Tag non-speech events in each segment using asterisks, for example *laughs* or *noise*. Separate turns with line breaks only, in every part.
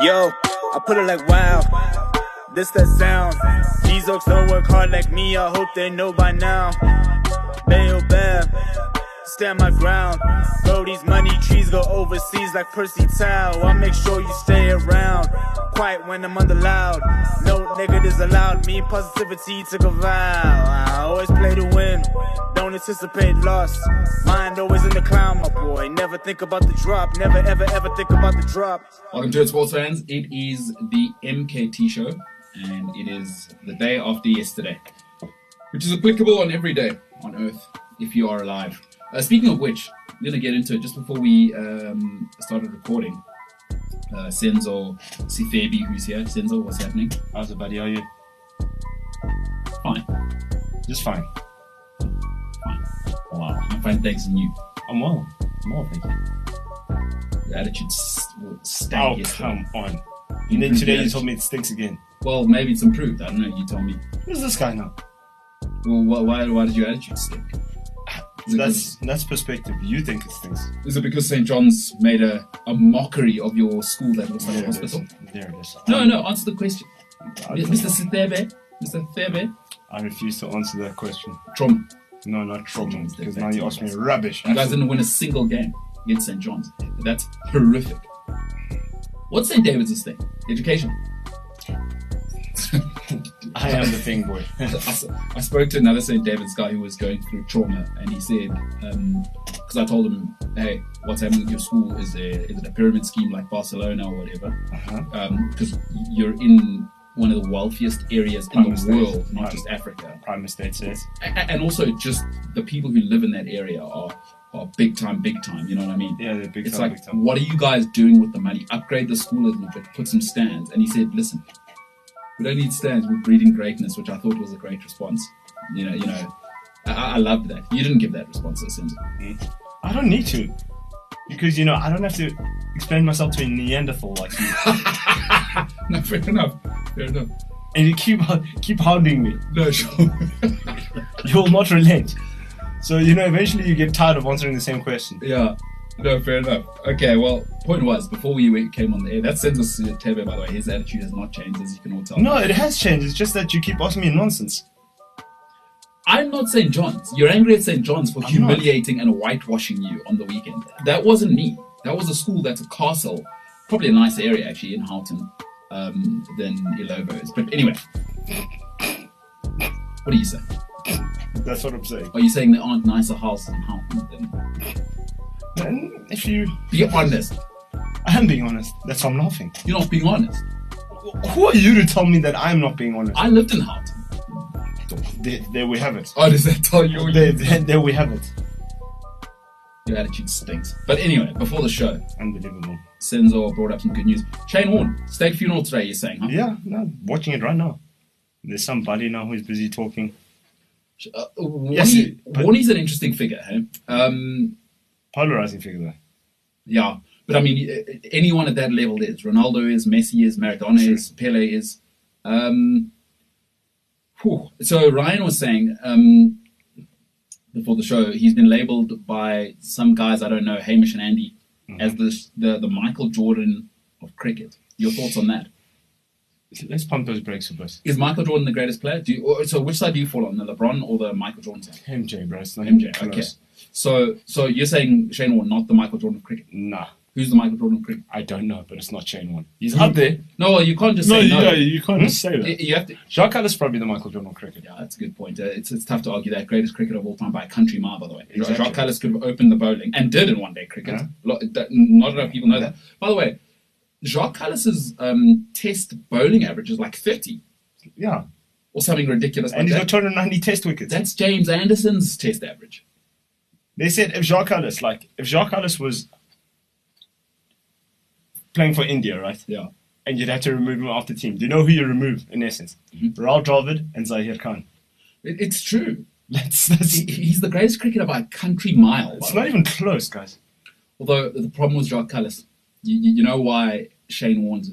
Yo, I put it like wow. This that sound. These oaks don't work hard like me. I hope they know by now. Bayo Bab, stand my ground. Bro, these money trees go overseas like Percy Tau. I make sure you stay around. Quiet when I'm under loud. No negatives allowed. Me positivity took a vow. I always play to win. Don't anticipate loss. Mind always in the clown, my boy. Never think about the drop. Never ever ever think about the drop.
Welcome to it, sports fans. It is the MKT show, and it is the day after yesterday, which is applicable on every day on Earth if you are alive. Uh, speaking of which, I'm going to get into it just before we um, started recording. Uh, Senzo Sifebi, who's here. Senzo, what's happening?
How's it, buddy? How are you?
Fine,
Just fine.
fine.
Wow.
I'm fine, thanks, and you.
I'm well. I'm well, thank you.
Your attitude st-
Oh,
stank yesterday.
come on. And then
Mhm.
today you told me it stinks again.
Well, maybe it's improved. I don't know. You tell me.
Who's this guy now?
Well, wh- why, why did your attitude stink? Is it
That's that's perspective. You think it stinks.
Is it because St. John's made a, a mockery of your school that looks like a
There it is.
hospital?
There it is.
No,
Um,
no, answer the question.
I, don't
Mr.
know.
Sithebe, Mr. Thebe,
I refuse to answer that question.
Trom,
No, not Trojan,
John's the
because
best
now you
team,
ask me
guys.
rubbish.
you guys didn't win a single game against St. John's. That's horrific. What's St. David's thing? Education.
I am the thing *laughs* boy.
I, s- I spoke to another St. David's guy who was going through trauma, and he said, because I told him, hey, what's happening at your school? Is, there, is it a pyramid scheme like Barcelona or whatever?
Uh-huh.
Because um, you're in one of the wealthiest areas in
Prime
the
Estate.
world, not
Prime.
just Africa.
Prime estate says.
A- a- And also, just the people who live in that area are, are big time, big time. You know what I mean?
Yeah, they're big
It's
time,
like,
big time.
what are you guys doing with the money? Upgrade the school a little bit, put some stands. And he said, listen, we don't need stands, we're breeding greatness, which I thought was a great response. You know, you know, I- I, I loved that. You didn't give that response, it seems. *laughs*
I don't need to. Because you know, I don't have to explain myself to a Neanderthal like you. *laughs*
No, fair enough. Fair enough.
and you keep keep hounding me.
No, sure. *laughs*
You will not relent. So you know, eventually you get tired of answering the same question.
yeah. No, fair enough. Okay, well, point was, before we went- came on the air, that sends us to Tebe, by the way. His attitude has not changed, as you can all tell.
No, it has changed. It's just that you keep asking me nonsense.
I'm not St. John's. You're angry at St. John's for
I'm
humiliating and whitewashing you on the weekend. That wasn't me. That was a school that's a castle, probably a nicer area actually in Houghton um, than Ilovo is. But anyway, what are you saying?
That's what I'm saying.
Are you saying there aren't nicer houses in Houghton than?
And if you,
Be honest.
I am being honest. That's why I'm laughing.
You're not being honest.
Who are you to tell me that I'm not being honest?
I lived in Houghton.
There, there we have it.
Oh, does that tell you? all you-
There, there, there we have it.
Your attitude stinks. But anyway, before the show,
Unbelievable.
Senzo brought up some good news. Shane Warne, state funeral today. You're saying, huh?
Yeah, no, watching it right now. There's somebody now who's busy talking.
Uh,
Yes,
Warney,
but-
Warney's an interesting figure. Hey? Um,
Polarizing figure though.
yeah, but I mean, uh, anyone at that level is. Ronaldo is, Messi is, Maradona is, Pele is. Um, whew. So Ryan was saying um, before the show, he's been labelled by some guys I don't know, Hamish and Andy,
Mm-hmm.
as the, the the Michael Jordan of cricket. Your thoughts on that?
Let's pump those brakes a bit.
Is Michael Jordan the greatest player? Do you, or, so which side do you fall on, the LeBron or the Michael Jordan side?
MJ, bro. It's not
MJ.
even
Okay.
close.
So so you're saying Shane Warne, not the Michael Jordan of cricket?
Nah,
Who's the Michael Jordan cricket?
I don't know, but it's not Shane one. He's
Who-
up there.
No, well, you can't just say Hmm. no.
you can't just say
You, you have to.
Jacques Allen's probably the Michael Jordan of cricket.
Yeah, that's a good point. Uh, it's, it's tough to argue that greatest cricket of all time by a country mile, by the way.
Exactly.
Jacques Callis could have opened the bowling and did in one day cricket.
Yeah.
Lo- that- not enough people know that. By the way, Jacques Callis's um, test bowling average is like 30
Yeah,
or something ridiculous
and
like
he's
that.
got 290 Test wickets.
that's James Anderson's test average.
They said if Jacques Allen, like if Jacques Allen was playing for India, right,
Yeah.
and you'd have to remove him off the team. Do you know who you remove in essence?
Mm-hmm.
Raul Dravid and Zahir Khan. *laughs*
It, it's true.
That's that's.
He, he's the greatest cricketer by a country mile. by
It's
the way.
not even close, guys.
Although the problem was Jacques Cullis. You, you, you know why Shane Warne's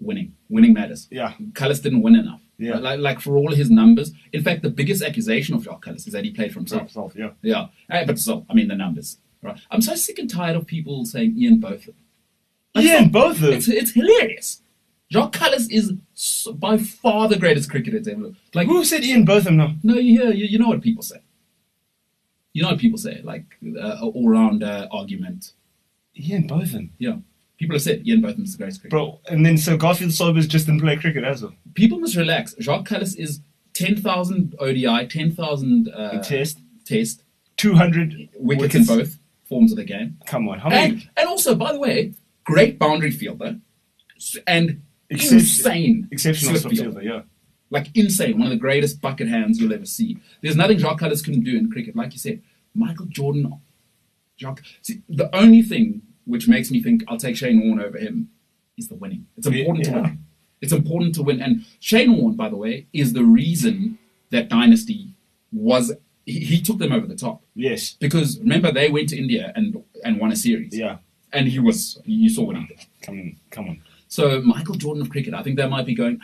winning. Winning matters.
Yeah.
Cullis didn't win enough.
Yeah.
Like, like, like for all his numbers. In fact, the biggest accusation of Jacques Cullis is that he played for himself.
Self, yeah.
Yeah. Eh, but so, I mean, the numbers. Right. I'm so sick and tired of people saying Ian Botham.
yeah, in both of them.
It's, it's hilarious. Jacques Callas is s- by far the greatest cricketer to ever live. Like,
Who said Ian Botham? No.
no, you hear, you, you know what people say. You know what people say, like uh, an all-round uh, argument.
Ian Botham.
Yeah, people have said Ian Botham's the greatest cricketer.
Bro, and then so Garfield Sobers just didn't play cricket as well.
people must relax. Jacques Callas is 10,000 ODI, 10,000 uh,
Test.
test,
200
wickets in both forms of the game.
Come on, how
And,
many?
and also, by the way, great boundary fielder s- and
Excep-
insane.
Exceptional
slip
slip
fielder.
fielder, yeah.
Like insane, one of the greatest bucket hands you'll ever see. There's nothing Jacques Callas couldn't do in cricket. Like you said, Michael Jordan, Jacques. See, the only thing which makes me think I'll take Shane Warne over him is the winning. It's
Yeah,
important to
yeah.
win. It's important to win. And Shane Warne, by the way, is the reason that Dynasty was. He, he took them over the top
Yes.
because remember they went to India and and won a series.
Yeah.
and he was. You saw what he did.
Come on, come on.
So Michael Jordan of cricket, I think they might be going.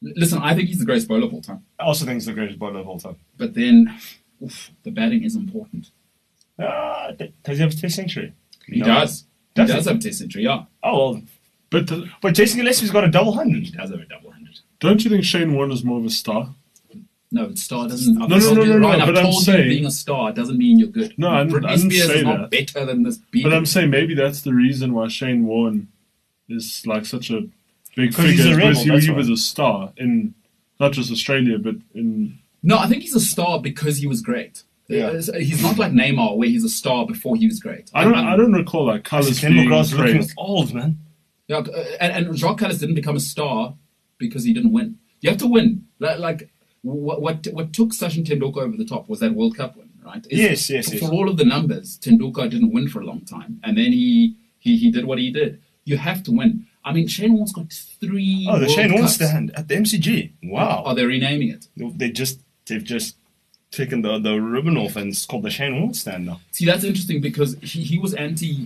Listen, I think he's the greatest bowler of all time.
I also think he's the greatest bowler of all time.
But then, oof, the batting is important.
Ah, d- does he have a test century?
He
No.
does.
Does
he
he?
does have a test century. Yeah,
Oh, well. But but Jason Gillespie's got a double
he
hundred.
does have a double hundred.
Don't you think Shane Warne is more of a star?
No, the star doesn't.
no, no, no, no,
Ryan, I've
but I'm
told you
saying-
being a star doesn't mean you're good.
No, I didn't-
Britney
I didn't
Spears
say
is not better than this. Beat.
But I'm saying maybe that's the reason why Shane Warne is like such a big
Because
figure.
he's a rebel,
because he,
that's
he
why.
was a star in not just Australia but in
no, I think he's a star because he was great.
Yeah.
Uh, so He's not like Neymar, where he's a star before he was great.
I don't I don't recall like Carlos
Glenn
being
McGrath's looking
praised.
old, man.
Yeah, uh, and, and Jacques Callas didn't become a star because he didn't win. You have to win. Like, like what, what what took Sachin Tendulkar over the top was that World Cup win, right?
Yes, yes,
for,
yes.
For all of the numbers, Tendulkar didn't win for a long time, and then he he, he did what he did. You have to win. I mean, Shane Warne's got three.
Oh, the
World Oh.
Shane Warne
Cups.
stand at the MCG. Wow.
Are they renaming it?
They just they've just taken the the ribbon off and it's called the Shane Warne stand now.
See, that's interesting because he, he was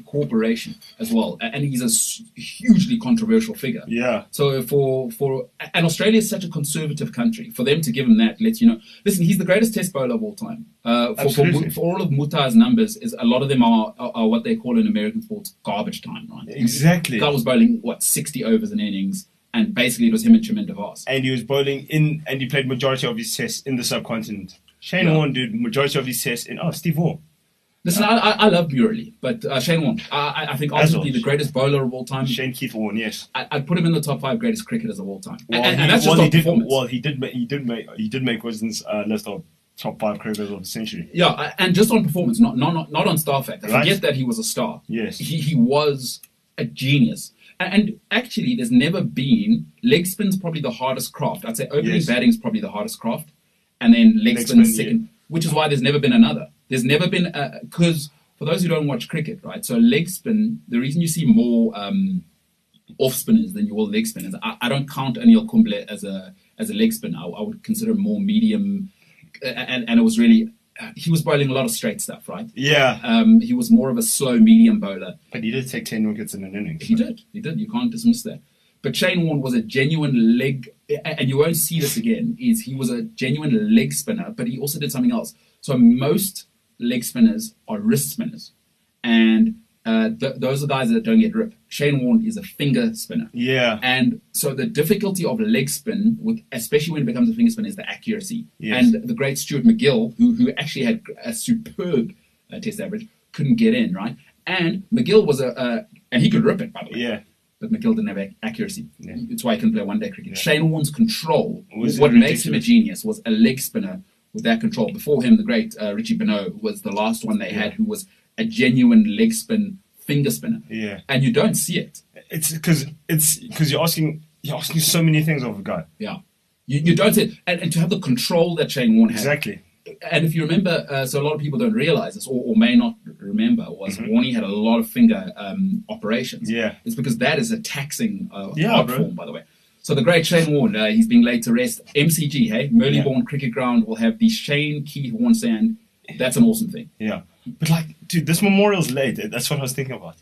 anti-corporation as well, a- and he's a s- hugely controversial figure.
Yeah.
So for for and Australia is such a conservative country. For them to give him that lets you know. Listen, he's the greatest Test bowler of all time. Uh, for, for,
Absolutely.
for all of Muta's numbers, is a lot of them are, are, are what they call in American sports garbage time, right?
Exactly.
Guy was bowling what sixty overs and innings, and basically it was him and Chaminda Vas.
And he was bowling in and he played majority of his tests in the subcontinent. Shane
Yeah.
Warne did majority of his tests in oh Steve Waugh.
Listen, I, I, I love Murali, but uh, Shane Warne, I, I- I think
As
ultimately
well.
the greatest bowler of all time.
Shane Keith Warne, yes.
I, I'd put him in the top five greatest cricketers of all time. And-
Well,
and,
he,
and that's just
well,
on
he did,
performance.
well, he did make he did make he did make Wisden's uh, list of top five cricketers of the century.
yeah, I- and just on performance, not not not, not on star factor.
Right.
Forget that he was a star.
Yes.
he he was a genius. A- And actually, there's never been leg spin's probably the hardest craft. I'd say opening
Yes.
batting's probably the hardest craft, and then leg,
Leg
spin is
spin,
second, which is why there's never been another. There's never been because for those who don't watch cricket, right? So leg spin, the reason you see more. Um, off spinners than you will leg spinners. I, I don't count Anil Kumble as a as a leg spinner. I, I would consider him more medium, uh, and and it was really he was bowling a lot of straight stuff, right?
Yeah.
Um, he was more of a slow medium bowler.
Uh, but he did take ten wickets in an innings.
He
so-
did, he did. You can't dismiss that. But Shane Warne was a genuine leg, a- and you won't see this again. Is he was a genuine leg spinner, but he also did something else. So most leg spinners are wrist spinners, and uh, th- those are guys that don't get rip. Shane Warne is a finger spinner.
Yeah.
And so the difficulty of leg spin, with especially when it becomes a finger spin, is the accuracy.
Yes.
And the great Stuart McGill, who who actually had a superb uh, test average, couldn't get in right. And McGill was a uh, and he could rip it by the way.
Yeah.
But McGill didn't have ac- accuracy.
Yeah.
That's why he couldn't play one day cricket. Shane Warne's control,
Was
what makes him a
ridiculous.
genius, was a leg spinner with that control. Before him, the great uh, Richie Beno was the last one they had, who was a genuine leg spin finger spinner.
Yeah.
And you don't see it.
It's because it's because you're asking you're asking so many things of a guy.
Yeah. You, you don't say, and, and to have the control that Shane Warne had.
Exactly.
And if you remember, uh, so a lot of people don't realize this or, or may not remember, was Warne had a lot of finger um, operations.
Mm-hmm. Yeah.
It's because that is a taxing uh,
Yeah,
art
bro.
form, by the way. So the great Shane Warne, uh, he's been laid to rest. MCG, hey, Merleybourne Cricket Ground will have the Shane Keith Warne Sand. That's an awesome thing.
Yeah. But like, dude, this memorial's late. That's what I was thinking about.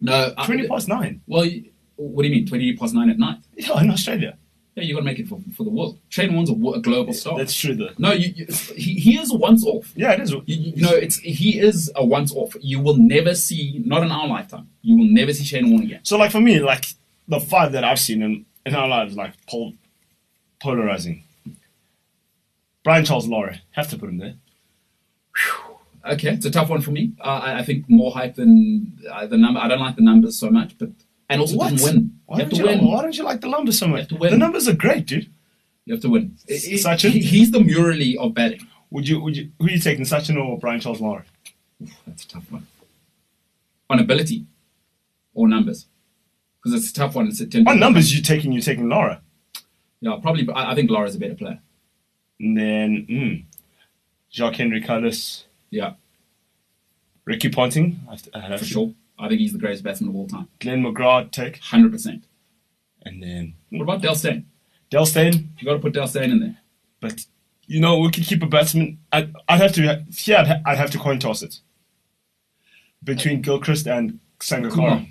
No, I-
Twenty past nine.
uh, Well, you- what do you mean? Twenty past nine at night.
Yeah, in Australia.
Yeah, you got to make it for, for the world. Shane Warne's a, wo- a global star.
That's true, though.
No, you, you, he, he is a once off.
Yeah, it is. You,
You, you, you know, it's he is a once off. You will never see, not in our lifetime, you will never see Shane Warne again.
So, like for me, like the five that I've seen in, in our lives, like pol- polarizing. Brian Charles Laurie, have to put him there.
Okay, it's a tough one for me. Uh, I, I think more hype than uh, the number. I don't like the numbers so much, but and also didn't win.
Why
you have
don't
to
you,
win.
why don't you like the numbers so much?
to win.
The numbers are great, dude.
You have to win.
S-
I- I-
Sachin?
he- he's the Murali of batting.
Would you? Would you? Who are you taking, Sachin or Brian Charles Laurie?
That's a tough one. On ability or numbers, because it's a tough one. It's a ten.
What numbers you taking? You taking Laura?
Yeah, probably. But I, I think Lara's a better player.
And then mm, Jacques Henry Cullis,
Yeah,
Ricky Ponting, I have to, I have
for
to-
sure. I think he's the greatest batsman of all time.
Glenn McGrath, take,
Hundred percent.
and then hmm,
What about Del Steyn?
Del Steyn.
You got to put Del Steyn in there.
But you know, we could keep a batsman. I'd, I'd have to. Yeah, I'd, ha- I'd have to coin toss it between Gilchrist and Sangakkara.
Kumar.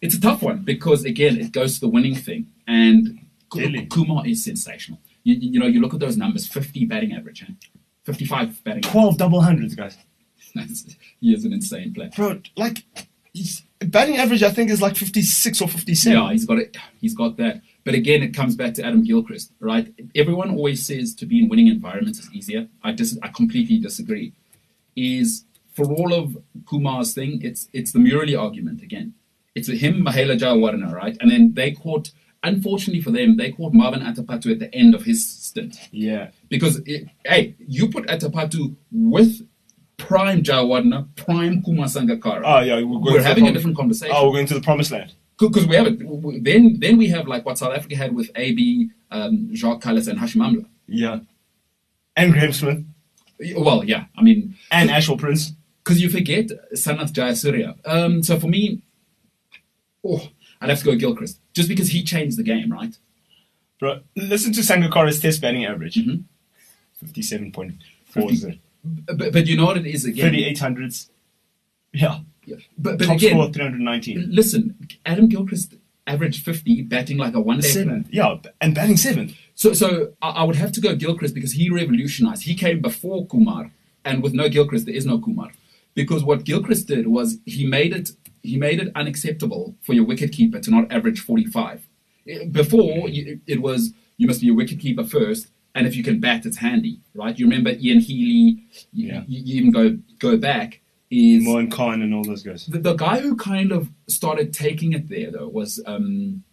It's a tough one because again, it goes to the winning thing, and Ku-
Really?
Kumar is sensational. You, you you know, you look at those numbers: fifty batting average, eh? fifty-five batting. *laughs* average.
Twelve double hundreds, guys.
That's- he is an insane player.
Bro, like he's- batting average, I think is like fifty-six or fifty-seven.
Yeah, he's got it. He's got that. But again, it comes back to Adam Gilchrist, right? Everyone always says to be in winning environments is easier. I dis- I completely disagree. Is for all of Kumar's thing, it's it's the Murali argument again. It's him, Mahela Jayawarena, right? And then they caught, unfortunately for them, they caught Marvin Atapatu at the end of his stint.
yeah.
Because, it, hey, you put Atapatu with prime Jayawarena, prime Kumar Sangakkara.
Oh yeah, we're, going to
We're
the
having a
prom-
different conversation
Oh, we're going to the promised land.
because we have it. w- w- Then then we have like what South Africa had with AB, um, Jacques Callas, and Hashim Amla.
Yeah. And Graham Smith
Well, yeah, I mean,
and Ashwell Prince.
because you forget Sanath Jayasuriya. Um, so for me, oh, I'd have to go Gilchrist just because he changed the game, right?
Bro, listen to Sangakkara's test batting average.
Mm-hmm.
Fifty-seven point four.
50. But, but you know what it is again.
Thirty-eight hundreds. Yeah.
Yeah. But, but
Top score
again, Mm-hmm.
three hundred nineteen.
listen, Adam Gilchrist averaged fifty, batting like a one day player.
Seven. Yeah, and batting seventh.
So, so I, I would have to go Gilchrist because he revolutionized. He came before Kumar, and with no Gilchrist, there is no Kumar. Because what Gilchrist did was he made it he made it unacceptable for your wicketkeeper to not average forty five. Before you- it was you must be a wicketkeeper first, and if you can bat, it's handy, right? You remember Ian Healy? You,
Yeah.
you, you even go go back is
Mohan Khan and all those guys.
the, the guy who kind of started taking it there though was um,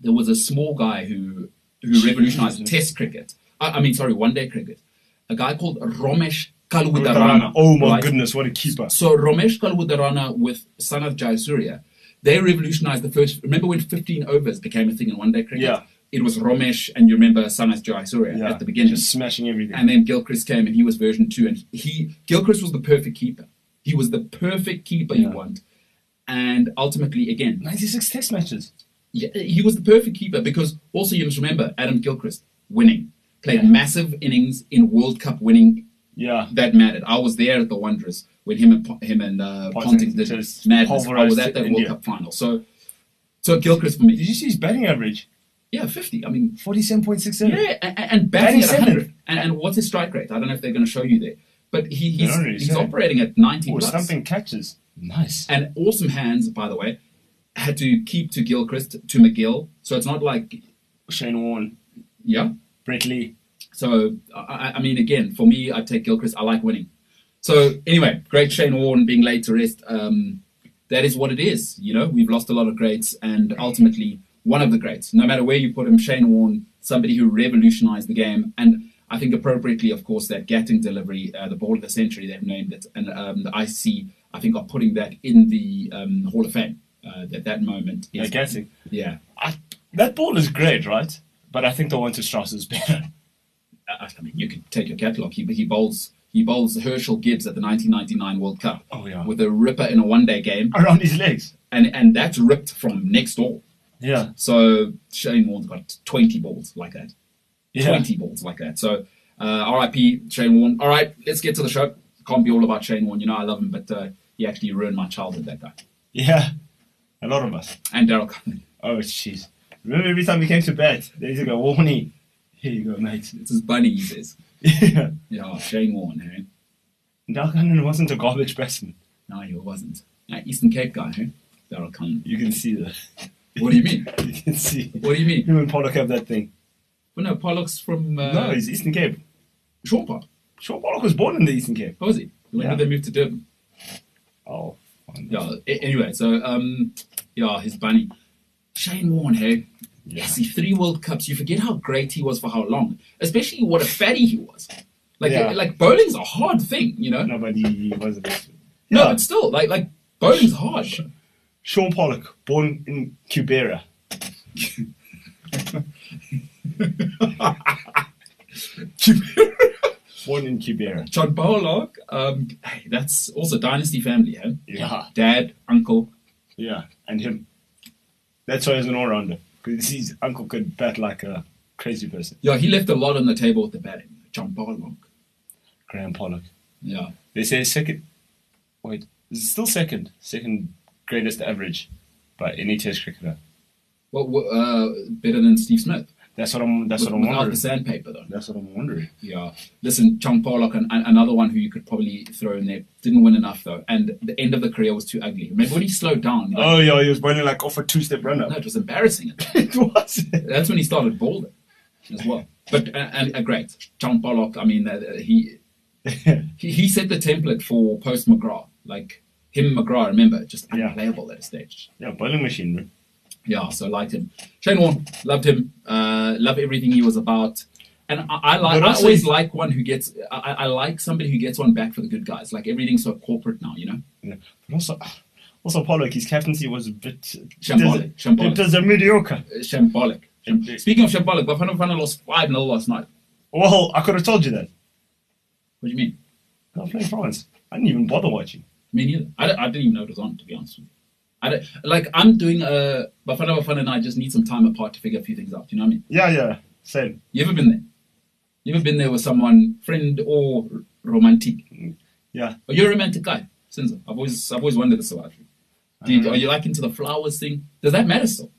there was a small guy who who revolutionized test cricket I, I mean sorry one day cricket a guy called Romesh Kalwudarana
Oh my
right?
goodness, what a keeper!
so Romesh Kalwudarana with Sanath Jayasuriya they revolutionized the first remember when 15 overs became a thing in one day cricket
Yeah.
it was Romesh and you remember Sanath Jayasuriya
Yeah,
at the beginning
just smashing everything.
and then Gilchrist came and he was version two, and he Gilchrist was the perfect keeper. He was the perfect keeper you
Yeah.
want, and ultimately, again,
Ninety-six test matches.
yeah, he was the perfect keeper because also you must remember Adam Gilchrist winning, played massive innings in World Cup winning
Yeah.
that mattered. I was there at the Wanderers when him and Po- him and uh,
Ponting
Ponting did
just
madness. I was
pulverized
at that World
India.
Cup final, so so Gilchrist for me,
Did you see his batting average?
yeah, fifty. I mean,
Forty-seven point six seven.
Yeah, and, and batting at
97.
100. And, and what's his strike rate? I don't know if they're going to show you there. But he,
They
he's,
don't really
he's
say.
operating at 90
Or
plus.
something catches. Nice.
And awesome hands, by the way, had to keep to Gilchrist, to McGill. So it's not like,
Shane Warne,
yeah.
Brett Lee.
So, I- I, I mean, again, for me, I take Gilchrist. I like winning. So, anyway, great Shane Warne being laid to rest. Um, that is what it is. You know, we've lost a lot of greats and ultimately one of the greats. No matter where you put him, Shane Warne, somebody who revolutionized the game. And I think appropriately, of course, that Gatting delivery, uh, the ball of the century, they've named it. And um, the IC, I think, are putting that in the um, Hall of Fame. Uh, at that moment,
Yeah,
is-
Gatting.
Yeah,
I, that ball is great, right? But I think the one to Strauss is better. *laughs*
Uh, I I mean, you could take your catalogue. He, he bowls he bowls Herschel Gibbs at the 1999 World Cup
Oh, yeah.
with a ripper in a one day game,
Around his legs.
and and that's ripped from next door.
Yeah.
So Shane Warne's got 20 balls like that,
Yeah.
20 balls like that. So uh, RIP Shane Warne. All right, let's get to the show. Can't be all about Shane Warne. You know I love him, but uh, he actually ruined my childhood that guy.
Yeah. A lot of us.
And Daryl Cullen.
Oh, jeez. Remember every time he came to bat, they used to go, Warnie, here you go, mate. *laughs*
It's his buddy, he says.
yeah.
Yeah, Shane Warne, hey?
Dal Cannon wasn't a garbage batsman.
No, he wasn't. Uh, Eastern Cape guy, hey? Daryl Conlon.
You can see that.
What do you mean?
*laughs* You can see.
What do you mean?
Him and Pollock have that thing.
Well, no, Pollock's from uh,
no, he's Eastern Cape.
Shawpa.
Sure, Pollock was born in the Eastern Cape.
How was Oh, he? When
Yeah.
did they move to Durban?
Oh, fine.
Yeah. a- Anyway, so um, yeah, his bunny, Shane Warne. Hey, yes, he three World Cups. You forget how great he was for how long, especially what a fatty he was. Like,
Yeah.
like bowling's a hard thing, you know.
No, but he, he was a bit.
No,
Yeah.
but still, like, like bowling's hard. *laughs* bro.
Sean Pollock, born in Cubera. Born in Cubera.
John Pollock. Um, hey, that's also dynasty family. Hey,
Yeah.
dad, uncle.
Yeah, and him. That's why he's an all rounder. Because his uncle could bat like a crazy person.
Yeah, he left a lot on the table with the batting. John Pollock.
Graham Pollock.
Yeah.
They say second. Wait, is it still second? Second greatest average by any test cricketer.
Well, w- uh, better than Steve Smith.
That's what I'm. That's
With-
what I'm
without the
wondering.
sandpaper, though.
That's what I'm wondering.
Yeah. Listen, John Pollock, an, an- another one who you could probably throw in there, didn't win enough though, and the end of the career was too ugly. Remember when he slowed down? Like,
Oh yeah, he was bowling like off a two-step runner.
*laughs* No, it was embarrassing.
*laughs* it was.
That's when he started balding as well. But uh, and uh, great, John Pollock. I mean, uh, uh,
*laughs*
he, he he set the template for post McGrath, like him McGrath. Remember, just
Yeah.
unplayable at a stage.
yeah, bowling machine. Man.
Yeah, so liked him. Shane Warne, loved him. Uh, loved everything he was about. And I, I like.
But
I
also
always
he's-
like one who gets. I, I- I like somebody who gets one back for the good guys. Like everything's so corporate now, you know.
Yeah. But also, *sighs* also Pollock, his captaincy was a bit
Shambolic,
It
shambolic.
was a mediocre.
Uh, Shambolic. Sham-
Indeed.
Speaking of shambolic, Bafana Bafana lost five 0 last night.
Well, I could have told you that.
What do you mean?
They were playing France. I didn't even bother watching.
Me neither. I, don't- I didn't even know it was on. To be honest with you, I don't, like I'm doing uh, a Bafana Bafana and I just need some time apart to figure a few things out. You know what I mean?
Yeah, yeah, same.
You ever been there? You ever been there with someone, friend or r- romantic?
Yeah,
Are you a romantic guy, Senzo? I've always I've always wondered this about you. Do you-
Uh-huh.
are you like into the flowers thing? Does that matter still?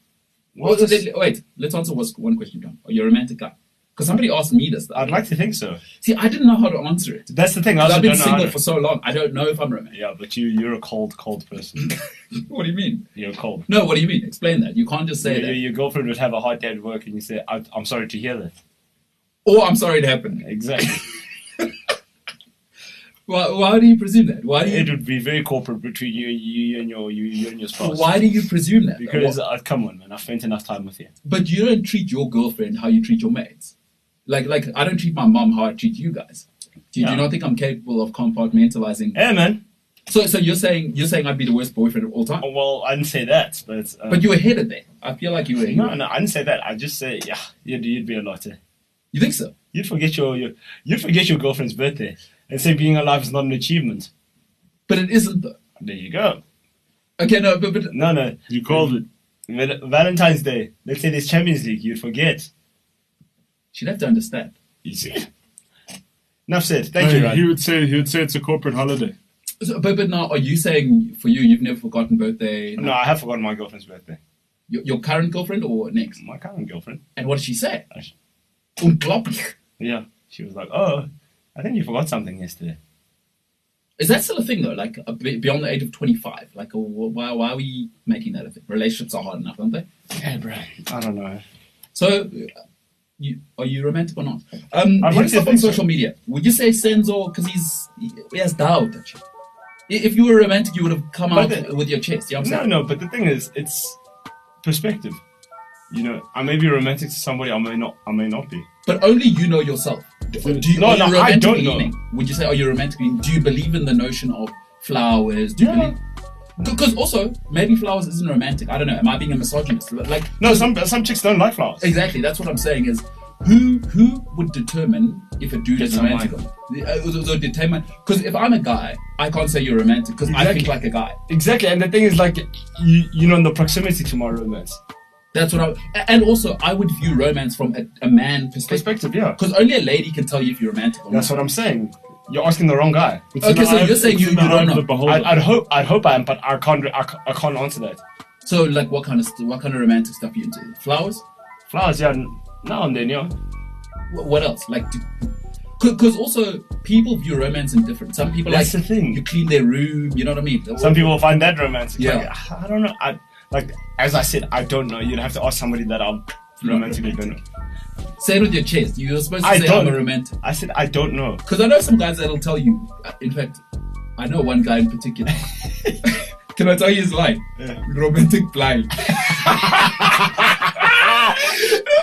Well,
Well,
it's-
let- wait, let's answer what's- one question, John. Are you a romantic guy? Because somebody asked me this.
I'd like to think so.
See, I didn't know how to answer it.
That's the thing. I
'Cause
also
I've been
don't know how
single
to-
for so long. I don't know if I'm romantic.
Yeah, but you, you're a cold,
*laughs*
cold person.
What do you mean?
You're cold.
No, what do you mean? Explain that. You can't just say
Your,
that.
your, your girlfriend would have a hard day at work, and you say, I, "I'm sorry to hear that."
Or I'm sorry it happened. *laughs*
Exactly.
Why, why do you presume that? Why do
it
you?
would be very corporate between you, you and your, you, you and your spouse.
Why do you presume that?
Because
Why-
uh, come on, man, I spent enough time with you.
but you don't treat your girlfriend how you treat your mates. Like, like I don't treat my mom how I treat you guys. Do you, do you
Yeah.
not think I'm capable of compartmentalizing
Hey, man.
So, so you're saying you're saying I'd be the worst boyfriend of all time?
Oh, Well, I didn't say that, but um,
But you were ahead of that. I feel like you were.
no, no, I didn't say that. I just say, yeah, you'd, you'd be a lotter.
You think so?
You'd forget your, your you'd forget your girlfriend's birthday and say being alive is not an achievement.
But it isn't though.
There you go.
Okay, no, but, but
No, no.
You called it.
Val- Valentine's Day. Let's say there's Champions League. You'd forget.
she'd have to understand.
You see. Enough said. Thank you,
No, he
Ryan.
would say he would say it's a corporate holiday.
So, but but now, are you saying for you you've never forgotten birthday?
No, I have forgotten my girlfriend's birthday.
Your, your current girlfriend or next?
My current girlfriend.
And what did she say?
I sh-
Unglaublich.
Yeah. She was like, oh, I think you forgot something yesterday.
Is that still a thing though? Like uh, be- beyond the age of twenty five? Like uh, wh- why why are we making that a thing? Relationships are hard enough, aren't they?
Yeah, bro. I don't know.
So, uh, you, are you romantic or not? Um, hit
I'd like
us
to
up on
think so.
social media. Would you say Senzo because he's he, he has doubt actually? I- If you were romantic, you would have come
But
out
the-
with your chest. You know what I'm
No,
saying?
no, but the thing is, it's perspective. You know, I may be romantic to somebody, I may not, I may not be.
But only you know yourself. Do do you,
No,
are you
no, I
romantic
don't know.
leaning? Would you say are you romantic? leaning? Do you believe in the notion of flowers? Do you
Yeah.
believe? Because also maybe flowers isn't romantic. I don't know. Am I being a misogynist? Like
No, some some chicks don't like flowers.
Exactly. That's what I'm saying. Is who who would determine if a dude
Yes,
is
I
romantic? or not? Uh, so- so determine because if I'm a guy, I can't say you're romantic because I think
Exactly.
like a guy.
Exactly, and the thing is, like, you you know, in the proximity to my romance
That's what I. a- And also, I would view romance from a, a man perspective
perspective, yeah.
because only a lady can tell you if you're romantic or
That's
not.
what I'm saying. You're asking the wrong guy.
It's
Okay,
in the
so
eye of-
you're saying
it's
you-
in the
you
eye
don't
of
know.
the beholder.
I'd, I'd hope, I'd hope I am, but I can't, re- I, ca- I can't answer that.
So, like, what kind of st- what kind of romantic stuff are you into? Flowers?
Flowers, yeah, n- now and then, yeah.
Wh- what else? Like, because also people view romance in different. Some people
That's
like
the thing.
you clean their room. You know what I mean?
Some people find that romantic.
Yeah.
Like, I don't know. I, like, as I said, I don't know. You'd have to ask somebody that I'm romantically don't know.
say it with your chest. You're supposed to
I
say
don't-
I'm a romantic.
I said, I don't know.
Because I know some guys that'll tell you. uh, In fact, I know one guy in
*laughs*
particular. Can I tell you his lie?
Yeah.
Romantic
*laughs*
blind.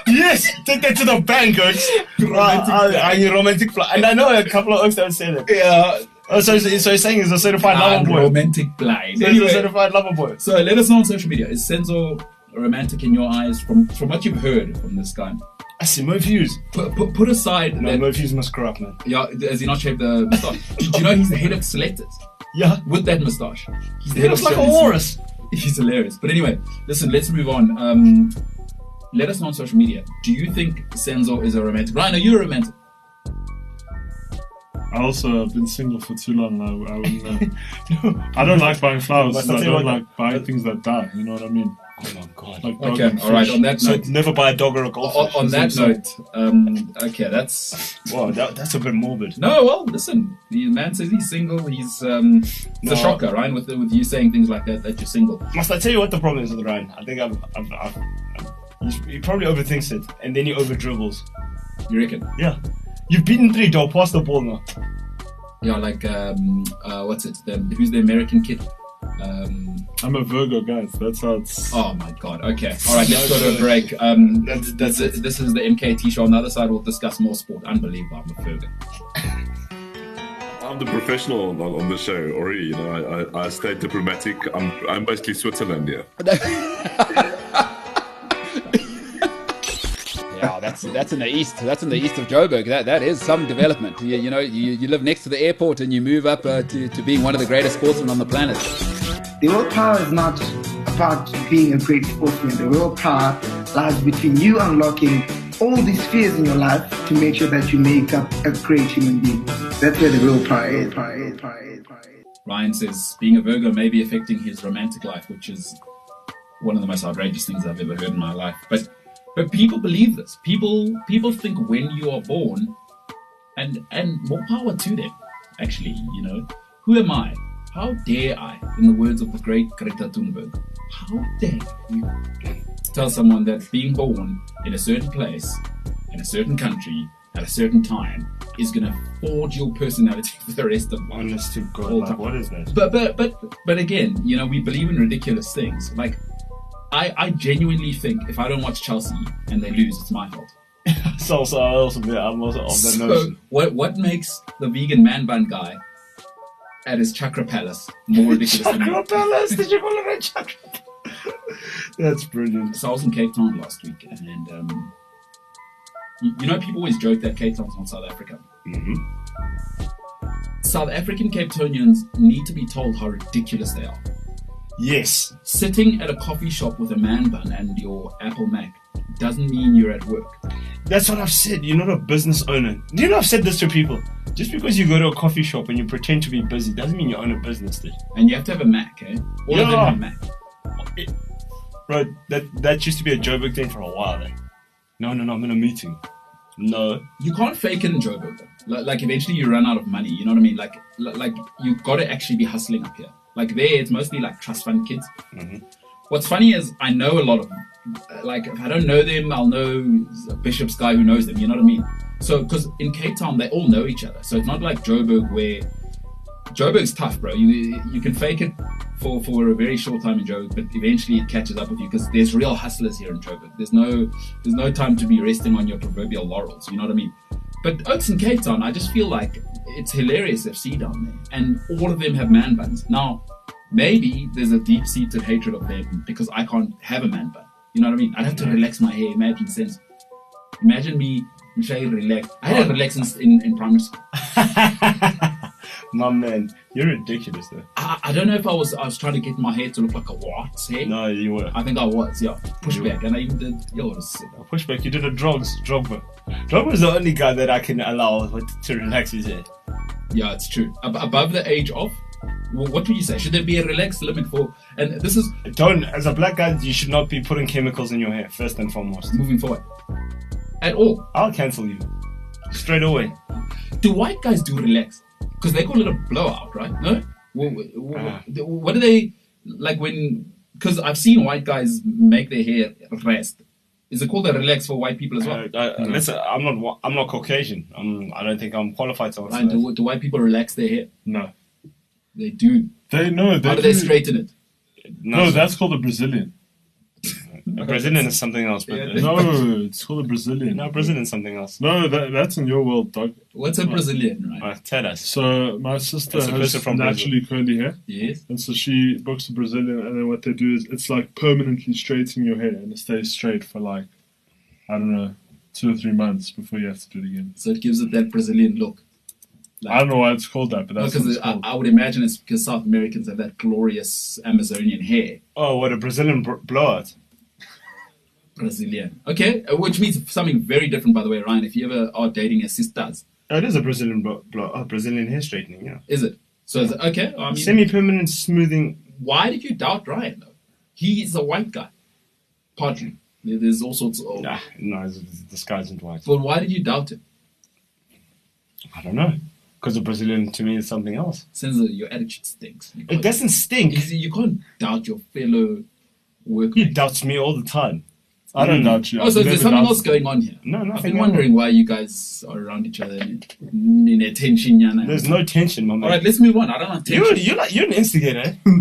Yes, take that to the bank, Oaks.
Romantic
I, I, am a romantic fly. And I know a couple of Oaks that would say that.
Yeah.
Oh, so, so you're saying he's a certified lover
I'm
boy?
Ah, romantic blind.
So he's a
Anyway,
certified lover boy.
So let us know on social media. Is Senzo romantic in your eyes? From from what you've heard from this guy,
I see Murphy's.
put put, put aside
No,
that.
Murphy's must grow up, man.
Yeah, has he not shaved the moustache? Do do you know he's the head of selectors
Yeah.
with that moustache? He's the
He looks like a
selectors.
walrus.
*laughs* He's hilarious. But anyway, listen, let's move on. Um, let us know on social media. Do you think Senzo is a romantic? Ryan, are you a romantic?
I also have been single for too long. I, I wouldn't know. I don't like buying flowers.
But
and I
something
don't
like-
like buying things that die. You know what I mean?
Oh my god.
Like
Okay, all right. On that
So
note,
never buy a dog or a golf.
on, on that note, um, okay, that's
Wow, that, that's a bit morbid.
no. Well, listen, the man says he's single. He's um, it's
No.
a shocker, Ryan, with with you saying things like that that you're single.
Must I tell you what the problem is with Ryan? I think I've, I've, I've, I've he probably overthinks it, and then he over dribbles.
You reckon?
Yeah, you've beaten three. Don't pass the ball now.
Yeah, like um, uh, what's it? The, who's the American kid? Um,
I'm a Virgo, guys. That's how it's.
oh my god. Okay. All right. Let's go to a break. Um,
That's-
that's it. This is the MKT show. On the other side, we'll discuss more sport. Unbelievable. I'm a Fergus.
I'm the professional on, on the show already. You know, I, I, I stay diplomatic. I'm I'm basically Switzerland here.
Yeah, that's that's in the east. That's in the east of Joburg. That that is some development. You, you know, you, you live next to the airport and you move up uh, to, to being one of the greatest sportsmen on the planet.
The willpower is not about being a great sportsman. The willpower lies between you unlocking all these spheres in your life to make sure that you make up a great human being. That's where the willpower is. Power is, power is, power is.
Ryan says being a Virgo may be affecting his romantic life, which is one of the most outrageous things I've ever heard in my life. But but people believe this. People people think when you are born, and and more power to them. Actually, you know, who am I? How dare I? In the words of the great Greta Thunberg, how dare you tell someone that being born in a certain place, in a certain country, at a certain time is going to forge your personality *laughs* for the rest of life.
Honest to God,
All
like,
time.
what is that?
But but but but again, you know, we believe in ridiculous things. Like I I genuinely think if I don't watch Chelsea and they lose, it's my fault.
So, so I also, yeah, I'm also of that
So
notion.
what what makes the vegan man bun guy at his chakra palace more ridiculous than
Chakra
me?
palace? Did you call *laughs* it a chakra? That's brilliant.
So I was in Cape Town last week, and um, you, you know, people always joke that Cape Town's not South Africa.
hmm
Mm-hmm.
South African Cape Townians need to be told how ridiculous they are.
Yes,
Sitting at a coffee shop with a man bun and your Apple Mac doesn't mean you're at work.
that's what I've said. You're not a business owner. Do you know I've said this to people? Just because you go to a coffee shop and you pretend to be busy doesn't mean you own a business, dude.
And you have to have a Mac, eh? All of them
Yeah.
have Mac.
Bro, that that used to be a Joburg thing for a while. Then. No, no, no, I'm in a meeting. No. *laughs*
You can't fake it in Joburg. though. Like, like eventually you run out of money. You know what I mean? Like, li- like you got to actually be hustling up here. Like there, it's mostly like trust fund kids. What's funny is I know a lot of them. Uh, Like if I don't know them, I'll know a bishop's guy who knows them. You know what I mean? So because in Cape Town they all know each other. So it's not like Joburg where Joburg's tough, bro. You you can fake it for for a very short time in Joburg, but eventually it catches up with you because there's real hustlers here in Joburg. There's no there's no time to be resting on your proverbial laurels. You know what I mean? But Oaks and Cape Town, I just feel like it's hilarious FC down there, and all of them have man buns. Now, maybe there's a deep seated hatred of them because I can't have a man bun. You know what I mean? I'd have to relax my hair. Imagine sense. Imagine me. Michelle relax. I had a relax in, in, in primary school.
My man, you're ridiculous though.
I, I don't know if I was I was trying to get my hair to look like a wat's hair.
No, you were.
I think I was, yeah. Push back. And I even did yo it was sick.
Pushback, you did a drugs, Drogba. Drogba's the only guy that I can allow to relax his head.
Yeah, it's true. Ab- above the age of Wh- What would you say? Should there be a relaxed limit for? And this is
Don't, as a black guy, you should not be putting chemicals in your hair, first and foremost.
moving forward at all.
I'll cancel you. Straight away.
Do white guys do relax? Because they call it a blowout, right? No. Wh- wh- wh-
Ah.
What do they like when? Because I've seen white guys make their hair rest. Is it called a relax for white people as well?
Uh, uh, Listen, I'm not. wa- I'm not Caucasian. I'm, I don't think I'm qualified to answer
Right,
that.
do, do white people relax their hair?
No,
They do.
They know. They
How do they
do-
straighten it?
No, that's called a
*laughs*
Brazilian.
Brazilian is something else. But uh,
Yeah, they-
No, it's called a Brazilian.
no, Brazilian is something else.
No, that, that's in your world, dog.
What's a Brazilian, right?
Uh, tell us.
So my sister
That's a
has
person from
naturally curly hair,
Yes.
and so she books a Brazilian, and then what they do is it's like permanently straightening your hair, and it stays straight for like I don't know two or three months before you have to do it again.
So it gives it that Brazilian look.
I don't know why it's called that, but that's what
Because
it's
I,
called.
I would imagine it's because South Americans have that glorious Amazonian hair,
Oh, what a Brazilian br- blowout.
Brazilian. Okay, uh, which means something very different, by the way, Ryan. If you ever are dating a sisters,
Oh, it is a Brazilian blo- blowout. Oh, Brazilian hair straightening. Yeah.
is it? So it's okay. I mean,
Semi-permanent smoothing.
why did you doubt Ryan though? He's a white guy, partly. There- There's all sorts of.
Ah, no, it's, the sky isn't white.
But why did you doubt him?
I don't know. Because the Brazilian to me is something else.
Since uh, your attitude stinks. You
It
can't-
doesn't stink.
Is- You can't doubt your fellow
He
workmates.
doubts me all the time.
I don't doubt you.
Oh, so there's
I've never
something
doubted-
else going on here.
No,
I've
nothing.
been wondering why you guys are around each other in, in a tension. yana.
There's no tension, my man.
All right, let's move on. I don't want tension.
You you like you're an instigator. eh?
*laughs*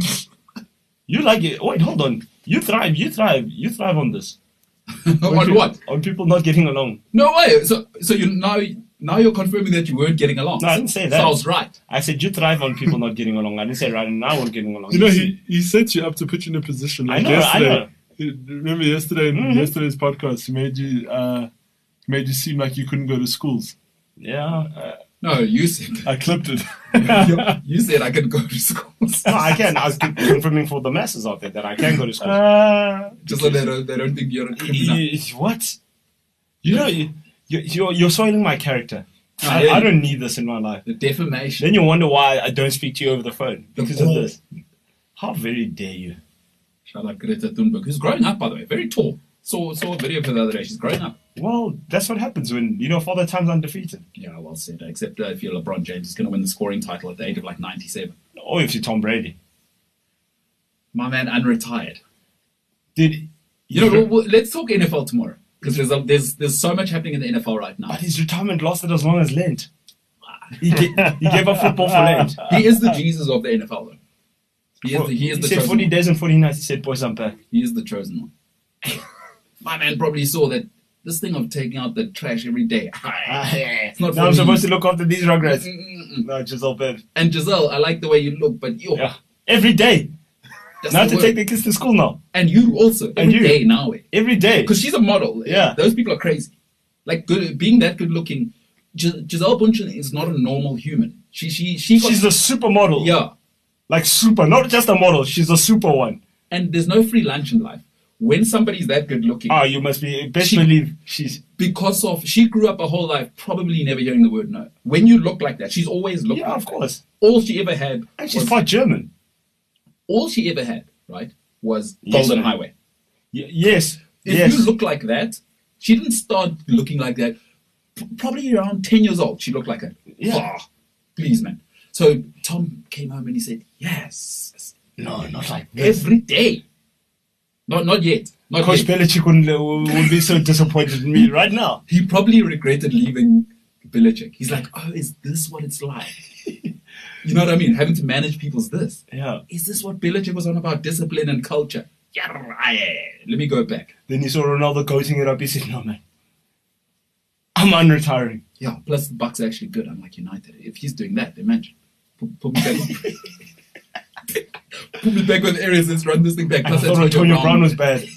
you like it. Wait, hold on. You thrive. You thrive. You thrive on this.
*laughs* on what?
On people not getting along.
No way. So, so you now now you're confirming that you weren't getting along.
No, I didn't say that.
So I was right.
I said you thrive on people not getting along. I didn't say right now we're getting along.
You know,
see,
he, he set you up to put you in a position. Like
I know, I
yesterday,
know. Mm-hmm.
He- Remember yesterday, in yesterday's podcast, he made you uh, made you seem like you couldn't go to schools.
yeah. Uh,
No, you
*laughs*
said *laughs*
I clipped it.
you said I could go to school.
no, I can. I was con- confirming for the masses out there that I can go to school.
*laughs* Just so they don't, they don't think you're a criminal.
Y- y- what? You know, you, you- you're you're soiling my character.
I
I,
hear
I
you.
don't need this in my life.
The defamation.
Then you wonder why I don't speak to you over the phone because of
ball.
this. How very dare you?
Shout out Greta Thunberg, who's growing up by the way, very tall. Saw saw a video of her the other day. She's growing up.
Well, that's what happens when you know Father Time's undefeated,
Yeah, well said. Except uh, if you're LeBron James, he's going to win the scoring title at the age of like 97.
or if you're Tom Brady.
My man, unretired.
Dude,
You know, we'll, we'll- let's talk NFL tomorrow because there's, a- there's there's so much happening in the NFL right now.
*laughs* but his retirement lasted as long as Lent. He, ga- he gave up football for Lent.
He is the Jesus of the NFL, though. *laughs* He is the, he is the
said
chosen
40
one.
days and 40 nights. He said, Boys, I'm back.
He is the chosen one.
*laughs*
My man probably saw that this thing of taking out the trash every
*laughs*
day.
Ah.
Ah, it's not
Now
for
I'm
me.
supposed to look after these rugrats.
Mm-mm-mm.
No, Giselle Bev.
And Giselle, I like the way you look, but you
Yeah. Every day.
that's
Now I have
the
to
word.
take the kids to school now.
and you also every day
you.
now, eh?
Every day.
because she's a model. eh?
Yeah.
those people are crazy. Like good, being that good looking, Gis- Giselle Bundchen is not a normal human. She she she got,
She's a supermodel.
yeah.
Like super. Not just a model. She's a super one.
And there's no free lunch in life. When somebody's that good looking,
Ah, you must be. Best
She-
believe she's.
because of she grew up her whole life probably never hearing the word no. When you look like that, she's always looked.
Yeah,
like
of
that.
course.
All she ever had,
And she's
was,
part German.
all she ever had, right, was
Yes,
Golden
ma'am.
Highway.
Y- yes.
If
yes.
you look like that, she didn't start looking like that. p- Probably around ten years old, she looked like that.
Yeah.
Ah, please, man. So Tom came home and he said, "Yes,
no, not like
every day." Not, not yet. Not
Coach
yet.
Belichick would, uh, would be so disappointed in me right now.
he probably regretted leaving Belichick. He's like, oh, is this what it's like? *laughs* you know what I mean? Having to manage people's this.
Yeah.
Is this what Belichick was on about? Discipline and culture. Yeah, Let me go back.
Then he saw Ronaldo coating it up. He said, "No, man, I'm unretiring."
Yeah. Plus, the Bucks are actually good. I'm like United. If he's doing that, imagine. Put, put me back. *laughs* put me back with areas. Let's run this thing back.
And I
Plus,
thought Antonio Brown was bad.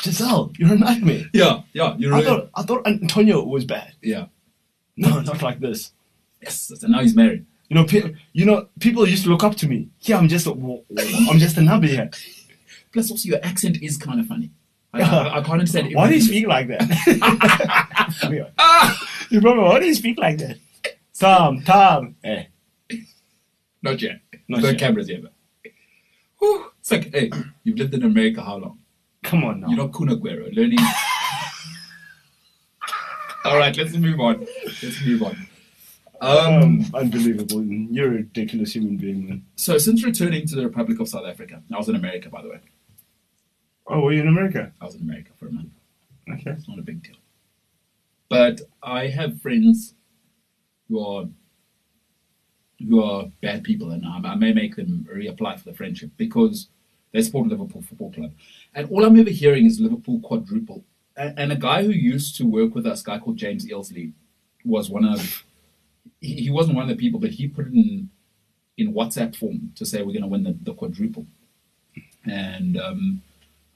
Giselle, you're a nightmare.
Yeah. Yeah. You're
I
right.
thought I thought Antonio was bad.
Yeah.
No, *laughs* not like this.
Yes. And now he's married.
You know, pe- you know, people used to look up to me. Yeah, I'm just a, w- w- I'm just a number here.
Plus, also, your accent is kind of funny. I, I, I can't understand.
Why do you
everything.
speak like that? *laughs* you remember? Why do you speak like that? Tom, Tom. Eh.
Not yet.
Not
no
yet.
cameras yet. But. Whew, it's like, hey, you've lived in America how long?
Come on now.
You're not Kun Aguero. Learning. *laughs* All right, let's move on. Let's move on. Um,
um, unbelievable. You're a ridiculous human being, man.
so, since returning to the Republic of South Africa, I was in America, by the way.
Oh, were you in America?
I was in America for a month.
Okay.
It's not a big deal. But I have friends who are who are bad people, and I, I may make them reapply for the friendship because they support Liverpool Football Club. And all I'm ever hearing is Liverpool quadruple. And, and a guy who used to work with us, a guy called James Eilsley, was one of he, he wasn't one of the people, but he put it in in WhatsApp form to say we're going to win the, the quadruple. And um,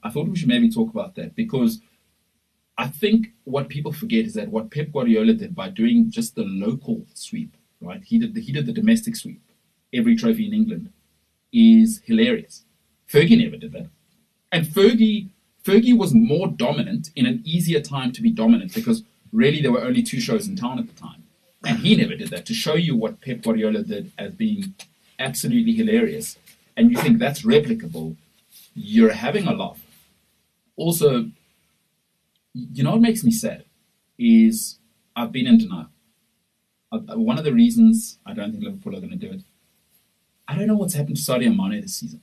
I thought we should maybe talk about that because I think what people forget is that what Pep Guardiola did by doing just the local sweep, right? He did the, he did the domestic sweep, every trophy in England, is hilarious. Fergie never did that, and Fergie Fergie was more dominant in an easier time to be dominant because really there were only two shows in town at the time, and he never did that to show you what Pep Guardiola did as being absolutely hilarious, and you think that's replicable, you're having a laugh. Also, you know what makes me sad is I've been in denial. Uh, uh, One of the reasons I don't think Liverpool are going to do it, I don't know what's happened to Sadio Mane this season.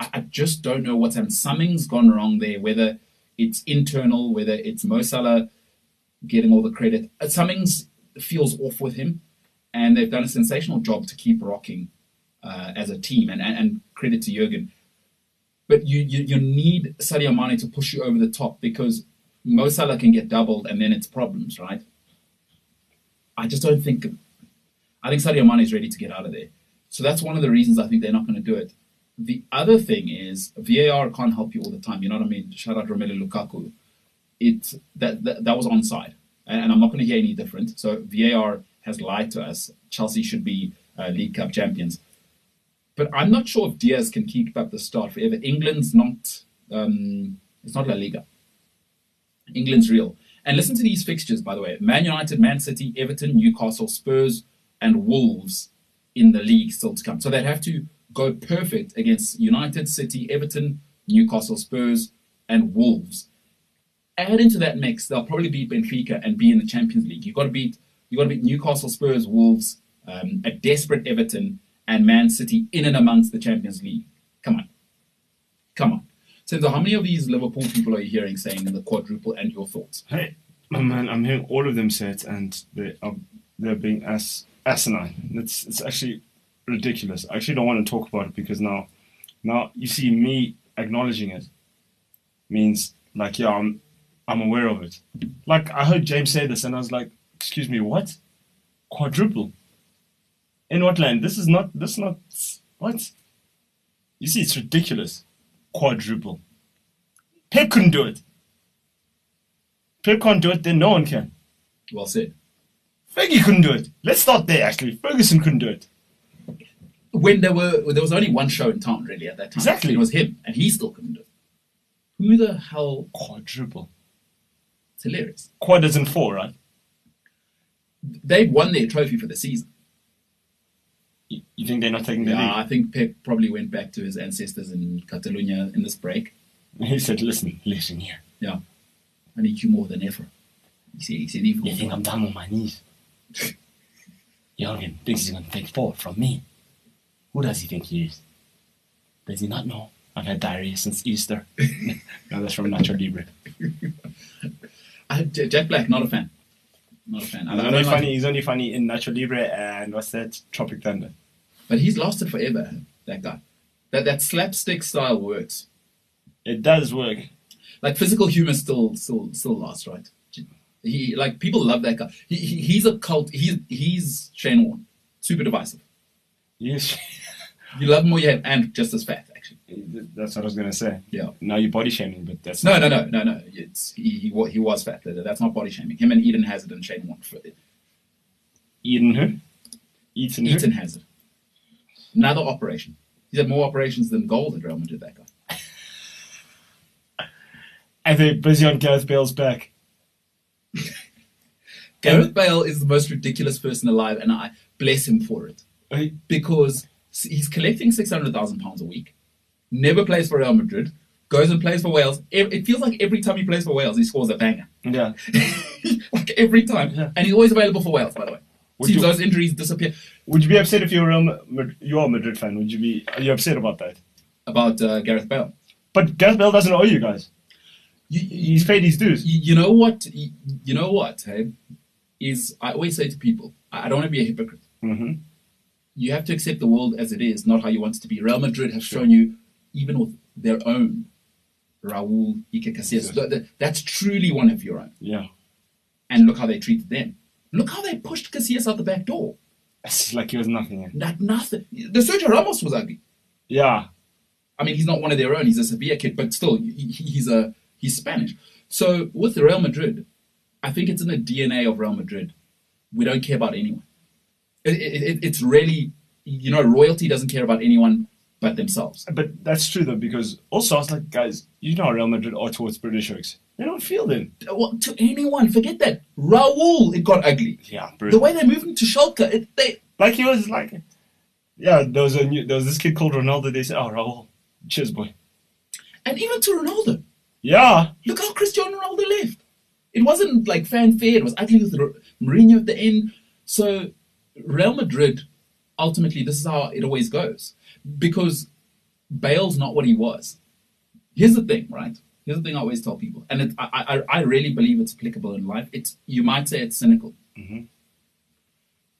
I, I just don't know what's happened. Something's gone wrong there, whether it's internal, whether it's Mo Salah getting all the credit. Uh, Something feels off with him, and they've done a sensational job to keep rocking uh, as a team, and, and, and credit to Jurgen but you, you you need Sadio Mane to push you over the top because Mo Salah can get doubled and then it's problems, right? I just don't think. I think Sadio Mane is ready to get out of there, so that's one of the reasons I think they're not going to do it. The other thing is VAR can't help you all the time. You know what I mean? Shout out Romelu Lukaku. It that that, that was onside, and, and I'm not going to hear any different. So VAR has lied to us. Chelsea should be uh, League Cup champions. But I'm not sure if Diaz can keep up the start forever. England's not, um, it's not La Liga. England's real. And listen to these fixtures, by the way Man United, Man City, Everton, Newcastle, Spurs, and Wolves in the league still to come. So they'd have to go perfect against United, City, Everton, Newcastle, Spurs, and Wolves. Add into that mix, they'll probably beat Benfica and be in the Champions League. You've got to beat, you've got to beat Newcastle, Spurs, Wolves, um, a desperate Everton, and Man City in and amongst the Champions League. Come on. Come on. So, how many of these Liverpool people are you hearing saying in the quadruple and your thoughts?
Hey, oh man, I'm hearing all of them say it, and they are they're being as asinine. It's it's actually ridiculous. I actually don't want to talk about it because now, now you see me acknowledging it means like yeah, I'm I'm aware of it. Like I heard James say this, and I was like, excuse me, what? Quadruple? In what land? This is not this is not what? You see, it's ridiculous. Quadruple. Pep couldn't do it. Pep can't do it, then no one can.
Well said.
Fergie couldn't do it. Let's start there, actually. Ferguson couldn't do it.
When there were there was only one show in town really at that time.
Exactly.
It was him, and he still couldn't do it. Who the hell?
Quadruple.
It's hilarious.
Quad is in four, right?
They've won their trophy for the season.
You, you think they're not taking the
Yeah, I think Pep probably went back to his ancestors in Catalonia in this break.
lead? He said, listen, listen here.
Yeah, I need you more than ever. He said, he said, even
You think I'm down on my knees? *laughs* Jorgen thinks he's going to take four from me. Who does he think he is? Does he not know? I've had diarrhea since Easter. *laughs* no, that's from Nacho Libre.
I, J- Jack Black, not a fan. Not a fan. I,
He's
I
only,
don't like
funny,
him.
he's only funny in Nacho Libre and what's that? Tropic Thunder.
But he's lasted forever, that guy. That that slapstick style works.
It does work.
Like physical humor still still still lasts, right? He like people love that guy. He, he he's a cult. He's he's Shane Warne, super divisive.
Yes. *laughs*
You love him or you hate, him, and just as fat actually.
That's what I was going to say.
Yeah.
Now you're body shaming, but that's
No, no, no, no, no. It's he he, wa- he was fat. That- That's not body shaming. Him and Eden Hazard and Shane Warne. For it.
Eden who? Eaton who?
Eden Hazard. Another operation. He's had more operations than gold at Real Madrid. That guy.
And they're busy on Gareth Bale's back.
Gareth Bale is the most ridiculous person alive, and I bless him for it
Hey,
because S- He's collecting six hundred thousand pounds a week. Never plays for Real Madrid. Goes and plays for Wales. Ev- It feels like every time he plays for Wales, he scores a
*laughs*
banger.
Yeah.
like every time,
Yeah.
and he's always available for Wales. By the way,
Would
seems
you-
those injuries disappear.
Would you be upset if you're a Real Ma- Mad- you are a Madrid fan? Would you be are you upset about that?
About uh, Gareth Bale,
But Gareth Bale doesn't owe you guys.
you, you,
He's paid his dues.
you you know what? You, you know what? Hey, is I always say to people, I I don't want to be a hypocrite.
Mm-hmm.
you have to accept the world as it is, not how you want it to be. Real Madrid have shown you, even with their own Raul Iker Casillas, th- th- that's truly one of your own.
Yeah.
And look how they treated them. Look how they pushed Casillas out the back door.
It's like he was nothing. eh?
Not nothing. The Sergio Ramos was ugly.
Yeah.
I mean, he's not one of their own. He's a Sevilla kid, but still, he- he- he's a he's Spanish. So with Real Madrid, I think it's in the DNA of Real Madrid. We don't care about anyone. It, it, it- it's really, you know, royalty doesn't care about anyone but themselves.
But that's true though, because also I was like, guys, you know how Real Madrid are towards British hooks. They don't feel them.
Well, to anyone, forget that. Raul, it got ugly.
Yeah,
The
brutal.
way they moved him to Schalke, it, they
like he was like, yeah, there was a new, there was this kid called Ronaldo. They said, oh, Raul, cheers, boy.
and even to Ronaldo.
Yeah,
Look how Cristiano Ronaldo left. It wasn't like fanfare. It was ugly with R- Mourinho at the end. So Real Madrid, ultimately, this is how it always goes because Bale's not what he was. Here's the thing, right? Here's the thing I always tell people, and it, I, I I really believe it's applicable in life. It's you might say it's cynical.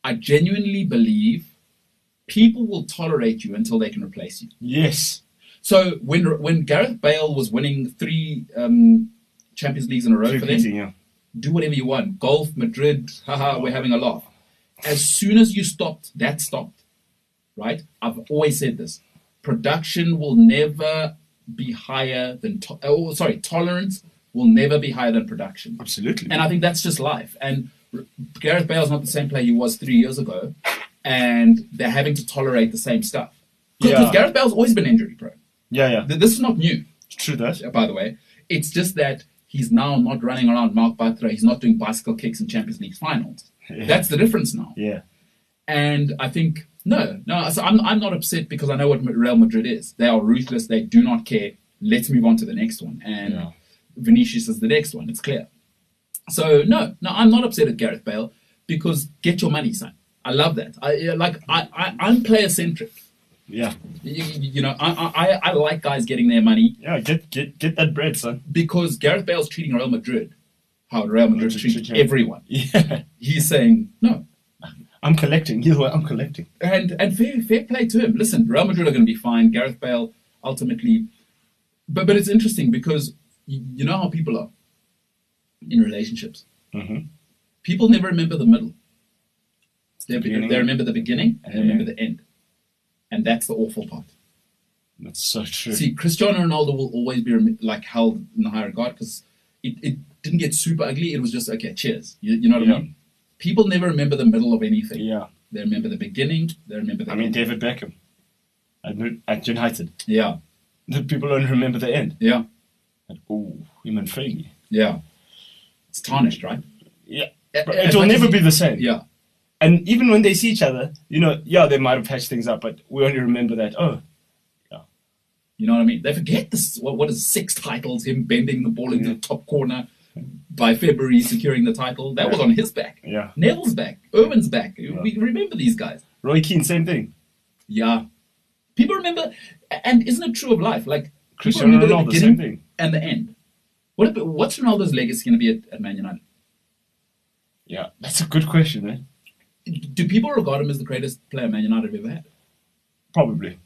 I genuinely believe people will tolerate you until they can replace you.
yes,
So when when Gareth Bale was winning three um, Champions Leagues in a row for them,
yeah,
do whatever you want. Golf, Madrid, haha, we're having a laugh. As soon as you stopped, that stopped. Right? I've always said this. Production will never be higher than to- oh sorry, tolerance will never be higher than production.
absolutely.
And I think that's just life. And R- Gareth Bale's not the same player he was three years ago, and they're having to tolerate the same stuff. Because
Yeah.
Gareth Bale's always been injury prone.
yeah, yeah,
Th- This is not new uh,
it's true that.
by the way. It's just that he's now not running around Mark Batra. He's not doing bicycle kicks in Champions League finals. That's the difference now.
Yeah,
And I think, no, no, so I'm, I'm not upset because I know what Real Madrid is. They are ruthless. They do not care. Let's move on to the next one. And
Yeah.
Vinicius is the next one. It's clear. So, no, no, I'm not upset at Gareth Bale because get your money, son. I love that. I, yeah, like, I, I, I'm player centric.
yeah,
You, you you know, I, I, I- I like guys getting their money
yeah. Get get get that bread, son. *laughs*
because Gareth Bale's treating Real Madrid how Real Madrid
Madrid
treats
treat-
everyone.
Yeah,
He's saying no,
I'm collecting. You know what? I'm collecting.
and and fair, fair play to him. Listen, Real Madrid are going to be fine. Gareth Bale ultimately, but but it's interesting because y- you know how people are in relationships.
Mhm.
People never remember the middle. They,
Beginning.
they remember the beginning and they
Yeah.
remember the end, and that's the awful part.
That's so true.
See, Cristiano Ronaldo will always be rem- like held in high regard because it, it didn't get super ugly. It was just okay. Cheers. You, you know what
Yeah.
I mean? People never remember the middle of anything.
yeah,
They remember the beginning. They remember the.
I mean
end.
David Beckham at Mid- at United.
yeah,
The people don't remember the end.
yeah,
Like, ooh, him and Feige.
yeah. It's tarnished, right?
Yeah,
A-
but
a-
it will
but-
never be the same.
Yeah,
And even when they see each other, you know, yeah, they might have patched things up, but we only remember that. Oh,
you know what I mean. They forget this. What, what is six titles? Him bending the ball into the top corner by February, securing the title. That was on his back.
Yeah.
Neville's back. Irwin's back. We remember these guys.
Roy Keane, same thing.
Yeah. People remember, and isn't it true of life? Like people
Cristiano
remember the
Ronaldo,
beginning
same thing.
and the end. What about, what's Ronaldo's legacy going to be at, at Man United?
Yeah, that's a good question, eh?
Do people regard him as the greatest player Man United have ever had?
Probably.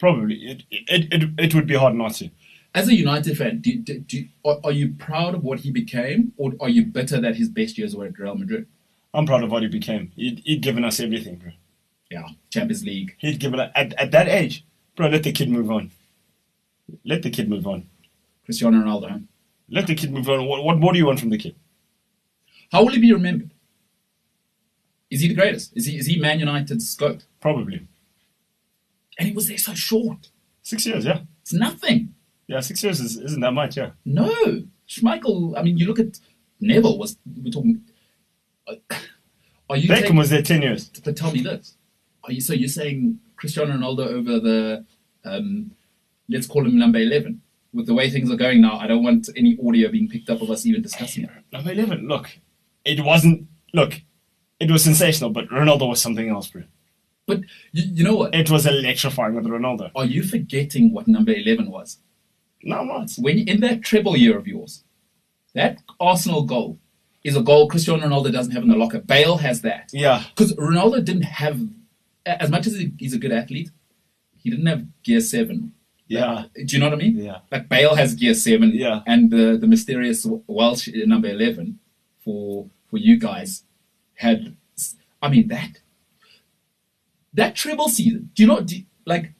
Probably. It, it, it, it would be hard not to.
As a United fan, do, do, do, are, are you proud of what he became, or are you bitter that his best years were at Real Madrid?
I'm proud of what he became. He'd, he'd given us everything, bro.
Yeah, Champions League.
He'd given us, at, at that age, bro, let the kid move on. Let the kid move on.
Cristiano Ronaldo.
Let the kid move on. What, what more do you want from the kid?
How will he be remembered? Is he the greatest? Is he is he Man United's scope?
Probably.
And he was there so short.
Six years, yeah.
It's nothing.
Yeah, six years is, isn't that much, yeah.
No, Schmeichel. I mean, you look at Neville. Was we're talking? uh, Are you?
Beckham
Taking,
was there 10 years.
but tell me this: Are you so you're saying Cri- Cristiano Ronaldo over the, um, let's call him number 11. With the way things are going now, I don't want any audio being picked up of us even discussing it.
Number 11, look, it wasn't, look, it was sensational, but Ronaldo was something else, bro.
But you, you know what?
It was electrifying with Ronaldo.
Are you forgetting what number 11 was?
No, I'm not.
When in that treble year of yours, that Arsenal goal is a goal Cristiano Ronaldo doesn't have in the locker. Bale has that.
Yeah.
Because Ronaldo didn't have, a- as much as he- he's a good athlete, he didn't have gear seven.
Yeah.
Do you know what I mean?
Yeah.
Like Bale has gear seven.
Yeah.
And the, the mysterious Welsh number 11 for, for you guys had, I mean, that, that treble season, do you know, do, you- like,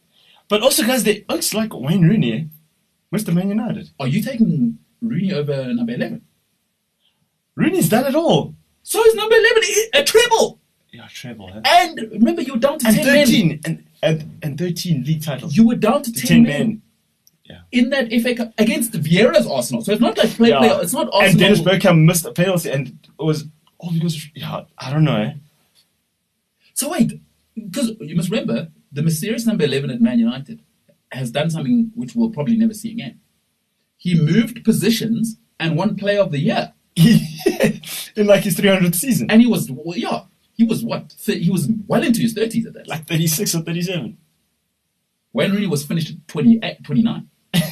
But also, guys, they looks like Wayne Rooney eh? with the Man United.
are you taking Rooney over number 11?
Rooney's done it all.
So is number 11 i- a treble.
Yeah, treble. eh?
And remember, you were down to
And
10 men.
13, and, and, and 13 league titles.
You were down to 10,
10
men.
men.
in that FA Cup against Vieira's Arsenal. So it's not like play,
Yeah.
play it's not Arsenal.
And Dennis Bergkamp missed a penalty, and it was all because, yeah, I don't know. eh?
So wait, because you must remember the mysterious number eleven at Man United has done something which we'll probably never see again. He moved positions and won Player of the Year, *laughs*
in like his 300th season,
and he was well, yeah, he was what th- he was well into his thirties at that. Like
like 36 or 37.
Wayne Rooney was finished at 28, 29. *laughs*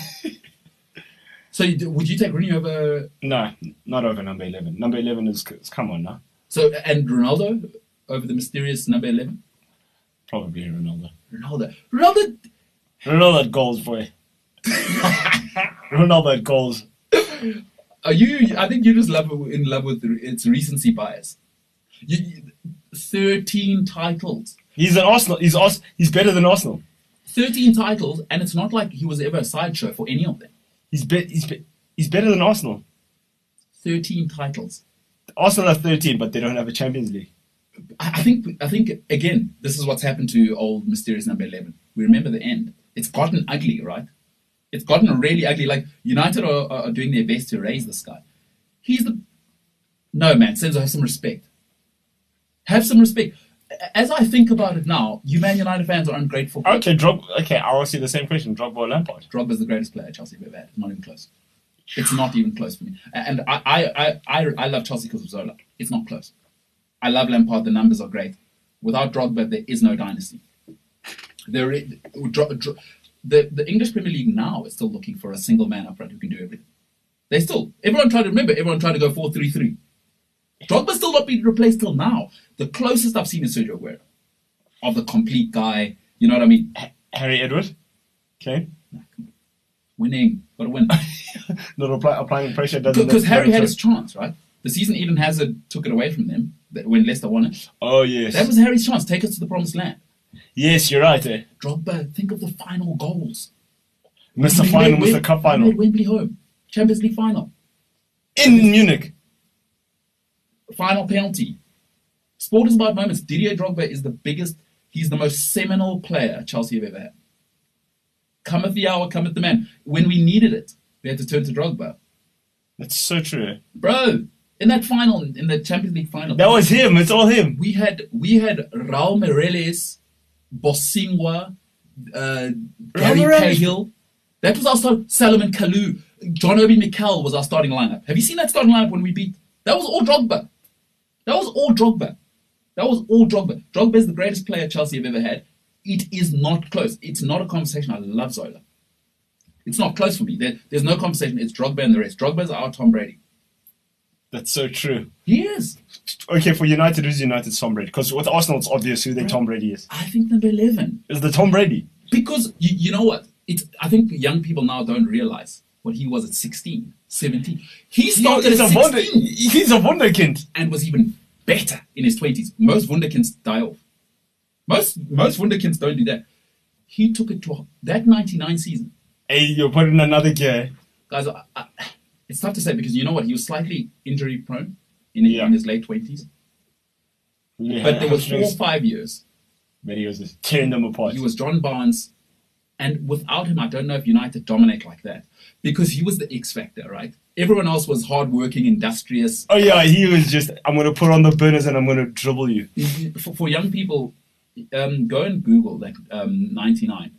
so you, would you take Rooney over?
No, not over number 11. Number 11 is, is come on now.
So and Ronaldo over the mysterious number eleven?
Probably Ronaldo.
Ronaldo, Ronaldo
Ronaldo had goals, boy. *laughs* Ronaldo had goals.
Are you? I think you're just love in love with its recency bias. You, you- thirteen titles,
He's an Arsenal. He's Ars- He's better than Arsenal.
thirteen titles, and it's not like he was ever a sideshow for any of them.
He's be- he's be- he's better than Arsenal.
Thirteen titles.
Arsenal are 13, but they don't have a Champions League.
I, I think. I think again, this is what's happened to old mysterious number eleven. We remember the end. It's gotten ugly, right? It's gotten really ugly. Like United are, are are doing their best to raise this guy. He's the no man. Senzo, have some respect. Have some respect. A- As I think about it now, you Man United fans are ungrateful. for-
Okay, drop. Okay, I will see the same question. Drop or Lampard.
Drogba's the greatest player Chelsea have ever had. It's not even close. It's not even close for me. And I, I, I, I, I love Chelsea because of Zola. It's not close. I love Lampard. The numbers are great. Without Drogba, there is no dynasty. There, is, Dro- Dro- the the English Premier League now is still looking for a single man up front who can do everything. They still everyone tried to remember. Everyone tried to go four three three. Drogba's still not been replaced till now. The closest I've seen is Sergio Aguero, of the complete guy. You know what I mean?
Harry Edward. Okay.
Winning, got to win. *laughs*
Not apply, applying pressure doesn't.
Because Harry had his
doesn't-
chance, right? The season Eden Hazard took it away from them that when Leicester won it.
Oh yes.
That was Harry's chance. Take us to the promised land.
yes, you're right. Eh?
Drogba, think of the final goals.
Missed the
He
final.
made
Missed
Wem-
the cup
he
final
made Wembley home. Champions League final.
in Munich.
Final penalty. Sport is about moments. Didier Drogba is the biggest, he's the most seminal player Chelsea have ever had. Cometh the hour, cometh the man. When we needed it, we had to turn to Drogba.
That's so true.
Bro, in that final, in the Champions League final.
That was him. It's all him.
we had we had Raul Mireles, Bosingwa, uh, Gary
Mireles.
Cahill. That was our start. Salomon Kalou, John Obi Mikel was our starting lineup. Have you seen that starting lineup when we beat? That was all Drogba. That was all Drogba. That was all Drogba. Drogba is the greatest player Chelsea have ever had. It is not close. It's not a conversation. I love Zola. It's not close for me. There, there's no conversation. It's Drogba and the rest. Drogba's our Tom Brady.
That's so true.
He is.
Okay, for United, who's United's Tom Brady? Because with Arsenal, it's obvious who their Tom Brady is.
I think number 11.
Is the Tom Brady?
because you, you know what it's i think young people now don't realize what he was at 16 17 he started
he's a
at
wonder.
16
He's a wunderkind.
and was even better in his 20s most wunderkinds die off most most wunderkinds don't do that he took it to a- that 99 season
Hey, you're putting another gear.
guys I, I, it's tough to say because you know what he was slightly injury prone in,
Yeah.
in his late 20s
Yeah,
but there was four or
hamstrings.
five years
But he was just tearing them apart.
He was John Barnes. And without him, I don't know if United dominate like that because he was the X factor, right? Everyone else was hardworking, industrious.
oh yeah, he was just. I'm gonna put on the burners and I'm gonna dribble you.
For, for young people, um, go and Google that um, 99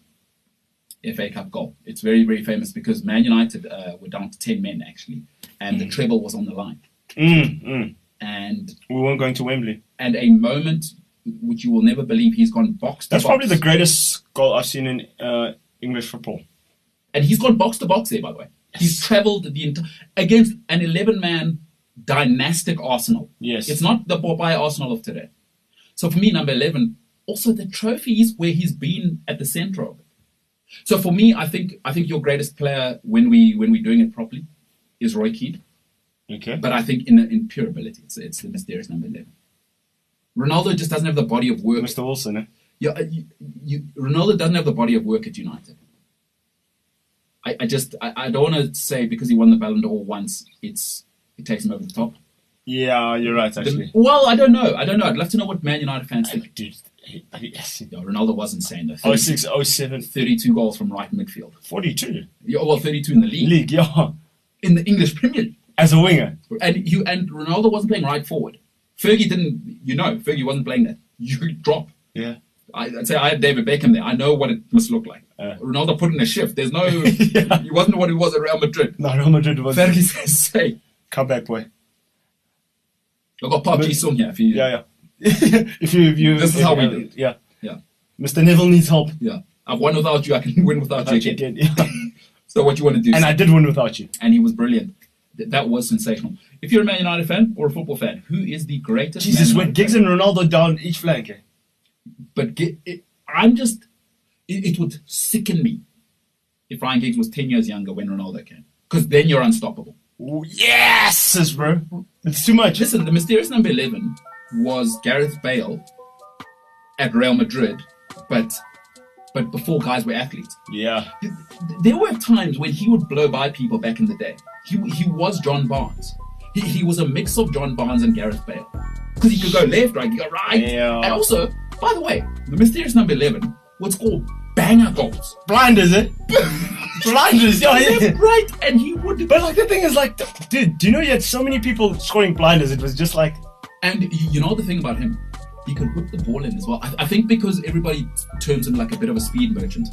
FA Cup goal. It's very, very famous because Man United uh, were down to 10 men, actually, and the treble was on the line.
Mm, mm.
And
We weren't going to Wembley.
and a moment which you will never believe he's gone box to
That's
box.
probably the greatest goal I've seen in uh, English football.
and he's gone box to box there, by the way. He's travelled the entire against an eleven-man dynastic Arsenal.
Yes.
it's not the Popeye Arsenal of today. So for me, number eleven. Also, the trophies where he's been at the centre of it. So for me, I think I think your greatest player when we when we're doing it properly is Roy Keane.
Okay.
But I think in in pure ability, it's, it's the mysterious number eleven. Ronaldo just doesn't have the body of work.
Mr. Wilson, eh?
Yeah, uh, you, you, Ronaldo doesn't have the body of work at United. I, I just I, I don't want to say because he won the Ballon d'Or once, it's it takes him over the top.
Yeah, you're right,
The-
actually.
well, I don't know. I don't know. I'd love to know what Man United fans think.
Dude, he- he- yes.
Yeah, Ronaldo was insane though. 30
06, 07,
32 goals from right midfield.
42.
Yeah, well, 32 in the league,
League, yeah.
in the English Premier League,
As a winger.
and you and Ronaldo wasn't playing right forward. Fergie didn't. You know, Fergie wasn't playing that. You could drop.
Yeah.
I, I'd say I had David Beckham there. I know what it must look like.
Uh.
Ronaldo put in a shift. There's
*laughs*
no.
Yeah.
He wasn't what he was at Real Madrid.
*laughs* No, Real Madrid was.
Fergie says, "Say,
Come back, boy.
I got Park
But-
Ji Sung here. If you,
Yeah, yeah. *laughs* if you, if you.
This is
if
how we
you-
do it.
Yeah.
yeah,
Mr. Neville needs help.
yeah. I've won without you. I can *laughs* win without you
Like you
again.
did, yeah.
So what you want to do?
*laughs* and I did win without you.
and he was brilliant. Th- that was sensational. If you're a Man United fan or a football fan, who is the greatest?
Jesus,
Man
with
United
Giggs
fan?
and Ronaldo down each flank. eh?
But Gi- it, I'm just. It, it would sicken me if Ryan Giggs was ten years younger when Ronaldo came, because then you're unstoppable.
Ooh, Yes, bro. It's too much.
Listen, the mysterious number 11 was Gareth Bale at Real Madrid, but but before guys were athletes.
Yeah.
There were times when he would blow by people back in the day. He, he was John Barnes. He, he was a mix of John Barnes and Gareth Bale. Because he could go left, right, he could go right.
Yeah.
And also, by the way, the mysterious number 11 would score banger goals. *laughs*
Blinders, eh? blinders, yeah, yeah.
Left, right, and he would.
But like the thing is, like, dude, do you know you had so many people scoring blinders? It was just like,
And you, you know the thing about him, he could whip the ball in as well. I, I think because everybody terms him like a bit of a speed merchant,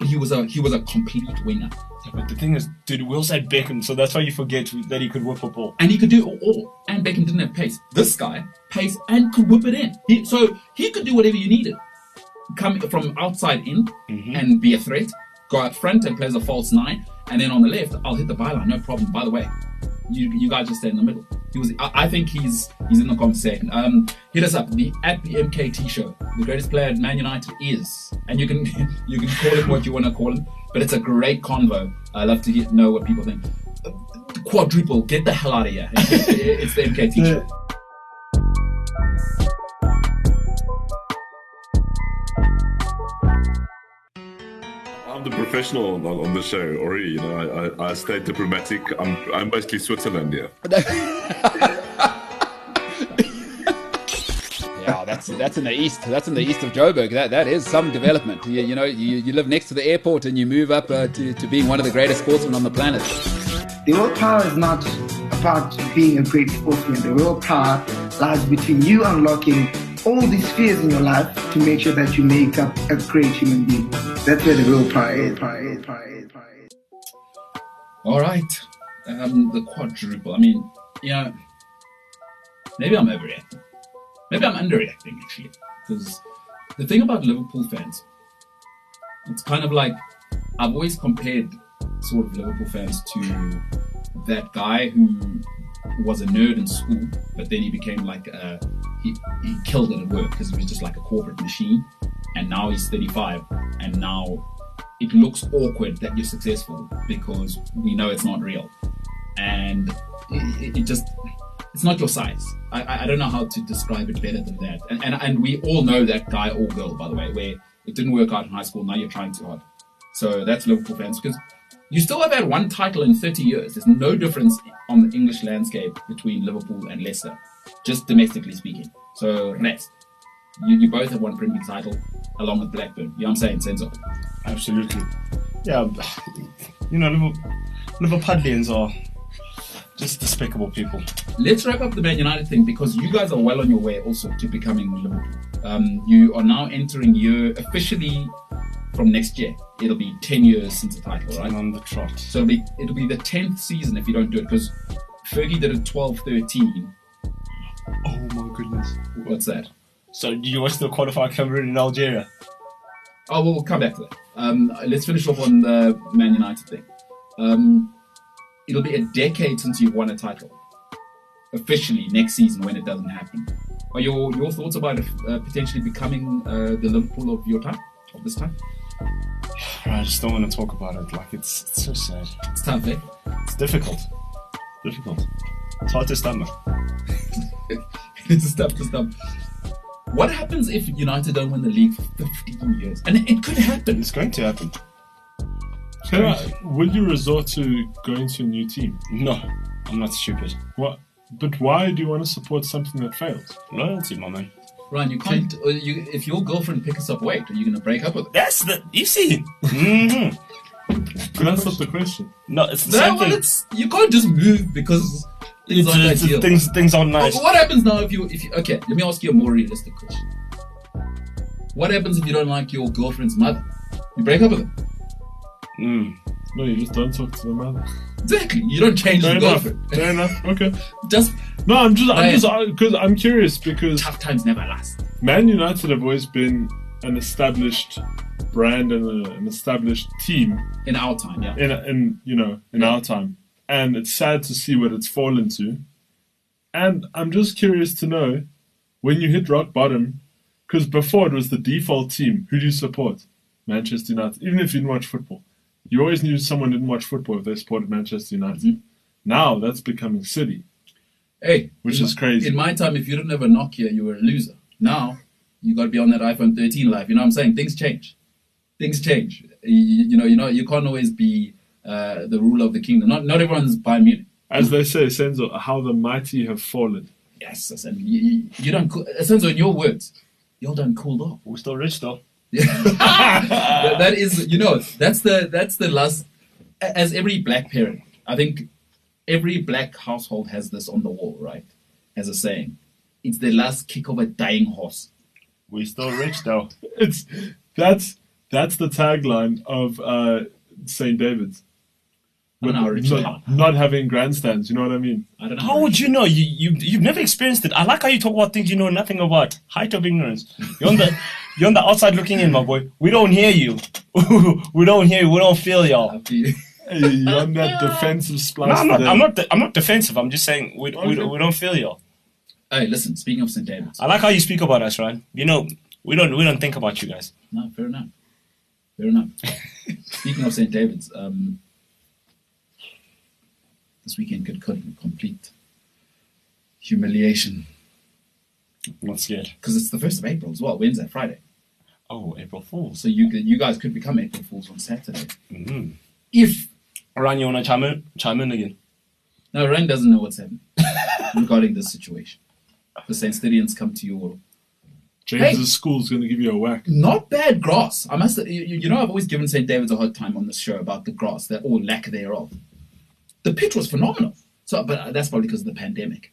but he was a he was a complete winger,
Yeah, but the thing is, dude, we also had Beckham, so that's why you forget that he could whip a ball.
and he could do it all. And Beckham didn't have pace. This guy pace and could whip it in. He, so he could do whatever you needed, coming from outside in and be a threat. Go out front and play as a false nine, and then on the left, I'll hit the byline, no problem. By the way, you you guys just stay in the middle. He was. I, I think he's he's in the conversation. Um, hit us up the at the MKT show. The greatest player at Man United is, and you can *laughs* you can call him what you want to call him, but it's a great convo. I love to hear, know what people think. Uh, Quadruple, get the hell out of here! It's the MKT show.
I'm the professional on, on the show already. You know, I, I, I stay diplomatic. I'm I'm basically Switzerland here.
Yeah, that's that's in the east. That's in the east of Joburg. That that is some development. You, you know, you, you live next to the airport and you move up uh, to, to being one of the greatest sportsmen on the planet.
The real power is not about being a great sportsman. The real power lies between you unlocking all the spheres in your life to make sure that you make up a great human being. That's where the real power is. Power is, power is, power is.
All right, um, the quadruple. I mean, you know, maybe I'm overreacting. Maybe I'm underreacting actually, because the thing about Liverpool fans, it's kind of like I've always compared sort of Liverpool fans to that guy who was a nerd in school, but then he became like a, he he killed it at work because he was just like a corporate machine, and now he's 35, and now it looks awkward that you're successful because we know it's not real, and it, it- it just it's not your size. I- I, I don't know how to describe it better than that, and, and and we all know that guy or girl by the way where it didn't work out in high school. Now you're trying too hard. So that's Liverpool fans because you still have had one title in 30 years. There's no difference on the English landscape between Liverpool and Leicester, just domestically speaking. So Rats, you, you both have won Premier League title along with Blackburn. You know what I'm saying, Senzo?
Absolutely. Yeah, b- you know, Liverpool, Liverpudlians are just despicable people.
Let's wrap up the Man United thing because you guys are well on your way also to becoming Liverpool. Um, you are now entering year officially from next year. It'll be ten years since the title, right?
on the trot.
So it'll be, it'll be the tenth season if you don't do it because Fergie did it 12, 13.
Oh my goodness.
What's that?
So do you watch the qualifier Cameroon in Algeria?
Oh, we'll come back to that. Um, let's finish off on the Man United thing. Um, it'll be a decade since you've won a title officially next season when it doesn't happen. Are your your thoughts about uh, potentially becoming uh, the Liverpool of your time, of this time?
I just don't want to talk about it. Like it's, it's so sad.
It's tough, eh?
It's difficult. Difficult. It's hard to stomach.
*laughs* it's stuff to stuff. What happens if United don't win the league for 15 years? And it could happen.
It's going to happen.
Can I, will you resort to going to a new team?
No, I'm not stupid.
What? But why do you want to support something that fails?
Loyalty, my man.
Ryan, you can't. Or you, if your girlfriend picks us up weight, are you going to break up with her?
That's the you see. hmm
That's not the question.
No, it's the
No,
same
well,
thing.
it's you can't just move because it's, not
It's-
ideal.
things things aren't
Oh,
nice.
but what happens now if you if you okay? Let me ask you a more realistic question. What happens if you don't like your girlfriend's mother? You break up with her.
Mm.
No, you just don't talk to the mother.
Exactly. You don't change
Fair
your
enough.
girlfriend.
Fair enough. Okay.
*laughs* Just
No, I'm just, I'm
Ryan.
just, because I'm curious because
tough times never last.
Man United have always been an established brand and a, an established team
In our time, yeah.
in, in you know in our time, and it's sad to see what it's fallen to. And I'm just curious to know when you hit rock bottom, because before it was the default team. Who do you support? Manchester United. Even if you didn't watch football, you always knew someone didn't watch football if they supported Manchester United. Now that's becoming City.
Hey,
Which
in
is
my-
crazy.
In my time, if you didn't have a Nokia, you were a loser. Now you got to be on that iPhone 13 life. You know what I'm saying? Things change. Things change. You, you know, you know, you can't always be uh, the ruler of the kingdom. Not not everyone's by Munich.
As they say, Senzo, how the mighty have fallen.
Yes, that's- and you, you, you don't. Cool, Senzo, in your words, you done cooled off.
We're still rich though.
That- that is, you know, that's the that's the last. a- As every black parent, I think every black household has this on the wall, right? As a saying, it's the last kick of a dying horse.
We're still rich though.
It's that's that's the tagline of uh, St. David's.
I don't know how rich they
not,
are.
not having grandstands, you know what I mean?
I don't know.
How would you know? You, you you've never experienced it. I like how you talk about things you know nothing about. Height of ignorance. You're on the you're on the outside looking in, my boy. We don't hear you. *laughs* we don't hear you. We don't feel y'all.
After you- *laughs*
Hey, You're on
*laughs*
that defensive
No,
splice.
I'm not.
today.
I'm not. de- I'm not defensive. I'm just saying we, we,
Okay.
we don't feel y'all.
hey, listen. Speaking of St. David's,
I like how you speak about us, Ryan. You know, we don't we don't think about you guys.
no, fair enough. Fair enough. Speaking of St. David's, um, this weekend could cut complete humiliation
I'm not scared.
because it's the first of April as well. Wednesday, Friday.
Oh, April Fools.
So you could- you guys could become April Fools on Saturday.
Mm.
If
Ryan, you wanna chime in? Chime in again.
no, Ryan doesn't know what's happening *laughs* regarding this situation. The Sainstedians come to your
James's
Hey.
school's going to give you a whack.
not bad grass. I must, you, you know, I've always given St. David's a hard time on this show about the grass, that or lack thereof. The pitch was phenomenal. So, but uh, that's probably because of the pandemic.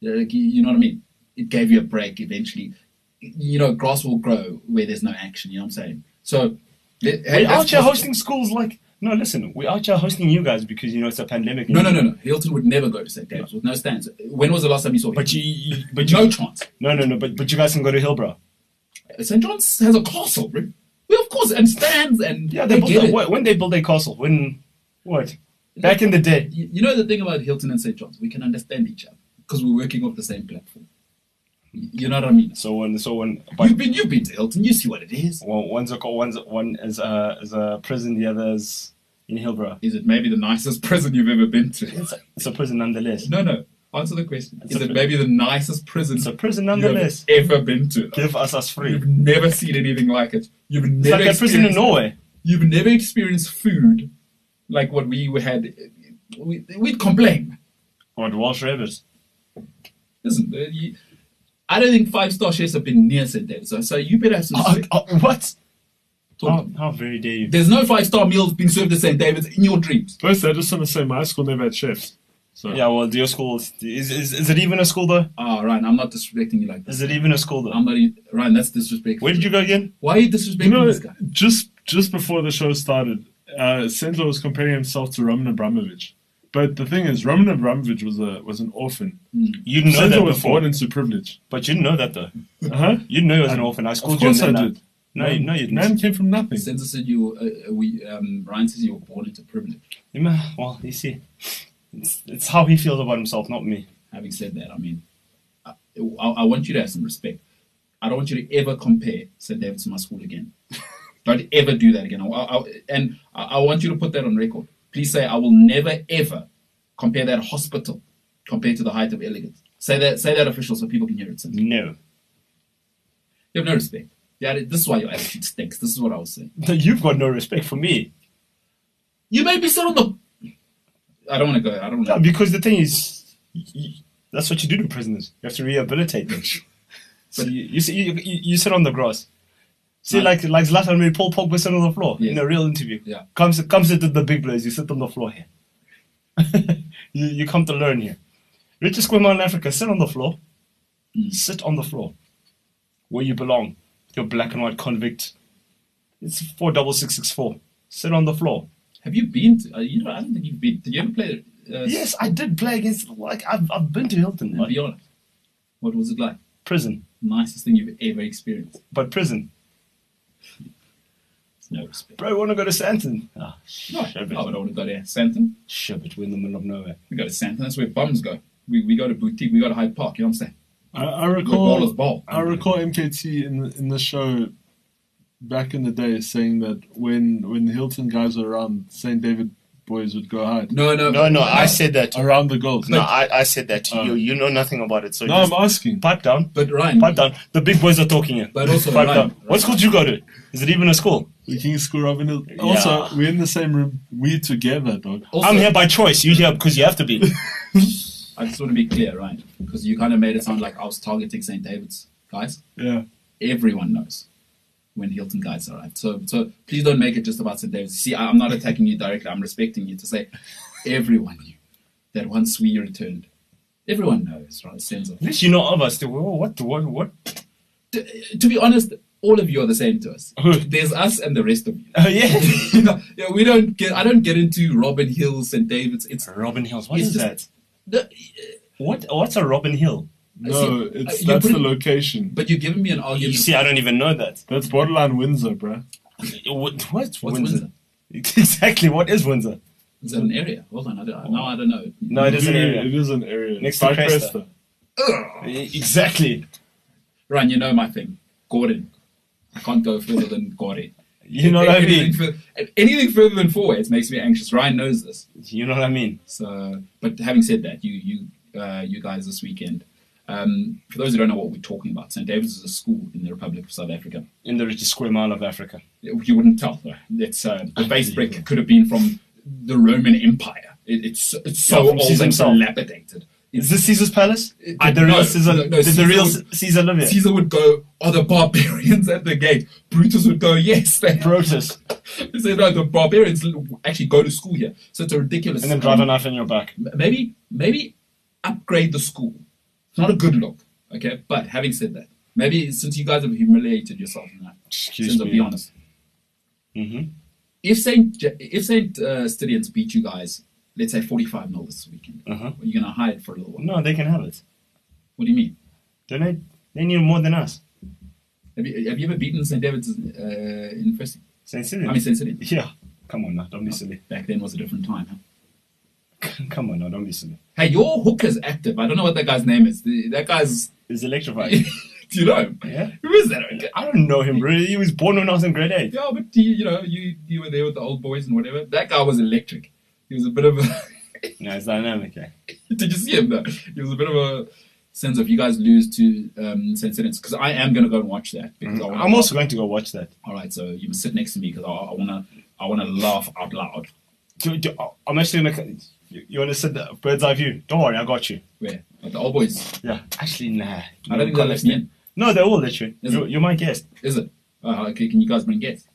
You know, like, you- you know what I mean? It gave you a break eventually. You know, grass will grow where there's no action. You know what I'm saying? So, hey,
We're out
that's
here
positive.
hosting schools like no, listen, we're out here hosting you guys because you know it's a pandemic.
No, no, no, no. Hilton would never go to St. David's with no stands. When was the last time you saw him?
But you, you
but
but you,
no chance.
no, no, no. But but you guys can go to Hillbrow.
St. John's has a castle, bro. Well, of course, and stands and
Yeah, they,
get
built.
it.
That, when they built their castle, when what? Back in the day.
You you know the thing about Hilton and St. John's, we can understand each other because we're working off the same platform. You you know what I mean?
So on, so on. But
You've been, you've been to Hilton. You see what it is.
one, one's a co- one's one is a is a prison. The other is in Hillbrow.
Is it maybe the nicest *laughs* prison you've ever been to?
It's a, it's a prison nonetheless.
No, no. Answer the question.
It's
Is
a
it
pri-
maybe the nicest prison
It's a prison
you've
nonetheless.
ever been to?
Give us us free.
You've never seen anything like it. You've
It's
never
like a prison in
experienced-
Norway.
you've never experienced food like what we had. We, we'd complain.
What Welsh rabbits?
Listen, uh, you, I don't think five star chefs have been near St. David's. So, so you better have some.
Oh,
respect.
oh, what?
Talk-
How, how very dare you?
There's no five star meals being served at St. David's in your dreams.
First, I just want to say my school never had chefs.
So,
Yeah, well, your school is, is, is, is it even a school though?
Ah, Ryan, I'm not disrespecting you like this.
Is it even a school though?
I'm not. e- Ryan, that's disrespectful.
Where did you go again?
Why are you disrespecting
You know,
this guy?
just just before the show started, uh, Sandler was comparing himself to Roman Abramovich. But the thing is, Roman Abramovich was a was an orphan.
You didn't know
Sandler
that
was
before,
born into privilege.
but you didn't know that though.
Uh huh.
You didn't know it was an orphan. I schooled
Of
you. and
course I
then
did.
No, you- no, you didn't.
Man came from nothing.
Sensor said you. were- Uh, uh, we. Um, Ryan says you were born into privilege.
You ma- Well, you see, it's, it's how he feels about himself, not me.
Having said that, I mean, I, I, I want you to have some respect. I don't want you to ever compare St. David to my school again. don't ever do that again. I, I- and I, I want you to put that on record. Please say I will never ever compare that hospital compared to the height of elegance. Say that. Say that official so people can hear it. Sensor.
No.
You have no respect. Yeah, this is why your attitude stinks. This is what I was saying.
*laughs* You've got no respect for me.
You made me sit on the. I don't want to go. I don't
No,
want to.
because the thing is, y- y- that's what you do to prisoners. You have to
*laughs*
rehabilitate them. so you, you, see, you, you you sit on the grass. See,
Right.
like like Zlatan made Paul Pogba sit on the floor in
Yes.
a real interview.
Yeah.
Comes comes into the big players, you sit on the floor here. *laughs* you, you come to learn here. Richest swimmer in Africa, sit on the floor.
Mm.
Sit on the floor. Where you belong. You're black and white convict. It's four double six six four. Sit on the floor.
Have you been to? Uh, you know, I don't think you've been. Did you ever play? Uh,
Yes, I did play against like I've I've been to Hilton.
And
Like,
be honest. What was it like?
prison.
Nicest thing you've ever experienced.
But prison.
It's no respect.
Bro, I want to go to Santon. Ah,
No, I
Sherbet.
don't
Oh,
want to go to Santon.
Sherbet, we're in the middle of nowhere.
We go to Santon. That's where bums go. We, we go to boutique. We go to Hyde Park. You know what I'm saying?
I, I
Ball is
recall.
ball.
I recall MKT in the, in the show back in the day saying that when when the Hilton guys were around, St. David boys would go hide
No, no,
No, no, I said that.
around the goals.
No, I, I said that to
Oh.
you. You know nothing about it. So
no,
just
I'm asking.
Pipe down.
But Ryan,
Pipe down. The big boys are talking here.
But also,
pipe
right,
down.
right.
What school did you go to? Is it even a school?
The King's School Robin Hill. Also, we're in the same room. We together, dog.
also,
I'm here by choice. You here because you have
*laughs*
to be.
I just want to be clear, Ryan, because you kind of made it sound like I was targeting St. David's guys.
Yeah.
everyone knows when Hilton guys arrive. So, so please don't make it just about St. David's. See, I- I'm not attacking you directly. I'm respecting you to say everyone knew that once we returned, everyone knows, right? Sense of,
Unless you know of us. Whoa, What? What?
*laughs*
What?
to, to be honest, all of you are the same to us. There's us and the rest of you. *laughs*
Oh, yeah.
you know, yeah, we don't get. I don't get into Robin Hill, St. David's. It's
Robin Hills. What
It's
is
just-
that?
no,
What? What's a Robin Hill?
No,
see,
Uh,
it's
you
that's
put
the
it-
location.
but you're giving me an
You
argument.
see, I don't even know that.
That's borderline Windsor, bruh.
What? What's
What's
Windsor? *laughs*
Windsor?
exactly. What is Windsor?
Is that an area? Hold on, I don't, no, I don't know.
No, it is an
Yeah,
area.
It is an area.
Next
By
to Cresta. E, Exactly.
Ryan, you know my thing, Gordon. I can't go further than Gordon.
You know what I
anything,
mean.
fur- anything further than four ways makes me anxious. Ryan knows this.
You know what I mean.
So, but having said that, you you uh, you guys this weekend. Um, for those who don't know what we're talking about, St. David's is a school in the Republic of South Africa.
In the richest square mile of Africa.
You wouldn't tell. though. It's uh,
Ah,
the base brick could have been from the Roman Empire. It, it's it's so
Yeah, from
old
Caesar
and
himself.
dilapidated.
Is this Caesar's palace?
It-
Did the
no,
real Caesar,
no, no,
did the
Caesar
real
was-
Caesar live here?
Caesar would go, "Are the barbarians at the gate?" Brutus would go, "Yes, they *laughs* are."
Brutus,
He said, "No, the barbarians actually go to school here." So it's a ridiculous.
and then drive a
um,
knife in your back.
M- maybe maybe upgrade the school. It's not a good look, okay. But having said that, maybe since you guys have humiliated yourself in that,
Excuse
since I'll
me.
be honest,
Mhm.
if Saint J- if Saint uh, Stidians beat you guys, let's say forty-five nil this weekend,
Uh-huh.
are you gonna hide for a little while?
No, they can have it.
What do you mean?
Don't they? They need more than us.
Have you, have you ever beaten St. David's uh, in first?
Saint
I
Cillian.
mean, St. Stidians.
yeah. Come on now, don't be silly. *laughs*
Back then was a different time. Huh?
Come on now, don't be silly.
Hey, your hooker's active. I don't know what that guy's name is. The, that guy's. *laughs*
It's electrifying.
do you know? him?
Yeah.
Who is that?
*laughs* I don't know him really. He was born when I was in grade eight.
Yeah, but you, you know, you you were there with the old boys and whatever. That guy was electric. He was a *laughs* bit of a.
No, it's dynamic. eh? Yeah.
Did you see him though? He was a bit of a sense of you guys lose to um, Sensidence because I am gonna go and watch that. Because I wanna,
Mm-hmm. I'm also going to go watch that.
All right, so you must sit next to me because I, I wanna I wanna laugh out loud.
Do, do, I'm actually gonna. You, you want to sit the bird's eye view? Don't worry, I got you.
Where At the old boys?
Yeah. Actually, nah.
I don't think they'll let me in.
No, they will let you.
Is
You're,
it?
you're my guest.
Is it? Uh, okay, can you guys bring guests?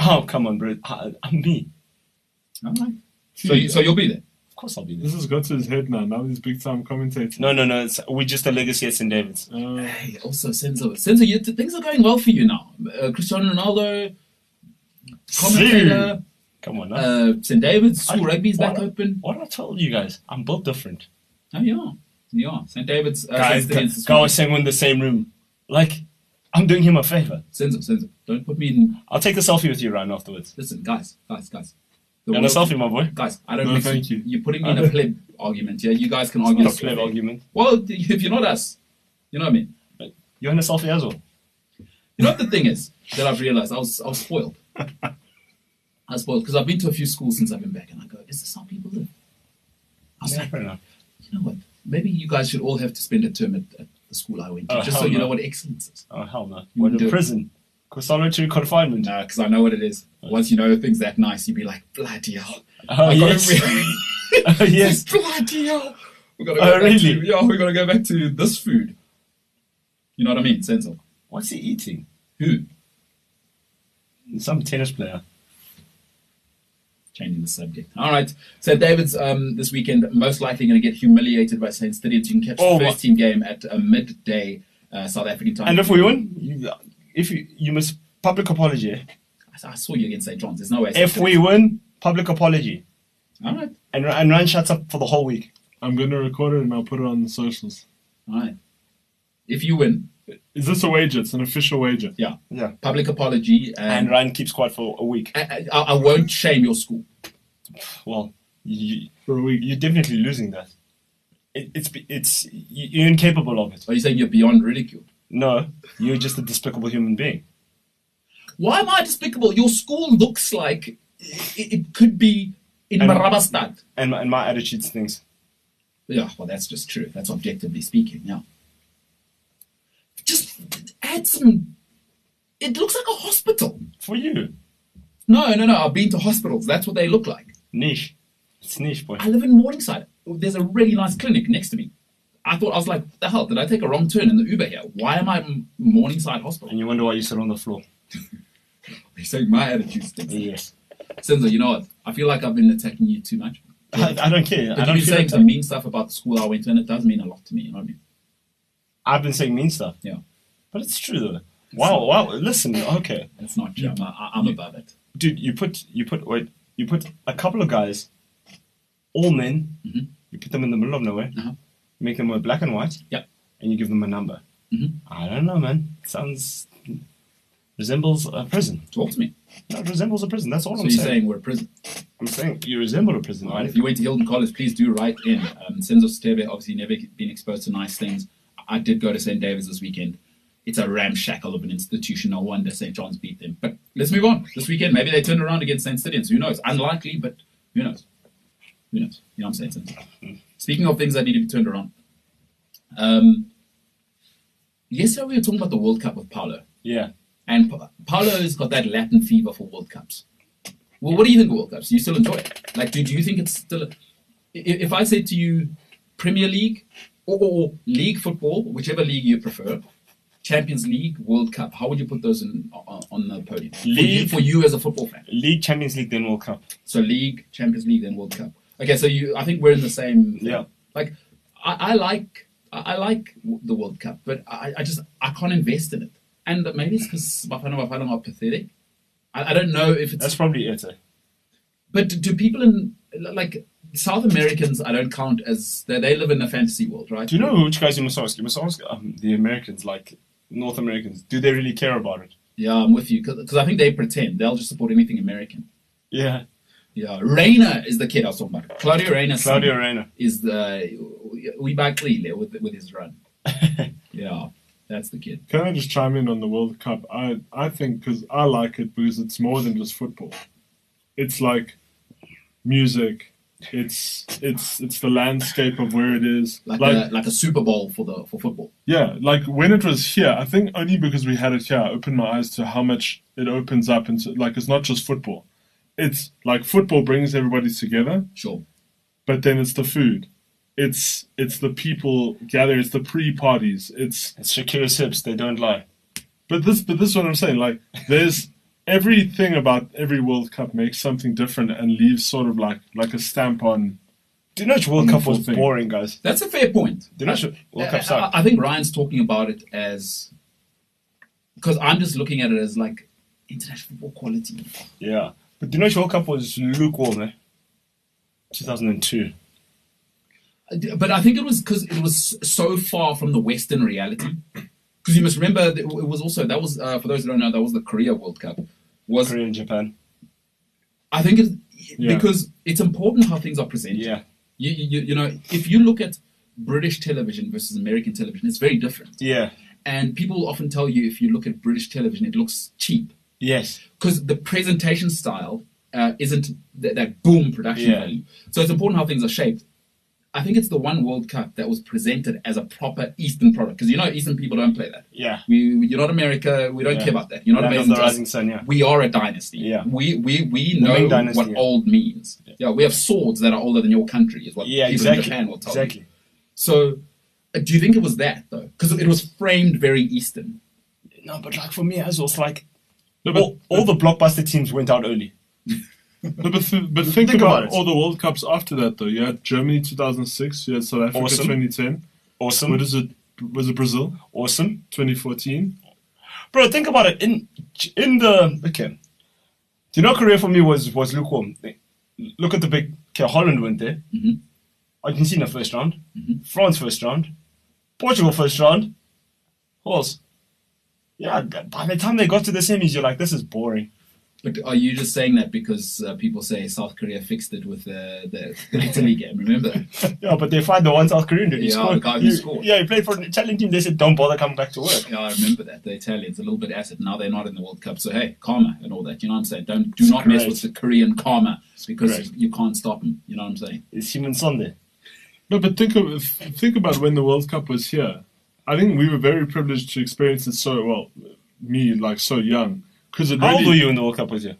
Oh, come on, bro. I, I'm me.
All right. So you, so you'll be there.
Of course I'll be there.
This has got to his head now. Now he's big time commentator.
No, no, no. It's, we're just a legacy at St. David's.
Uh,
Hey, also Senzo, Senzo, you, things are going well for you now. Uh, Cristiano Ronaldo, commentator,
Come on now.
uh, St David's
I-
school rugby's back
what-
open.
What I told you guys, I'm built different.
Oh, you are, you are. St David's, uh,
Guys,
Saints against the
guy was saying we're in the same room. Like, I'm doing him a favor.
Senzo, Senzo, don't put me in.
I'll take a selfie with you, Ryan, afterwards.
Listen, guys, guys, guys. The
You want a
world-
selfie, my boy?
Guys, I don't
No,
mix
thank
it.
you.
You're putting me in a pleb argument. Yeah, you guys can argue.
Uh, Not a
this
pleb
way.
argument.
Well, *laughs* if you're not us, you know what I mean.
You want a selfie as well?
You know what the thing is that I've realized? I was I was spoiled. I was spoiled because I've been to a few schools since I've been back, and I go, "Is this how people live?" I was
Yeah,
like,
fair enough.
you know what? Maybe you guys should all have to spend a term at, at the school I went to,
Oh,
just so
hell
you
no.
know what excellence is.
Oh, hell no.
You
What
do
a
it.
prison. Solitary confinement.
Nah, because uh, I know what it is. Once you know things that nice, you'd be like, "Bloody hell!"
Oh,
I gotta
yes.
re-
*laughs*
*laughs*
Oh, yes.
bloody hell! We gotta go
Oh,
back
really?
To, yeah, we gotta go back to this food. You know what I mean, Senzo?
What's he eating?
Who
Some tennis player.
changing the subject. All right. So David's um, this weekend most likely going to get humiliated by Saints Stadium. You can catch
Oh,
the
my-
first team game at uh, midday uh, South African time.
And if we win, you, if you, you must public apology. eh?
I, I saw you against St. John's. There's no way.
If we win, public apology.
all right,
And, and Ryan shuts up for the whole week.
I'm going to record it and I'll put it on the socials.
all right. If you win,
Is this a wager? It's an official wager.
yeah,
Yeah.
public apology,
And
and,
Ryan keeps quiet for a week.
I, I, I won't shame your school.
Well, you,
For a week.
you're definitely losing that. It, it's it's you- you're incapable of it.
Are you saying you're beyond ridicule?
No, you're just a despicable human being.
Why am I despicable? Your school looks like it, it could be in
And-
Marabastad.
And and my attitude stinks.
Yeah, well, that's just true. That's objectively speaking. Yeah. Just add some. It looks like a hospital.
For you,
No, no, no. I've been to hospitals. That's what they look like.
niche. It's niche, boy.
I live in Morningside. There's a really nice clinic next to me. I thought I was like, what the hell? Did I take a wrong turn in the Uber here? Why am I in Morningside Hospital?
And you wonder why you sit on the floor.
He's saying my attitude stinks.
Yes.
Senzo, you know what? I feel like I've been attacking you too much.
I, I don't care. I
But you've
don't
been
feel
saying
like
some mean stuff about the school I went to, and it does mean a lot to me. You know what I mean?
I've been saying mean stuff,
Yeah,
but it's true though. Wow, wow. Listen, okay,
that's not true. I'm, I- I'm above it.
dude. You put you put wait. You put a couple of guys, all men. You put them in the middle of nowhere.
Mm-hmm. Uh-huh.
Make them wear black and white.
Yeah.
and you give them a number.
Mhm.
I don't know, man. Sounds resembles a prison.
Talk to me.
No, it resembles a prison. That's all
So
I'm
you're
saying.
saying we're a prison.
I'm saying you resemble a prison.
All right,
Right?
if you went to Hilton College, please do write in. Um, Senzo Stebe obviously never been exposed to nice things. I did go to St. David's this weekend. It's a ramshackle of an institution. No wonder St. John's beat them. But let's move on. This weekend, maybe they turn around against St. Stadians. Who knows? Unlikely, but who knows? Who knows? You know what I'm saying, Senzo? Speaking of things that need to be turned around, um, yesterday we were talking about the World Cup with Paolo.
Yeah.
And Pa- Paolo's got that Latin fever for World Cups. Well, what do you think of World Cups? Do you still enjoy it? Like, do, do you think it's still. i- If I said to you Premier League or, or League Football, whichever league you prefer, Champions League, World Cup, how would you put those in, on, on the podium? For you,
League.
for you as a football fan.
League Champions League, then World Cup.
So League, Champions League, then World Cup. Okay, so you, I think we're in the same. thing.
Yeah.
Like, I, I like, I I like w- the World Cup, but I, I just I can't invest in it. And maybe it's because Bafana Bafana are pathetic. I, I don't know if it's.
That's probably it. eh?
but do people in like South Americans? I don't count as they, they live in a fantasy world, right?
Do you know which guys you must ask? You must ask um, the Americans, like North Americans. Do they really care about it?
Yeah, I'm with you because I think they pretend they'll just support anything American. *laughs*
Yeah.
Yeah, Reina is the kid I was talking about. Claudio Reina's son
Claudio Reyna.
is the we back Lille with with his run. Yeah, that's the kid.
Can I just chime in on the World Cup? I I think because I like it because it's more than just football. It's like music. It's it's it's the landscape of where it is.
like, a, like a Super Bowl for the for football.
Yeah, like when it was here, I think only because we had it here, I opened my eyes to how much it opens up into like it's not just football. It's like football brings everybody together,
Sure.
but then it's the food. It's it's the people gather, it's the pre parties, it's
It's Shakira's hips. They don't lie.
but this but this is what I'm saying, like there's everything about every World Cup makes something different and leaves sort of like like a stamp on
Do you know which World Cup was
thing.
boring, guys?
That's a fair point.
Do you know which World
I-
Cup sucked?
I, I think Ryan's talking about it as because I'm just looking at it as like international football quality.
Yeah. But do you know which World Cup was lukewarm, eh? 2002.
But I think it was because it was so far from the Western reality. Because you must remember, that it was also that was uh, for those who don't know that was the Korea World Cup. Was
Korea and Japan.
I think it's because it's important how things are presented.
Yeah.
You, you, you know, if you look at British television versus American television, it's very different.
Yeah.
And people often tell you if you look at British television, it looks cheap.
Yes.
because the presentation style uh, isn't th- that boom production
Yeah.
value. So it's important how things are shaped. I think it's the one World Cup that was presented as a proper Eastern product because you know Eastern people don't play that.
Yeah.
we, we- you're not America. We don't
Yeah.
care about that. You're not
Land of
amazing
the
to us.
Rising Sun, yeah.
we are a dynasty.
Yeah.
we we we know
main dynasty,
what
yeah.
old means. Yeah. we have swords that are older than your country. Is what
Yeah,
people
exactly.
in Japan will tell you.
exactly.
So, uh, do you think it was that though? Because it was framed very Eastern.
No, but like for me as well, it's like
No, but,
all, all the blockbuster teams went out early.
no, but, th- but think,
Think about
about,
it.
all the World Cups after that, though. You had Germany 2006, you had South Africa
Awesome.
2010.
Awesome.
What is it? Was it Brazil
Awesome.
2014?
Bro, think about it. In in the okay. Do you know Korea for me was was lukewarm? Look at the big okay, Holland went there.
Mhm.
Argentina first round. France first round. Portugal first round. Who else? Yeah, th- by the time they got to the semis, you're like, this is boring.
But are you just saying that because uh, people say South Korea fixed it with uh, the, the Italy game? Remember?
Yeah, but they fired the one South Korean dude. He
Yeah,
scored.
the guy who
He-
scored.
Yeah, he played for an Italian team. They said, don't bother coming back to work.
Yeah, I remember that. The Italians, a little bit acid. Now they're not in the World Cup. So, hey, karma and all that. You know what I'm saying? Don't, do not mess
correct.
with the Korean karma because
correct.
you can't stop them. You know what I'm saying?
It's human Sunday.
No, but think of think about when the World Cup was here. I think we were very privileged to experience it so well. Me, like so young, because it
How
really.
old were you in the World Cup was you?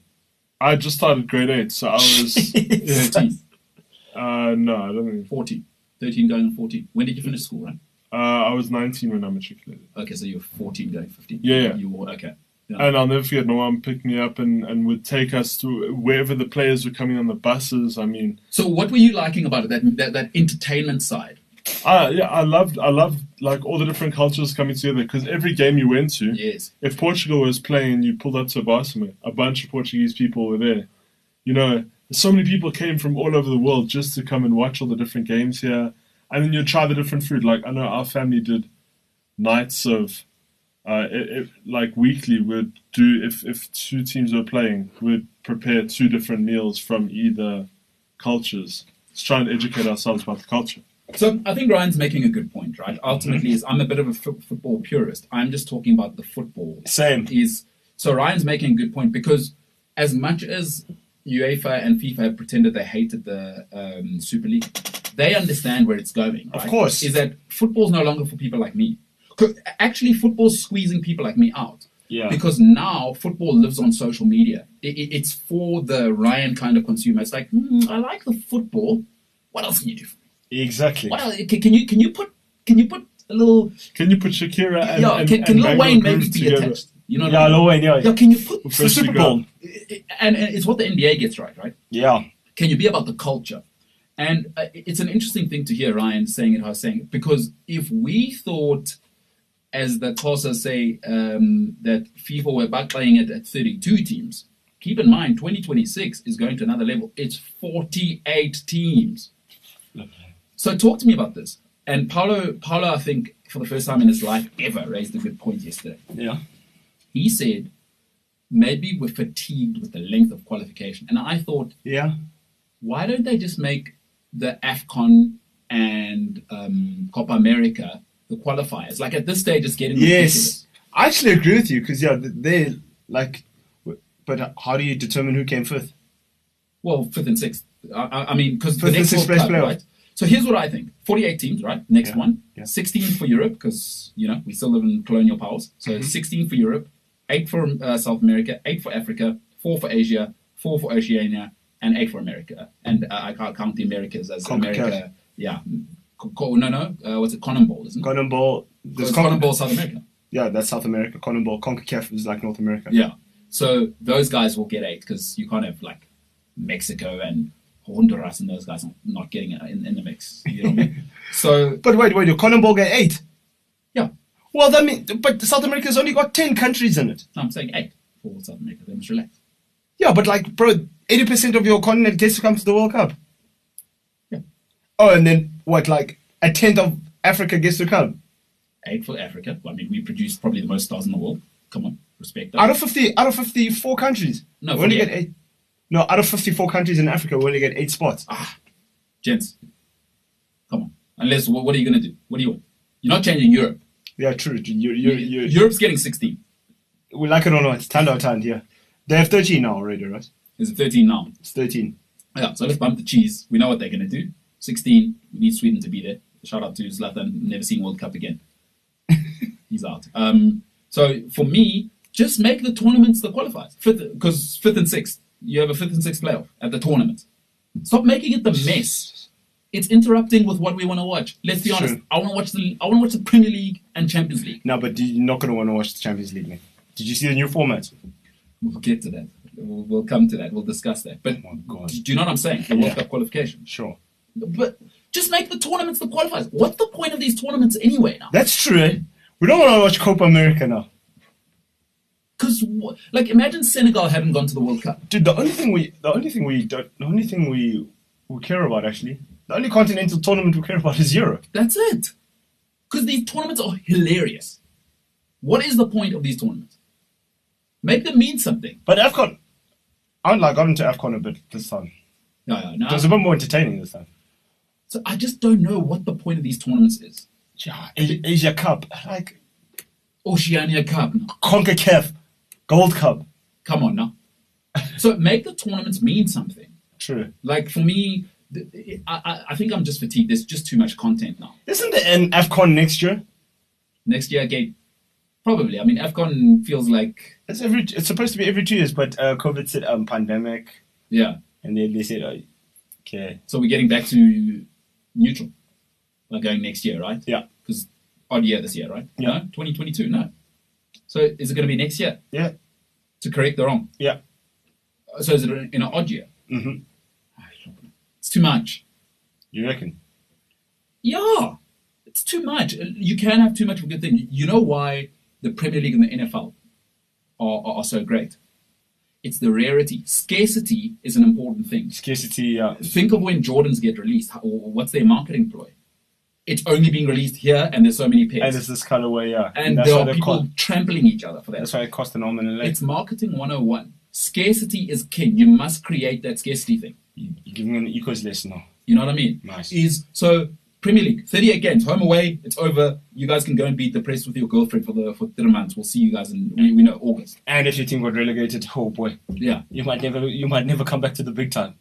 I just started grade eight, so I
*laughs*
was. yeah,
13,
uh, no, I don't think.
14. 13 going on 14. When did you finish school, right?
Uh, I was 19 when I matriculated.
Okay, so you were 14 going 15.
Yeah, yeah. Uh,
You were, okay. Yeah.
And I'll never forget, my mum picked me up and, and would take us to wherever the players were coming on the buses. I mean,
So, what were you liking about it? That, that, that entertainment side?
I, yeah, I loved, I loved like all the different cultures coming together because every game you went to,
Yes.
if Portugal was playing and you pulled up to a bar somewhere, a bunch of Portuguese people were there. You know, so many people came from all over the world just to come and watch all the different games here. And then you'd try the different food. Like, I know our family did nights of, uh, it, it, like, weekly, we'd do, if, if two teams were playing, we'd prepare two different meals from either cultures to try and educate ourselves about the culture.
So I think Ryan's making a good point, right?
Mm-hmm.
Ultimately, is I'm a bit of a fo- football purist. I'm just talking about the football.
Same.
Is so Ryan's making a good point because as much as UEFA and FIFA have pretended they hated the um, Super League, they understand where it's going. Right?
course.
is that football's no longer for people like me. 'Cause Actually, football's squeezing people like me out.
Yeah.
Because now football lives on social media. It, it, it's for the Ryan kind of consumer. It's like, "Hmm, I like the football. What else can you do for me?
Exactly.
Well, can, can you can you put can you put a little
Can you put Shakira and,
yeah,
and,
can, can
and
Lil
Bang
Wayne
Bang
maybe
Groove
be
together?
attached? You know, what
Yeah,
I mean?
Lil Wayne, yeah.
Yeah, can you put
It's the Super Bowl.
and, and it's what the NBA gets right, right?
Yeah.
Can you be about the culture? And uh, it's an interesting thing to hear Ryan saying it, how he's saying it, because if we thought, as the Corsa say, um, that FIFA were battling it at 32 teams, keep in mind 2026 is going to another level. It's 48 teams. So talk to me about this. And Paulo, Paulo, I think for the first time in his life ever raised a good point yesterday.
Yeah.
He said, maybe we're fatigued with the length of qualification. And I thought,
Yeah.
why don't they just make the AFCON and um, Copa America the qualifiers? Like at this stage, it's getting ridiculous.
Yes. I actually agree with you because, yeah, th- they like, w- but how do you determine who came fifth?
Well, fifth and sixth. I- I, I mean, because the
Fifth and
next
sixth place
World Cup,
playoff.
right? So here's what I think: 48 teams, right? Next
Yeah.
one,
Yeah.
16 for Europe, because you know we still live in colonial powers. So
Mm-hmm.
16 for Europe, eight for uh, South America, eight for Africa, four for Asia, four for Oceania, and eight for America. And uh, I can't count the Americas as
CONCACAF.
America. Yeah. Co- co- no, no. Uh, what's it? Cannonball, isn't it?
Cotton Ball.
So
There's
it's
Con-
Cotton Ball, South America.
Yeah, that's South America. Cotton Ball. CONCACAF is like North America.
Yeah. So those guys will get eight because you can't have like Mexico and Honduras and those guys are not getting it in, in the mix. You know what I mean? So
But wait, wait, your Colombia got eight.
yeah,
Well, that means, but South America's only got 10 countries in it.
I'm saying eight for South America. They must relax.
Yeah, but like, bro, 80% of your continent gets to come to the World Cup.
Yeah.
Oh, and then what, like, a tenth of Africa gets to come?
Eight for Africa. I mean, we produce probably the most stars in the world. Come on, respect that.
Out of 50, out of 54 countries.
No,
we only
48.
get eight. No, out of 54 countries in Africa, we only get eight spots.
gents. Come on. Unless what, what are you going to do? What do you want? You're not changing Europe.
Yeah, true. You, you, you,
Europe's getting 16.
we like it or not, it's turned out turned here. They have 13 now already, right?
It's 13 now.
It's 13.
Yeah, so let's bump the cheese. We know what they're going to do. 16. We need Sweden to be there. Shout out to Zlatan. Never seen World Cup again. *laughs* He's out. Um, so for me, just make the tournaments the qualifiers. Fifth, because fifth and sixth, you have a fifth and sixth playoff at the tournament. Stop making it the mess. It's interrupting with what we want to watch. Let's be honest.
Sure.
I want to watch the I want to watch the Premier League and Champions League.
No, but you're not going to want to watch the Champions League, man. Did you see the new format?
We'll get to that. We'll, we'll come to that. We'll discuss that. But Oh
my God.
do you know what I'm saying? The World Cup qualification.
Sure.
But just make the tournaments the qualifiers. What's the point of these tournaments anyway now?
That's true, eh? We don't want to watch Copa America now.
Because like imagine Senegal hadn't gone to the World Cup.
Dude, the only thing we, the only thing we, don't, the only thing we, we care about actually, the only continental tournament we care about is Europe.
That's it. Because these tournaments are hilarious. What is the point of these tournaments? Make them mean something.
But Afcon, I like got into Afcon a bit this time.
No, no, no.
It was a bit more entertaining this time.
so I just don't know what the point of these tournaments is.
Yeah, Asia, Asia Cup, like
Oceania Cup. No.
Concacaf, Gold Cup.
Come on now. so make the tournaments mean something.
True.
Like for me, th- it- I, I- I think I'm just fatigued. There's just too much content now.
Isn't there an Afcon next year?
Next year again, probably. I mean, Afcon feels like
It's every. It's supposed to be every two years, but uh, COVID said um, pandemic,
yeah.
and then they said, oh, okay,
So we're getting back to neutral. We're going next year, right?
yeah,
Because odd year this year, right?
Yeah.
No, 2022. No. So is it going to be next year
yeah,
to correct the wrong?
yeah.
So is it in an odd year? Mm-hmm. It's too much.
You reckon?
Yeah, it's too much. You can have too much of a good thing. You know why the Premier League and the NFL are, are, are so great? It's the rarity. Scarcity is an important thing.
Scarcity. Uh,
Think of when Jordans get released. How, or what's their marketing ploy? It's only being released here, and there's so many
and
pairs,
it's this colorway. Yeah,
and
that's
there
why
are
they
people
Cost,
trampling each other for that.
that's why it cost an arm and a leg.
It's marketing 101. Scarcity is king. You must create that scarcity thing.
You're giving an eco's lesson now.
You know what I mean?
Nice.
Is so Premier League, 38 games, home away, it's over. You guys can go and be depressed with your girlfriend for the for three months. We'll see you guys in we, we know August.
And if your team got relegated, oh boy,
Yeah.
you might never, you might never come back to the big time.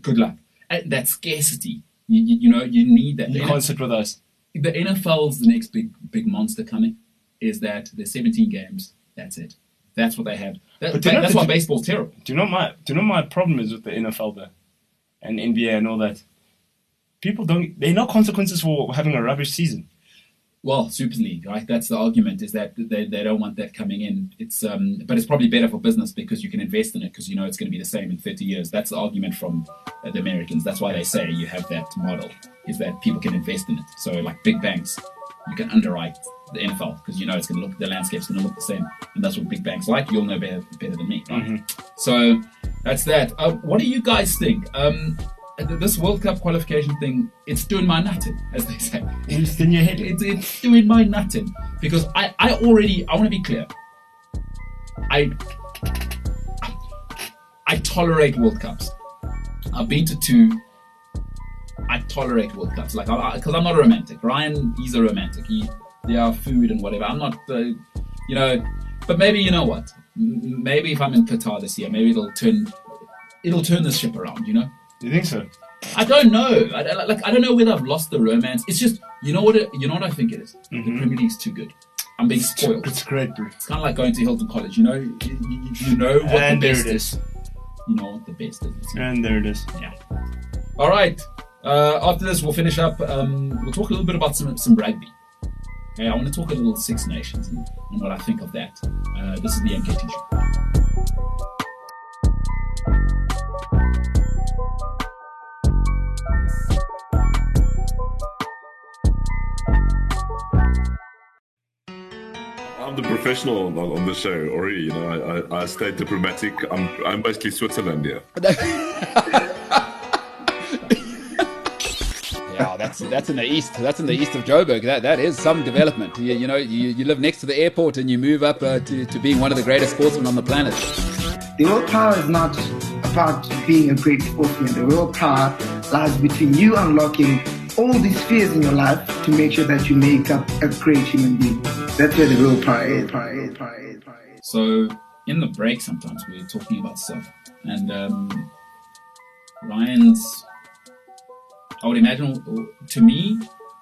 Good luck. And that scarcity. You, you, you know, you need that.
You
The
can't sit with us.
the NFL's the next big big monster coming is that there's 17 games. That's it. That's what they have. That-
But
that-
you know
that's
that
why
you-
baseball's terrible.
Do you know my, do you know my problem is with the NFL there, and NBA and all that. People don't. There are no consequences for having a rubbish season.
Well, Super League, right? That's the argument is that they, they don't want that coming in. It's um, but it's probably better for business because you can invest in it because you know it's going to be the same in 30 years. That's the argument from uh, the Americans. That's why they say you have that model is that people can invest in it. So like big banks, you can underwrite the NFL because you know it's going to look the landscape's going to look the same, and that's what big banks like. You'll know better better than me.
Mm-hmm.
Right? So that's that. Uh, what do you guys think? Um, th- this World Cup qualification thing, it's doing my nutting, as they say
It's in your head.
it's, it's doing my nutting because I, I already I want to be clear. I I tolerate World Cups. I've been to two. I tolerate World Cups, like because I'm not a romantic. Ryan, he's a romantic. He yeah, food and whatever. I'm not, uh, you know. But maybe you know what? M- Maybe if I'm in Qatar this year, maybe it'll turn it'll turn this ship around. You know.
You think so?
I don't know. I, I- like I don't know whether I've lost the romance. It's just you know what it, you know what I think it is? The Premier League's too good. I'm being spoiled.
Mm-hmm. It's great, bro.
It's kind of like going to Hilton College. You know, you, you- you know what
And
the
there
best
it is.
You know what the best is.
And there it is.
Yeah. All right. Uh, after this, we'll finish up. Um, we'll talk a little bit about some, some rugby. Okay, I want to talk a little Six Nations and, and what I think of that. Uh, this is the MKT show.
the professional on, on the show already. You know, I, I, I stayed diplomatic. I'm, I'm basically Switzerland here.
Yeah, that's that's in the east. That's in the east of Joburg. That that is some development. You, you know, you, you live next to the airport and you move up uh, to, to being one of the greatest sportsmen on the planet.
The real power is not about being a great sportsman. The real power lies between you unlocking all these spheres in your life to make sure that you make up a great human being. That's where the real power is. Power is, power is, power is.
So in the break, sometimes we're talking about stuff, and um, Ryan's. I would imagine, to me,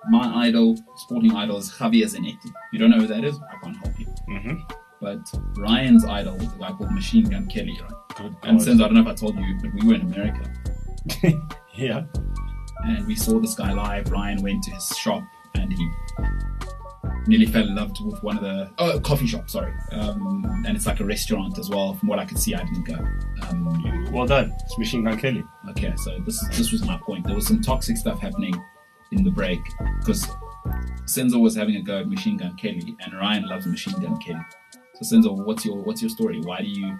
my idol, sporting idol, is Javier Zanetti. You don't know who that is? I can't help you.
Mm-hmm.
But Ryan's idol is a guy called Machine Gun Kelly, right?
Good
And
God.
since I don't know if I told you, but we were in America
Yeah.
and we saw this guy live. Ryan went to his shop and he nearly fell in love with one of the oh, coffee shop, sorry. Um, and it's like a restaurant as well. From what I could see, I didn't go. Um,
Well done. It's Machine Gun Kelly.
Okay, so this this was my point. There was some toxic stuff happening in the break because Senzo was having a go at Machine Gun Kelly, and Ryan loves Machine Gun Kelly. So Senzo, what's your what's your story? Why do you?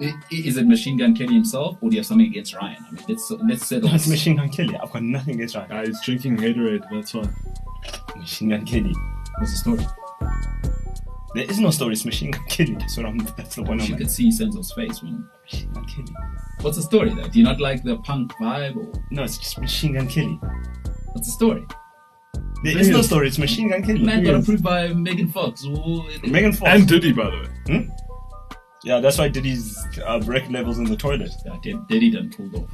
i- i- Is it Machine Gun Kelly himself, or do you have something against Ryan? I mean, let's let's settle.
That's Machine Gun Kelly. I've got nothing against Ryan.
Ah, he's drinking Haterade, that's why.
Machine Gun Kelly.
What's the story?
There is no story. It's Machine Gun Kelly. That's what I'm. That's the one
you
I'm.
could see Senzo's face when.
Machine Gun Kelly.
What's the story though? Do you not like the punk vibe, or
No, it's just Machine Gun Kelly.
what's the story?
There is no story. It's Machine Gun Kelly. Hmm?
Man got approved by Megan Fox. Ooh, it-
Megan Fox. Hmm?
And Diddy, by the way.
yeah, that's why Diddy's uh, break levels in the toilet. *laughs*
Yeah, Did- Diddy done pulled off.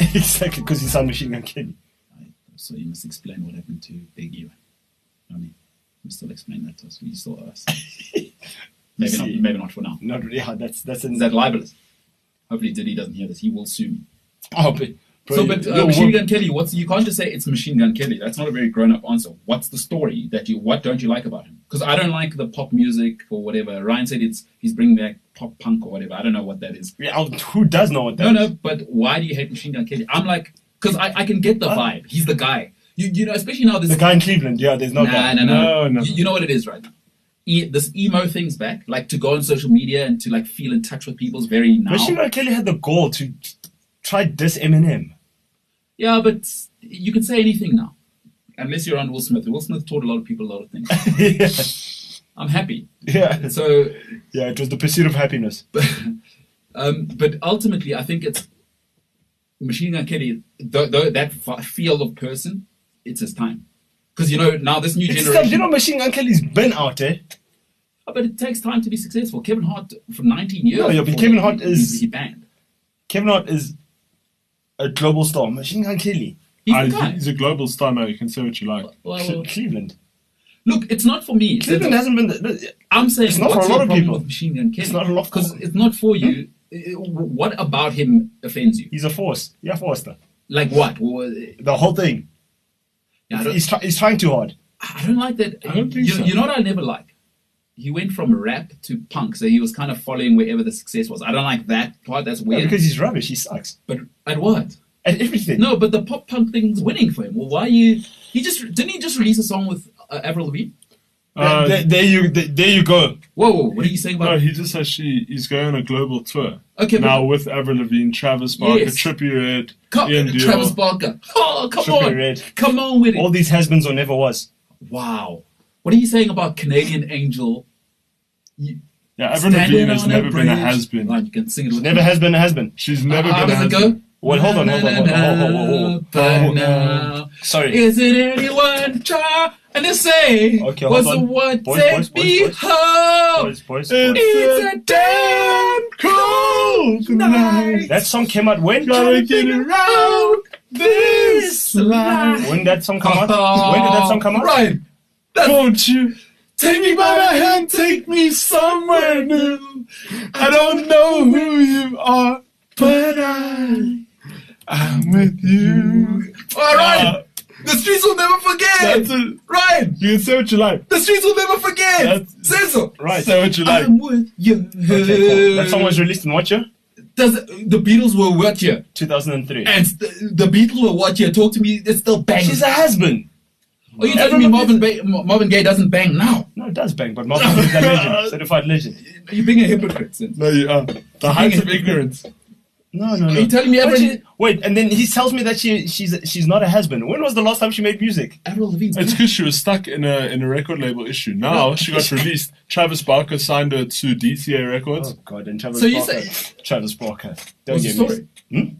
exactly, because he's on Machine Gun Kelly.
So you must explain what happened to Big U. I mean, you still explain that to us. You still
*laughs*
owe us. maybe not.
see.
Maybe not for now.
Not really. Yeah, that's that's in
Is that libelous? Hopefully, Diddy doesn't hear this. He will sue me.
Oh, but, bro,
so, but uh,
yo,
Machine
what-
Gun Kelly, what's you can't just say it's Machine Gun Kelly. That's not a very grown-up answer. What's the story that you? What don't you like about him? Because I don't like the pop music or whatever. Ryan said it's he's bringing back pop punk or whatever. I don't know what that is.
Yeah, I'll- who does know what that
No,
is?
no, but why do you hate Machine Gun Kelly? I'm like, because I, I can get the vibe. He's the guy. You, you know, especially now this
Uh, The guy in Cleveland. Yeah, there's no
nah,
guy.
no, no,
No, no.
You, you know what it is right now. E- this emo thing's back. Like to go on social media and to like feel in touch with people's very now.
Machine Gun Kelly had the goal to try diss Eminem. *laughs*
Yeah, but you can say anything now, unless you're on Will Smith. Will Smith taught a lot of people a lot of things.
yeah. *laughs*
I'm happy.
yeah,
So, *laughs*
yeah, it was the pursuit of happiness.
um, but ultimately, I think it's Machine Gun Kelly. Though, though that f- feel of person, it's his time. Because you know now this new
Except,
generation. Oh,
you know, Machine Gun Kelly's been out eh?
but it takes time to be successful. Kevin Hart for 19 years.
No, yeah, but
before
Kevin
he-
Hart
he-
is-
he banned.
Kevin Hart is a global star. Machine Gun Kelly,
He's
Ah,
the guy.
he's a global star now, you can say what you like.
Well,
*laughs* Cle- Cleveland.
Look, it's not for me.
Cleveland hasn't been. The,
I'm saying
It's not
what's
for a
your
lot of
problem
people.
with Machine Gun Kelly.
It's not a lot of
because
people.
it's not for you. Uh, What about him offends you?
he's a force. Yeah, Forster.
Like what? Well, uh,
The whole thing.
I don't,
He's, try- he's trying too hard.
I don't like that.
I don't think
you,
so.
you know what I never like? He went from rap to punk, so he was kind of following wherever the success was. I don't like that part. That's
Yeah,
weird.
Because he's rubbish. He sucks
but at what?
at everything.
No, but the pop punk thing's winning for him. Well, why you? He just didn't he just release a song with uh, Avril Lavigne?
Uh,
there, there you, there, there you go.
Whoa, whoa, what are you saying about?
No, he just actually he's going on a global tour.
Okay, but-
Now with Avril Lavigne, Travis Barker,
Yes.
Trippie Redd,
Come,
Ian Dior.
Travis Barker. Oh, come
Trippie
on.
Redd.
Come on with it.
All these has-beens or never was.
Wow. What are you saying about Canadian Angel? You-
yeah, Avril
standing
Lavigne has
on
never been a
bridge?
has been.
Right, you can sing it with
Never has been a has-been.
She's never
How
been a
does it
has
go?
been.
Well, hold on, hold on, hold on, hold on, hold on, hold on.
But
Hold on.
now,
Sorry.
Is it anyone try and to say?
Okay, hold
was the
on.
one
Boys,
take
boys, boys,
me
boys.
home?
Boys, boys,
It's
boys.
It's a damn cold night.
That song came out when?
Gotta get it right.
Out this life.
When that song come
*laughs*
out? When did that song come out?
Ryan,
Won't you
take me by the hand, take me somewhere new. I don't know who you are, but I,
I'm with you?
All right, the streets will never forget.
That's it.
Ryan,
You can say what you like.
the streets will never forget.
That's-
Cecil,
Right. Say what you like.
I'm with you.
Okay, cool. That song was released in what year?
Does the Beatles were what year?
2003.
And the, the Beatles were what year? Talk to me. It's still banging.
She's a has-been.
Are oh, you telling me Marvin, ba- Ma- Marvin Gaye doesn't bang now?
No, it does bang, but Marvin Gaye is a
*laughs*
*laughs*
legend, certified legend.
You're being a hypocrite. Sid.
No, you are. The heights of ignorance.
No, no, no.
Are you telling me
But
Avril,
she- wait, and then he tells me that she she's she's not a husband. When was the last time she made music?
Avril Lavigne's
It's
back?
because she was stuck in a in a record label issue. Now
*laughs*
she got released. Travis Barker signed her to DCA Records.
Oh God, and Travis
So you
Barker.
say-
Travis Barker. Don't
What's the
get me-
story?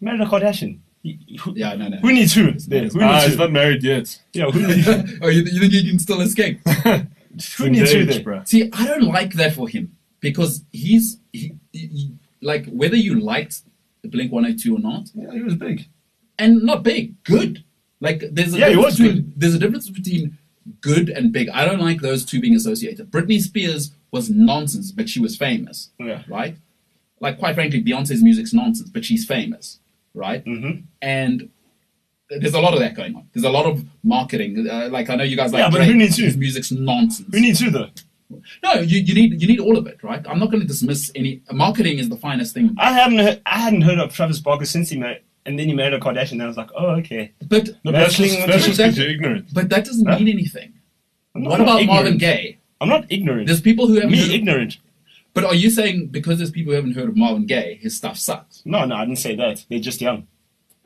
Married a Kardashian. Who,
Yeah, no, no.
who needs who? There, who
ah,
needs
he's
who?
not married yet.
Yeah, who needs
*laughs* oh, you, you think you can still escape?
who needs who?
engaged,
There,
bruh.
See, I don't like that for him because he's he, he- he- like whether you liked Blink One Eight Two or not,
Yeah, he was big.
and not big, good. Like there's a
Yeah, he
difference
was
between, there's a difference between good and big. I don't like those two being associated. Britney Spears was nonsense, but she was famous.
Yeah.
Right? Like quite frankly, Beyonce's music's nonsense, but she's famous. Right? Mm-hmm. And there's a lot of that going on. There's a lot of marketing. Uh, like I know you guys like
Yeah, but
Drake,
who needs you?
his music's nonsense.
Who needs who? Though
No, you, you need you need all of it, right? I'm not going to dismiss any. Marketing is the finest thing,
I haven't heard, I hadn't heard of Travis Barker since he married, and then he married a Kardashian. And I was like, oh okay.
but
No, but that's
Wrestling
just
with
that's
the
just because
Jack-
you're ignorant.
but that doesn't mean anything.
I'm not-
What
I'm not
about Marvin
ignorant.
Gaye?
I'm not ignorant.
There's people who haven't. heard *laughs*
me
of-
ignorant.
but are you saying because there's people who haven't heard of Marvin Gaye, his stuff sucks?
No, no, I didn't say that. They're just young.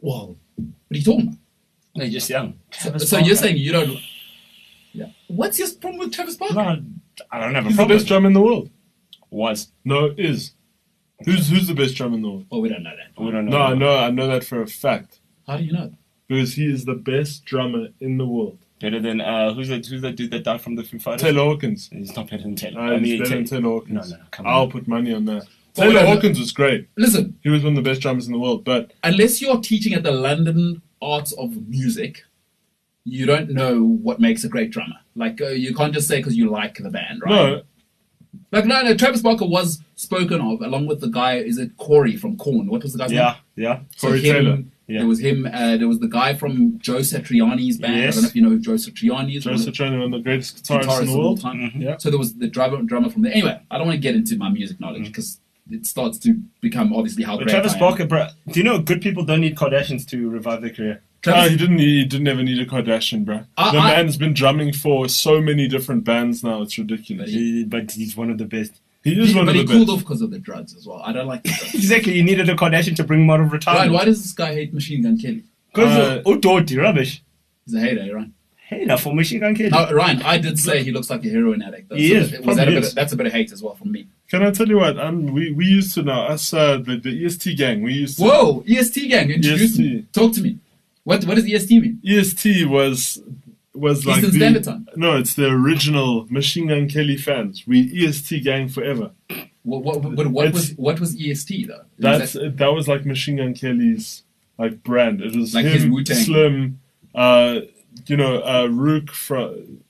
Well, what are you talking about?
They're just
*laughs*
young.
So, so you're saying you don't? Yeah. What's your problem with Travis Barker?
No, I don't have a
He's the
problem.
best drummer in the world.
Was
No, is. Who's who's the best drummer in the world?
Well, we don't know that.
we don't know.
No, I know I know that for a fact
How do you know?
because he is the best drummer in the world.
Better than uh, who's that? Who's that dude that died from the Foo Fighters?
Taylor Hawkins.
He's not better than Taylor. I
No,
mean,
he's better than
Taylor.
Taylor Hawkins. Oh,
No, no, no, come
I'll
on.
put money on that.
Well,
Taylor
wait,
Hawkins was great.
Listen,
He was one of the best drummers in the world, but
unless you're teaching at the London Arts of Music, you don't know what makes a great drummer. Like uh, you can't just say because you like the band, right?
no,
Like no, no. Travis Barker was spoken of along with the guy. Is it Corey from Corn? What was the guy's name?
Yeah, yeah.
So
Corey
him,
Taylor.
Yeah.
There was him. Uh, there was the guy from Joe Satriani's band. I
Yes.
don't know if you know who Joe Satriani is.
Joe
one of the
Satriani, one of the greatest guitarists
guitarists
in
of
the
all
world. Mm-hmm.
time.
Yeah.
So there was the drummer, drummer from there. Anyway, I don't want to get into my music knowledge
Mm.
because it starts to become obviously how
But
great
Travis
I am.
Barker, bro. Do you know good people don't need Kardashians to revive their career?
Oh,
Travis-
he didn't. He didn't ever need a Kardashian, bro.
I-
the
I-
man's been drumming for so many different bands now. It's ridiculous. He,
He- but he's one of the best.
is one
but
of
he
the
cooled
best.
off because of the drugs as well. I don't like the drugs.
*laughs*
Exactly. You needed a Kardashian to bring him out of
Ryan,
retirement.
why does this guy hate Machine Gun Kelly?
Because uh, dirty rubbish.
He's a hater, eh, Ryan.
Hey, now for Machine Gun Kelly.
Oh, Ryan, I did say he looks like a heroin addict. Though,
He is,
that- was that a
probably
bit
is.
of, that's a bit of hate as well from me.
Can I tell you what? Um, we we used to now us uh, the, the EST gang. We
E
used to.
Whoa, EST gang, introduce
EST.
me. Talk to me. What what does EST mean?
EST E was was like
Eastern
the,
Standard Time.
No, it's the original Machine Gun Kelly fans. We EST gang forever.
What what what, what was
It's-
what was EST though? Is
That's
that-
that was like Machine Gun Kelly's like brand. It was
Like his
him,
Wu-Tang.
Slim, uh, you know, uh, Rook from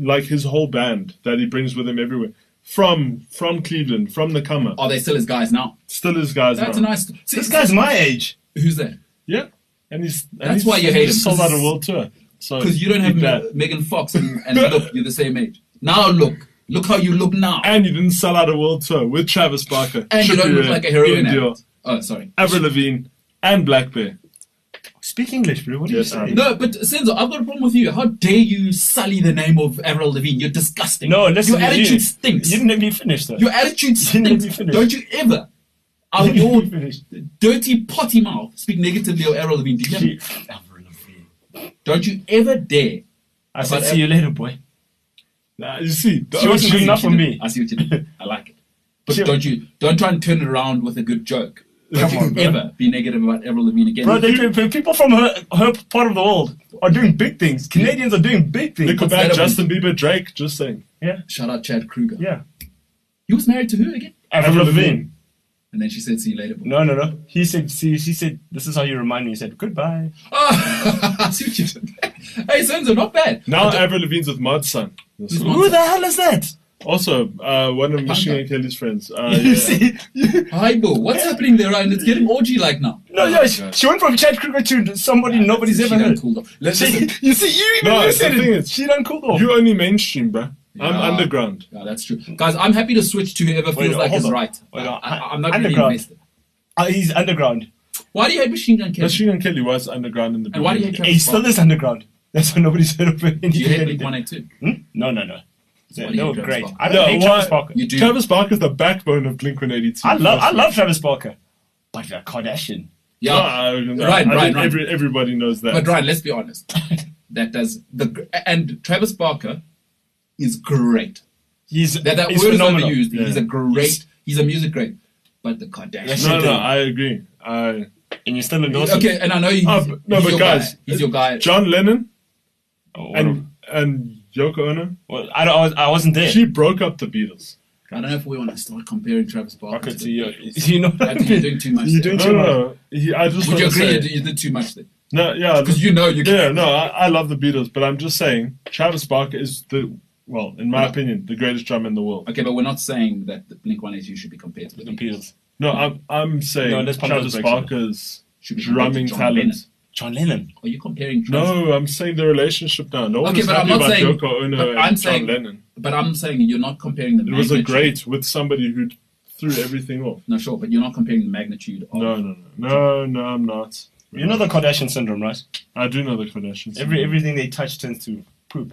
like his whole band that he brings with him everywhere from from Cleveland, from the comer.
are they still his guys now?
Still his guys
That's a
now.
nice. See,
this guy's my age.
who's there?
Yeah, and he's and
That's
he's-
why you hate
he's
him,
Sold
'cause
out a
it's-
world tour. So
Because you don't have
eat that.
Me- Megan Fox and, and
*laughs*
look, you're the same age. Now look, look how you look now, and,
and you didn't sell out a world tour with Travis Barker,
you
Trippie
don't look
Redd,
like a heroin
Ian Dior,
addict. Oh, sorry.
Avril Lavigne, and Black Bear.
Speak English, bro. What do
Yes,
you
I
say?
know.
No, but Senzo, I've got a problem with you. How dare you sully the name of Avril Lavigne? You're disgusting.
No, listen.
Your
to
attitude
you.
stinks.
You didn't let me finish though.
Your
*laughs*
attitude
didn't let me
stinks.
finish.
Don't you ever, out
You
of
didn't
your
let me finish.
dirty potty mouth, speak negatively of Avril Lavigne. Do you hear me?
She-
Don't you ever dare.
I said, see you later, boy.
Nah, you see, the
She wasn't
OG
good enough for me.
I see what you
*laughs*
did. I like it. But
She-
don't you don't try and turn it around with a good joke. Don't
Come
you
on, bro.
ever be negative about Avril Lavigne again.
uh,
Bro, they, pe- people from her, her part of the world are doing big things. Canadians are doing big things.
What's that
Nickelback,
about?
Justin Bieber, Drake, just saying.
Shout out Chad Kruger.
Yeah.
He was married to who again?
Avril Lavigne.
And then she said, "See you later." boy."
No, no, no. He said, see, she said, this is how you remind me. He said, goodbye.
Oh, *laughs* I see what you did. Hey, Senzo, not bad.
Now Avril Lavigne's with Mod Sun.
Who's
uh, Who
Monza?
the hell is that?
Also, uh, one of Machine
Panda.
Gun Kelly's friends. Uh,
*laughs* You
yeah.
see?
Hi, Bo. What's happening there, Ryan? It's getting orgy like now.
No, yeah, she, she went from Chad Kruger to somebody nobody's
She
ever
done
heard.
cooled off. Let's
She,
listen.
you see, you even
No,
you
it's
said
the thing
it.
is-
She done cool off.
You only mainstream, bruh. I'm
Yeah.
underground.
Yeah, that's true, guys. I'm happy to switch to whoever feels
no,
like
hold
is
on.
right.
Wait,
I,
no,
I, am not really
underground.
invested.
Uh, he's underground.
Why do you hate Machine Gun Kelly?
Machine Gun Kelly was underground in the
And why do you
beginning.
hate
Hey, he still
Travis
is underground. That's why nobody's heard of it.
Do you hate League One and Two?
Hmm? *laughs* No, no, no.
What
Yeah,
do you
they were
think,
great.
Travis Barker?
I don't hate
why-
Travis Barker.
You do.
Travis Barker is the backbone of Blink 182.
I love, I love Travis Barker. But you're a Kardashian.
yeah.
right,
Right, right, right.
Every, everybody knows that.
But Ryan, let's be honest. *laughs* That does the and Travis Barker is great.
He's
That that
he's
word
phenomenal.
is overused. He's a great.
He's-
He's, a music great. But the Kardashians.
no, no, I agree. I,
and you're still a Dawson.
Okay, and I know he's,
Ah, but- no,
he's
but
your
guys,
guy. He's your guy.
John Lennon
Oh, what a-
and, and Yoko Ono,
well, I, don't, I, was, I wasn't there.
she broke up the Beatles.
I don't know if we want to start comparing Travis Barker
Okay,
to.
so
The,
you, you know what I
I think you're doing
mean?
too much.
*laughs* You
there.
didn't no, no, no. He, I just
Would you
*laughs* wanna
agree?
say-
You did- You did too much there.
No, yeah,
Because you know you can.
Yeah, no, I, I love the Beatles, but I'm just saying Travis Barker is the well, in my opinion, the greatest drummer in the world.
Okay, but we're not saying that the Blink One Eighty Two should be compared to the Beatles.
Beatles.
No, I'm I'm saying
No, let's pump those
Travis
brakes on.
Barker's
Should be compared
drumming
to John
talent.
Lennon.
John Lennon.
Are you comparing? Travis
No, I'm saying the relationship now. No one
Okay,
was
but I'm
happy
not
about
saying.
Yoko Ono
but
and
I'm
John
saying.
Lennon.
But I'm saying you're not comparing the.
It was a
magnitude-
great with somebody who threw everything off.
No, sure, but you're not comparing the magnitude of.
No, no, no, no, no, I'm not.
You know the Kardashian syndrome, right?
I do know the Kardashians.
Every Everything they touch turns to poop.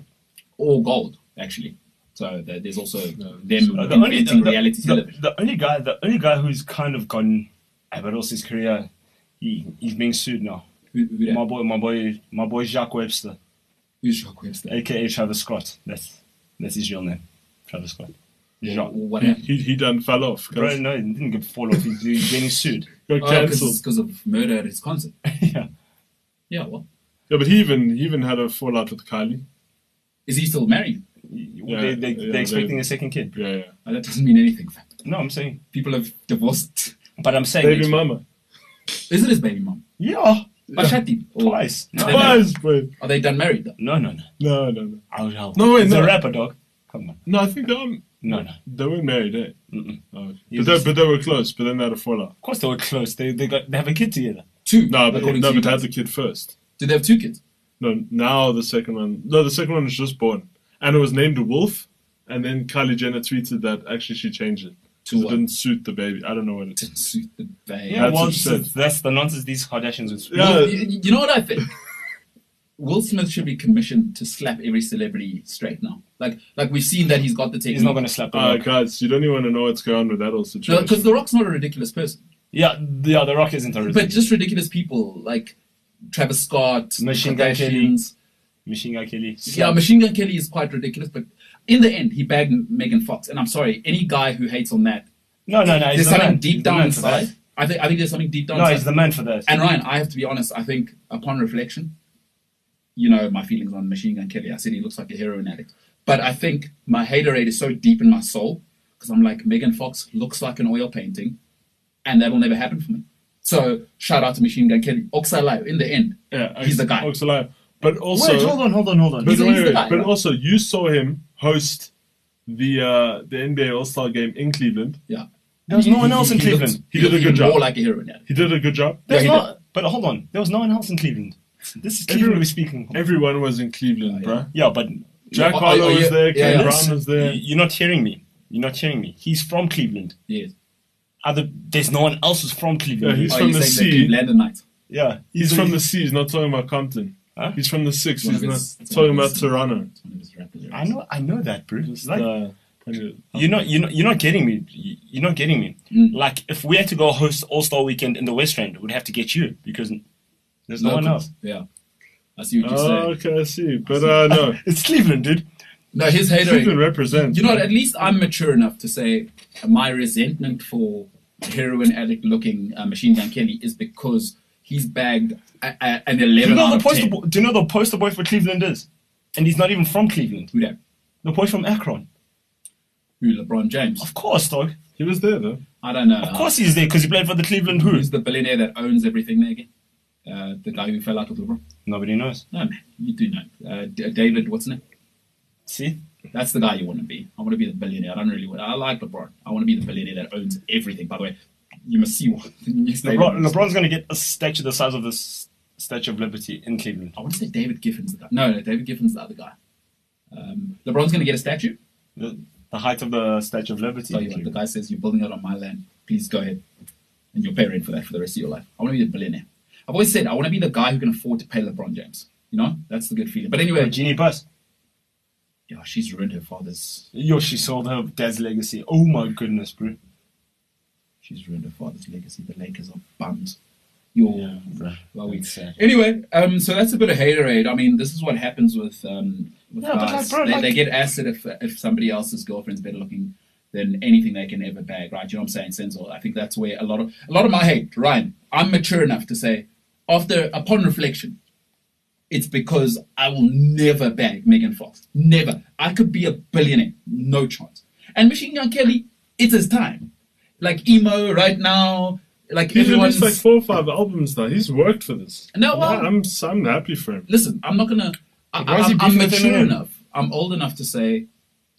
All gold, actually. So there- there's also them
Uh,
inventing reality
the-
television.
the only guy, the only guy who's kind of gone about all his career, he, he's being sued now.
Who, who that?
My boy, my boy, my boy, Jacques Webster,
Who's Jacques Webster?
aka Travis Scott. That's that's his real name, Travis Scott.
Or
Jacques.
What
he,
happened?
he he done fell off. Got,
Bro, no, he didn't get fall off. He's, he's getting *laughs* sued.
got cancelled.
because Oh, of murder at his concert.
yeah.
Yeah, well,
yeah, but he even he even had a fallout with Kylie.
is he still married?
they, they,
yeah,
they're expecting
they-
a second kid.
Yeah, yeah.
Oh, that doesn't mean anything.
No, I'm saying.
People have divorced.
But I'm saying.
Baby
they-
mama.
Is it his baby mom?
Yeah.
Bashati. Or-
Twice.
Are they, married?
Twice, bro.
Are they done married though?
No, no, no.
No, no, no.
I'll, I'll.
No, wait,
He's
no.
a rapper, dog. Come on.
No, I think they were,
No, no.
they were married, eh?
Mm-mm.
Oh, okay.
Yeah,
but, they,
just-
but they were close, but then they had a fallout.
Of course they were close. They they got they have a kid together.
Two.
No, but,
according
no,
to you
but they had
guys.
the kid first.
Do they have two kids?
No, now the second one. No, the second one was just born. And it was named Wolf. And then Kylie Jenner tweeted that actually she changed it.
To
Because it
what?
didn't suit the baby. I don't know what it is.
Didn't suit the baby.
Yeah,
That's
well,
absurd.
that's the nonsense these Kardashians would speak.
Yeah.
Well, you, you know what I think? Will Smith should be commissioned to slap every celebrity straight now. Like, like we've seen that he's got the technique.
He's not going to slap the
Uh,
rock.
guys, you don't even want to know what's going on with that whole situation.
because The Rock's not a ridiculous person,
Yeah, the- yeah, the rock isn't a
but
result.
just ridiculous people like Travis Scott,
Machine Gun Kelly.
Kardashians.
Machine Gun Kelly.
Yeah, Machine Gun Kelly is quite ridiculous, but in the end, he bagged Megan Fox. And I'm sorry, any guy who hates on that,
No, no, no. He's
there's
the
something
man.
deep
He's the
down
man for
inside.
that.
I think I think there's something deep down
No,
inside.
he's the man for that.
And Ryan, I have to be honest. I think upon reflection, you know my feelings on Machine Gun Kelly. I said he looks like a heroin addict, but I think my haterade is so deep in my soul because I'm like Megan Fox looks like an oil painting, and that'll never happen for me. So shout out to Machine Gun Kelly. Oxalayo, in the end,
yeah,
he's the guy.
Oxalaya. But also.
Wait, hold on, hold on, hold on.
But,
He's-
wait,
he's the
wait,
guy,
but
right?
also, you saw him host the uh, the NBA All Star game in Cleveland.
yeah.
There was no one else in
looked-
Cleveland.
He did a
looked
good
even More
job.
like a heroin addict.
He did a good job.
There's
Yeah, he
not, but hold on, there was no one else in Cleveland. This is
Everyone-
Cleveland we're speaking. of.
Everyone was in Cleveland,
Yeah,
bruh.
yeah.
yeah, but
Jack
Yeah, oh,
Harlow
oh,
was
yeah,
there.
yeah,
Ken
yeah.
Brown was there.
you- you're not hearing me. You're not hearing me. He's from Cleveland.
Yes.
Other, there's no one else who's from Cleveland.
Yeah, he's
Oh,
from
you're
the
saying
sea.
that Cleveland night.
yeah,
He's from the six. Not talking about Compton.
Huh?
He's from the six.
One
He's
of
not
his- it's
talking
one of
about
his-
Toronto.
It's one of his rapid lyrics.
I know, I know that, bro. It's like, Oh,
Uh, anyway.
You're not, you're not, you're not getting me. You- You're not getting me.
Mm.
Like, if we had to go host All Star Weekend in the West End, we'd have to get you because there's no one
Locals.
else.
Yeah. I see what you're
Oh,
saying.
okay, I see. But
*laughs*
uh, no,
It's Cleveland, dude.
No, his haterade.
Cleveland represents.
You know, what,
bruh.
at least I'm mature enough to say my resentment for heroin addict looking uh, Machine Gun Kelly is because he's bagged a, a, an 11
Do you know
out
the
of
poster?
10.
Bo- do you know the poster boy for Cleveland is? And he's not even from Cleveland.
Who that?
The boy from Akron.
Who? LeBron James.
Of course, dog.
he was there though.
I don't know.
Of course he's there because he played for the Cleveland Who.
Who's the billionaire that owns everything there again? Uh, the guy who fell out with LeBron?
Nobody knows.
No, man. You do know. Uh, D- David, what's his name?
See,
That's the guy you want to be. I want to be the billionaire. I don't really want. I like LeBron. I want to be the billionaire that owns everything. By the way, you must see *laughs* one.
LeBron, LeBron's gonna get a statue the size of this Statue of Liberty in Cleveland.
I want to say David Giffen's the guy. No, no, David Giffen's the other guy. Um, LeBron's going to get a statue.
The, the height of the Statue of Liberty.
Tell
in
you what, the
Cleveland.
guy says, You're building it on my land. Please go ahead. And you'll pay rent for that for the rest of your life. I want to be the billionaire. I've always said, I want to be the guy who can afford to pay LeBron James. You know, that's the good feeling. But anyway,
Genie Bus.
yeah, she's ruined her father's.
Yo, she sold her dad's legacy. Oh my goodness, bro.
She's ruined her father's legacy. The Lakers are bums. You're
bro.
well, we
That's sad.
Anyway, um, so that's a bit of haterade. I mean, this is what happens with um, with
Yeah, but
guys.
like, bro,
they,
like-
they get acid if if somebody else's girlfriend's better looking than anything they can ever bag, right? You know what I'm saying, Senzo? I think that's where a lot of a lot of my hate, Ryan. I'm mature enough to say, after upon reflection, it's because I will never bag Megan Fox. Never. I could be a billionaire, no chance. And Machine Gun Kelly, it's his time. Like emo right now, like
He's
everyone's
released like four or five albums now. He's worked for this.
No, well-
I'm I'm happy for him.
listen, I'm not gonna. I,
Why is he
am I'm
beefing with
mature
Eminem?
enough. I'm old enough to say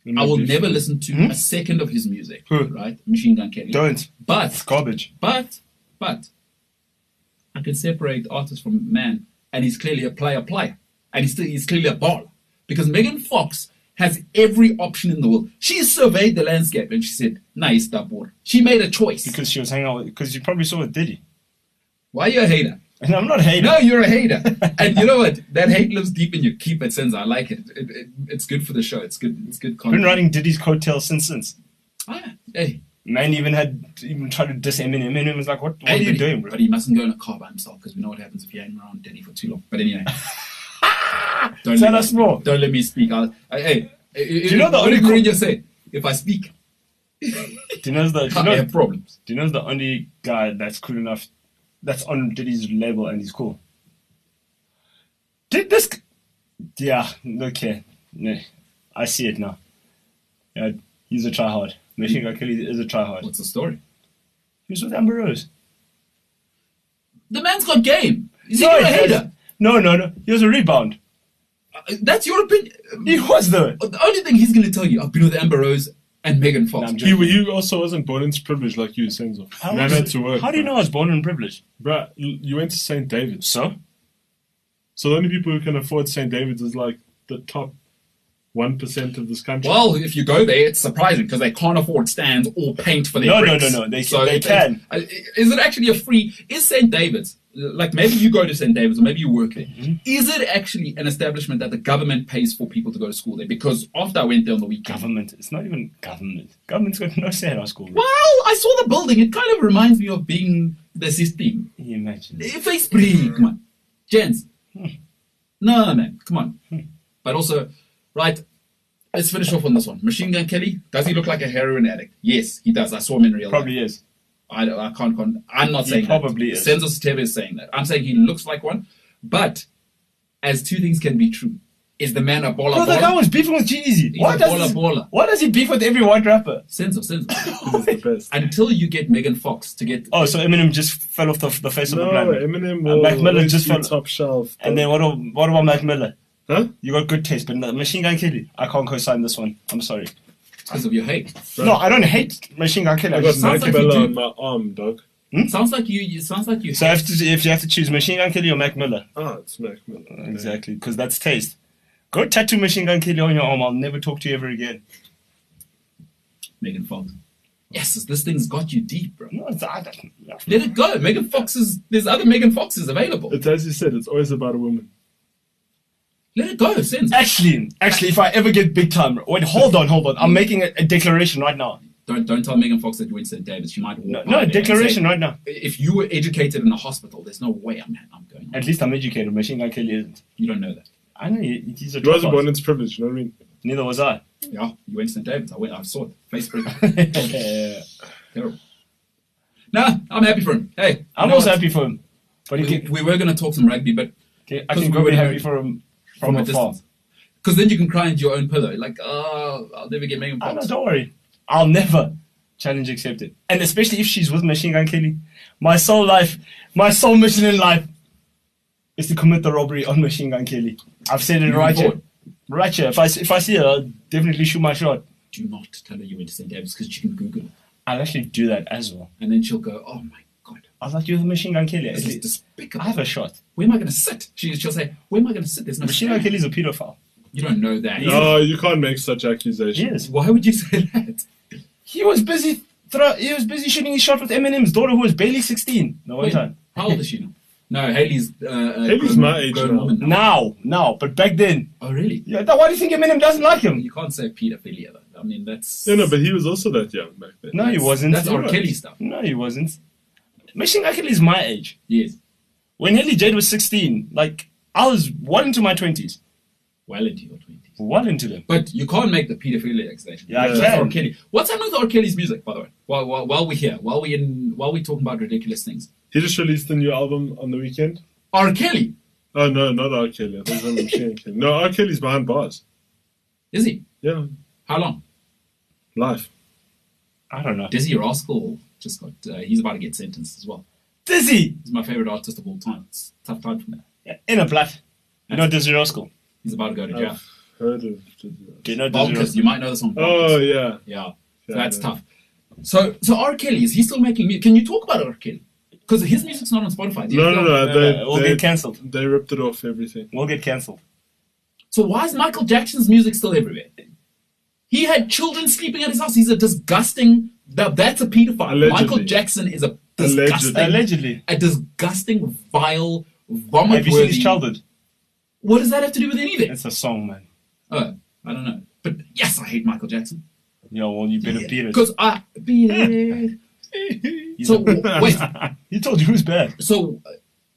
I'm
I
not
will
beefing.
never listen to
Hmm?
a second of his music.
Who?
Right, Machine Gun Kelly.
Don't. It's
But
garbage.
but but I can separate artist from man, and he's clearly a player player, and he's still, he's clearly a baller because Megan Fox has every option in the world. She surveyed the landscape and she said, "Nice, that boy." She made a choice.
Because she was hanging out with, because you probably saw a Diddy.
Why are you a hater?
And I'm not hating.
No, you're a
*laughs*
hater. and you know what? That hate lives deep in you. Keep it, Senza. I like it. It, it. It's good for the show. It's good. It's good
I've been
content.
riding Diddy's coattails since since.
Ah, hey,
Man even had, even tried to diss Eminem. Eminem was like, what, what are
hey,
you
but he-
doing, bro?
But he mustn't go in a car by himself because we know what happens if you hang around Denny for too long. But *laughs* anyway, don't
Tell
let
us
me,
more.
Don't let me speak. I'll, I, hey, do
you know the
what did
only-
Mourinho say? If I speak,
Do you know the, do
I
you know,
have problems.
do you know the only guy that's cool enough, that's on Diddy's label and he's cool? Did this, yeah, okay. No, I see it now. Yeah, he's a tryhard. Machine Gun Kelly is a tryhard.
What's the story?
He was with Amber Rose.
The man's got game. Is he
No,
not a
he
hater?
No, no, no. He was a rebound.
Uh, That's your opinion.
He was though.
The only thing he's going to tell you, I've been with Amber Rose and Megan Fox.
I'm joking.
He, he also wasn't born into privilege like you, Senzo. Man had to work.
How do you
bro.
know I was born in privilege?
Bruh, you you went to St. David's.
So?
So the only people who can afford St. David's is like the top 1% of this country.
Well, if you go there, it's surprising because they can't afford stands or paint for their
No, no,
bricks.
no, no, they- they can.
I- uh, Is it actually a free? Is St. David's like maybe you go to St. David's or maybe you work there?
Mm-hmm.
Is it actually an establishment that the government pays for people to go to school there? Because after I went there on the weekend,
Government. It's not even government. Government's got no say in our school.
well, I saw the building. It kind of reminds me of being the system.
Can you imagine?
Eh, Facebook, man. Gents. No, man. Come on. But also, right, let's finish off on this one. Machine Gun Kelly, does he look like a heroin addict? Yes, he does. I saw him in real life.
Probably is.
I, don't- I can't. Con- I'm not
He
saying
probably
that.
is.
Senzo Sitebe is saying that. I'm saying he looks like one. But as two things can be true, is the man a baller?
Bro, that guy
baller?
was beefing with G-Eazy.
He's
Why
a
does,
baller
this-
baller.
why does he beef with every white rapper?
Senzo, Senzo.
He's the best.
Until you get Megan Fox to get
Oh, so Eminem just fell off the, the face of
No,
the planet.
Eminem
Uh,
will
Mac Miller
always
just
be
fell-
top shelf.
And then
bro.
what, ab- what about Mac Miller?
Huh?
You got good taste, but no, Machine Gun Kelly. I can't co-sign this one. I'm sorry.
because of your hate.
No, I don't hate Machine Gun Kelly. I
I got
just-
Sounds
Mac
like you
Miller
do.
on my arm, dog.
Sounds like you. you sounds like you.
Hmm? so if, to, if you have to choose Machine Gun Kelly or Mac Miller,
Ah, it's Mac
uh,
Miller.
Exactly, because that's taste. Go tattoo Machine Gun Kelly on your arm. I'll never talk to you ever again.
Megan Fox. Yes, this thing's got you deep, bro.
No, it's, I, don't-
Let it go. Megan Fox is there's other Megan Foxes available.
It's as you said, it's always about a woman.
Let it go, Senzo.
actually, actually, if I ever get big time, wait, hold on, hold on. I'm making a, a declaration right now.
Don't don't tell Megan Fox that you went to St. David's. She might walk by
No, no
there
a
and
declaration
say,
right now.
If you were educated in a hospital, there's no way I'm I'm going.
At least I'm educated. Machine Gun Kelly isn't.
You don't know that.
I know he, he's a
It wasn't born
dropout.
into privilege, you know what I mean?
Neither
*laughs*
was I.
Yeah, you went to St. David's. I went. I saw it. Facebook.
*laughs* I'm
Terrible. Nah, I'm happy for him. Hey, you know
also
what?
happy for him, but he
We,
can,
we were going to talk some rugby, but
okay, I
'cause
can
we
go be
were-
happy for him from,
from a
afar.
distance. Because then you can cry into your own pillow, like, oh, I'll never get Megan
I know,
Fox.
Ah, don't worry. I'll never challenge accepted. And especially if she's with Machine Gun Kelly. My sole life, my sole mission in life is to commit the robbery on Machine Gun Kelly. I've said it
Moving
right here.
forward.
Right here. If I, if I see her, I'll definitely shoot my shot.
Do not tell her you went to St. David's because she can Google it,
I'll actually do that as well.
and then she'll go, oh my god,
I was like, you're with Machine Gun Kelly. At
this is
least I
despicable.
have a shot.
where am I going to sit? She, she'll say, where am I going to sit? There's no
Machine Gun
stand.
Kelly's a pedophile.
You don't know that.
No, Ah, you can't make such
He
accusations.
is.
Why would you say that?
He was busy. Thro- he was busy shooting his shot with Eminem's daughter, who was barely 16. No one time.
How old is she now? No, Haley's. Uh, uh,
Hailey's
grown-
my age
grown
now.
woman
Now, now, but back then.
Oh, really?
Yeah, that, why do you think Eminem doesn't like him?
You can't say pedophilia, though. I mean, that's.
Yeah, no, but he was also that young back then.
No, he wasn't.
That's R. Kelly stuff.
No, he wasn't. Machine Gun Kelly's my age.
Yes.
When Haley Jade was 16, like, I was well into my 20s.
Well into your 20s.
Well into them.
But you can't make the pedophilia extension.
Yeah, I
That's
can.
R. Kelly. What's happening with R. Kelly's music, by the way? While, while, while we're here, while we're, in, while we're talking about ridiculous things.
He just released the new album on the weekend.
R. Kelly,
Oh no, not R. Kelly. I thought it was Machine Kelly. No, R. Kelly's behind bars.
is he?
Yeah,
How long?
life.
I don't know.
Dizzy Rascal just got. Uh, he's about to get sentenced as well.
Dizzy!
He's my favorite artist of all time. It's a tough time for me.
Yeah, In a black. You know Dizzy Rascal?
He's about to go to
I've
jail.
heard of.
Do you know Dizzy
Bonkers.
Rascal?
You might know the song.
Oh
Bonkers.
yeah,
Yeah,
Yeah,
that's
yeah.
tough. So, so R. Kelly is he still making music? Can you talk about R. Kelly? Because his music's not on Spotify. Do you
No,
know?
no, no.
No,
they,
no, we'll
they,
get cancelled.
They ripped it off everything.
We'll get cancelled.
So why is Michael Jackson's music still everywhere? He had children sleeping at his house. He's a disgusting. That, that's a pedophile.
Allegedly.
Michael Jackson is a
Allegedly.
disgusting,
Allegedly.
a disgusting, vile,
Have you seen his
vomit-worthy.
childhood?
What does that have to do with anything?
It's a song, man.
Oh, I don't know. But yes, I hate Michael Jackson.
Yo, well, you better beat it.
Because I beat it.
He's
so
a-
w-
*laughs*
wait,
he told you who's bad.
so uh,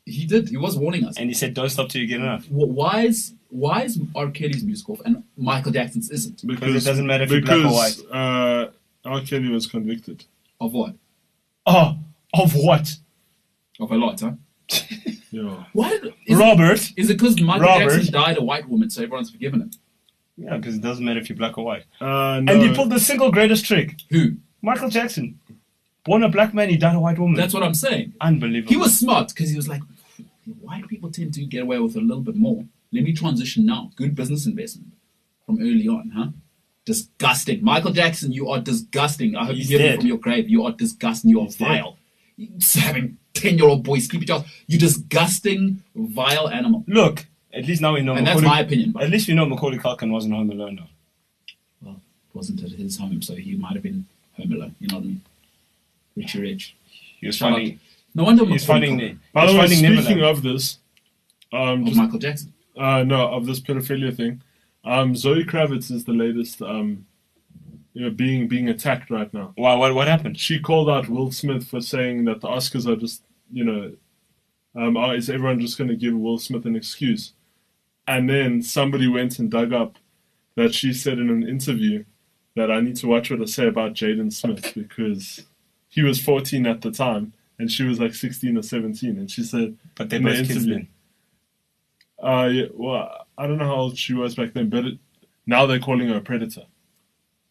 he did. He was warning us.
And he said, don't stop till you get enough.
Wh- why is why is R. Kelly's music off and Michael Jackson's isn't?
Because it doesn't matter if you're black or
because, Uh, R. Kelly was convicted.
Of what?
Oh, of what?
Of a lot, huh?
Yeah.
Why did is it-
Robert.
Is it because Michael
Robert.
Jackson died a white woman, so everyone's forgiven him?
Yeah, because it doesn't matter if you're black or white.
Uh, no.
And he pulled the single greatest trick.
Who?
Michael Jackson. Born a black man, he died a white woman.
That's what I'm saying.
unbelievable.
He was smart because he was like, white people tend to get away with a little bit more. Let me transition now. Good business investment from early on, huh? Disgusting. Michael Jackson, you are disgusting. I hope
He's
you hear me
dead.
from your grave. You are disgusting. You are vile. Just Having 10 year old boys creepy jobs. You disgusting, vile animal.
Look, at least now we know.
And that's my opinion, but-
At least we know Macaulay Culkin wasn't home alone now.
Well, it wasn't at his home, so he might have been home alone. You know what I mean? Richie Rich.
He was
Shout out.
finding.
No wonder
He was
Macaulay
finding.
Culkin-
the-
By
he
the way,
was finding
speaking
Neverland.
of this, um,
of
just,
Michael Jackson.
uh, no, of this pedophilia thing, um, Zoe Kravitz is the latest. Um, you know, being being attacked right now.
Why? What? What happened?
She called out Will Smith for saying that the Oscars are just, you know, um, oh, is everyone just going to give Will Smith an excuse? And then somebody went and dug up that she said in an interview that I need to watch what I say about Jaden Smith because he was 14 at the time and she was like 16 or 17. And she said,
But they're
in the
both kids
interview,
then.
Uh, yeah, well, I don't know how old she was back then, but it, now they're calling her a predator.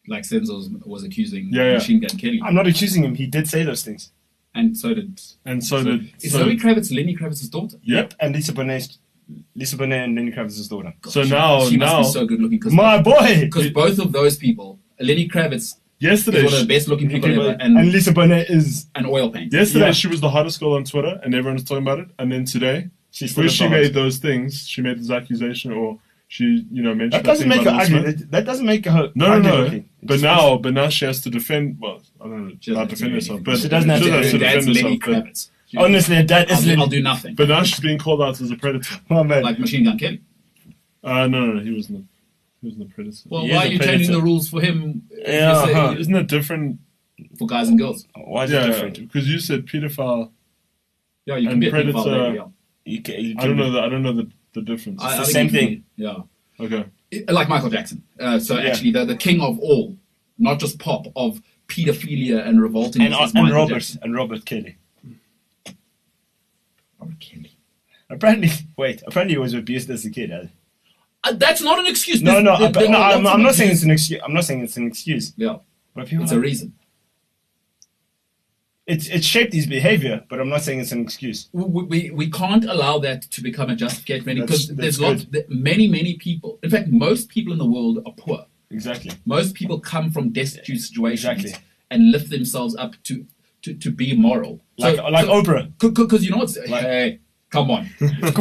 Like Senzo was, was accusing
Yeah, yeah.
Machine Gun Kelly.
I'm not accusing him. He did say those things.
and so did.
And so, did.
Is
so-
Zoe Kravitz Lenny Kravitz's daughter?
Yep.
And Lisa Bonet, Lisa Bonet and Lenny Kravitz's daughter.
So
she,
now,
she
now,
must be so good looking because
My boy.
both of those people, Lenny Kravitz is
yesterday,
one of
she-
the best looking people ever, and
And Lisa Bonet is.
and oil paint.
Yesterday,
Yeah.
she was the hottest girl on Twitter, and everyone's talking about it. And then today,
She's still
where
the
she
hottest.
made those things, she made this accusation, or she, you know, mentioned
That doesn't
thing
make her
about
ugly.
Will Smith.
That, that doesn't make her.
No,
ugly
no, no.
looking. It
But
just-
now, but now she has to defend. Well, I don't know,
She doesn't
not
have to
defend
do
herself,
anything.
but
She doesn't have to
she
do
doesn't
anything.
have
That's
to
Lenny
defend herself. but-
Kravitz. She-
honestly, that is.
I'll, do- I'll do nothing.
But now she's being called out as a predator.
*laughs* My man.
like Machine Gun Kelly.
Uh, no, no, no. He wasn't. He wasn't a predator.
Well,
He
why
is
are
a
you
predator.
changing the rules for him? uh,
Yeah,
you say-
huh.
isn't it different?
For guys and girls.
Why is it
Yeah,
different?
because you said pedophile.
Yeah, you can
And
be a pedophile
predator-
later, yeah.
You ca- you
I
can-
don't know. The, I don't know the, the difference.
I- I
the
think
same
you can
thing.
be- Yeah.
okay.
it- like Michael Jackson. Uh, so
Yeah.
actually, the, the king of all, not just pop, of pedophilia and revolting
And, uh,
is
and
Michael
Robert
Jackson.
and Robert Kelly.
Robert Kelly.
Apparently, *laughs* wait. Apparently, he was abused as a kid. eh?
Uh, that's not an excuse.
No,
There's-
no.
there-
I,
there
no
are
I'm,
lots
I'm
of
not saying
abuse.
it's an excuse. I'm not saying it's an excuse.
Yeah,
But people,
it's a reason.
It's it's shaped his behavior, but I'm not saying it's an excuse.
We- We, we, we can't allow that to become a justification
That's-
because there's
that's
lots,
good.
there, many many people. In fact, most people in the world are poor.
Exactly.
Most people come from destitute situations
Exactly.
and lift themselves up to to, to be moral.
Like like Oprah,
because you know what's
Like-
hey, come on.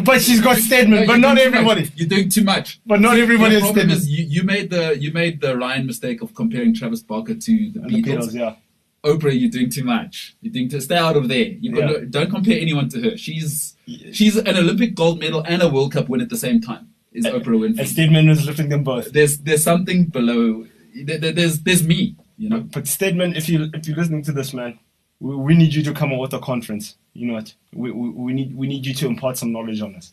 but *laughs* she's got
No,
statement, but
you're
not
doing too much.
everybody.
You're doing too much.
But not everybody
The
is
problem
famous.
is you, you made the you made the Ryan mistake of comparing Travis Barker to the
And the
Beatles.
Beatles, yeah.
Oprah, you're doing too much. You're doing too, stay out of there. You got
Yeah.
no- don't compare anyone to her. She's she's an Olympic gold medal and a World Cup win at the same time. Is Oprah
And
Winfrey?
Stedman was lifting them both.
There's there's something below. there- there- There's there's me. You know.
But Stedman, if you if you're listening to this, man, we, we need you to come and author conference. You know what? We, we, we need we need you to impart some knowledge on us.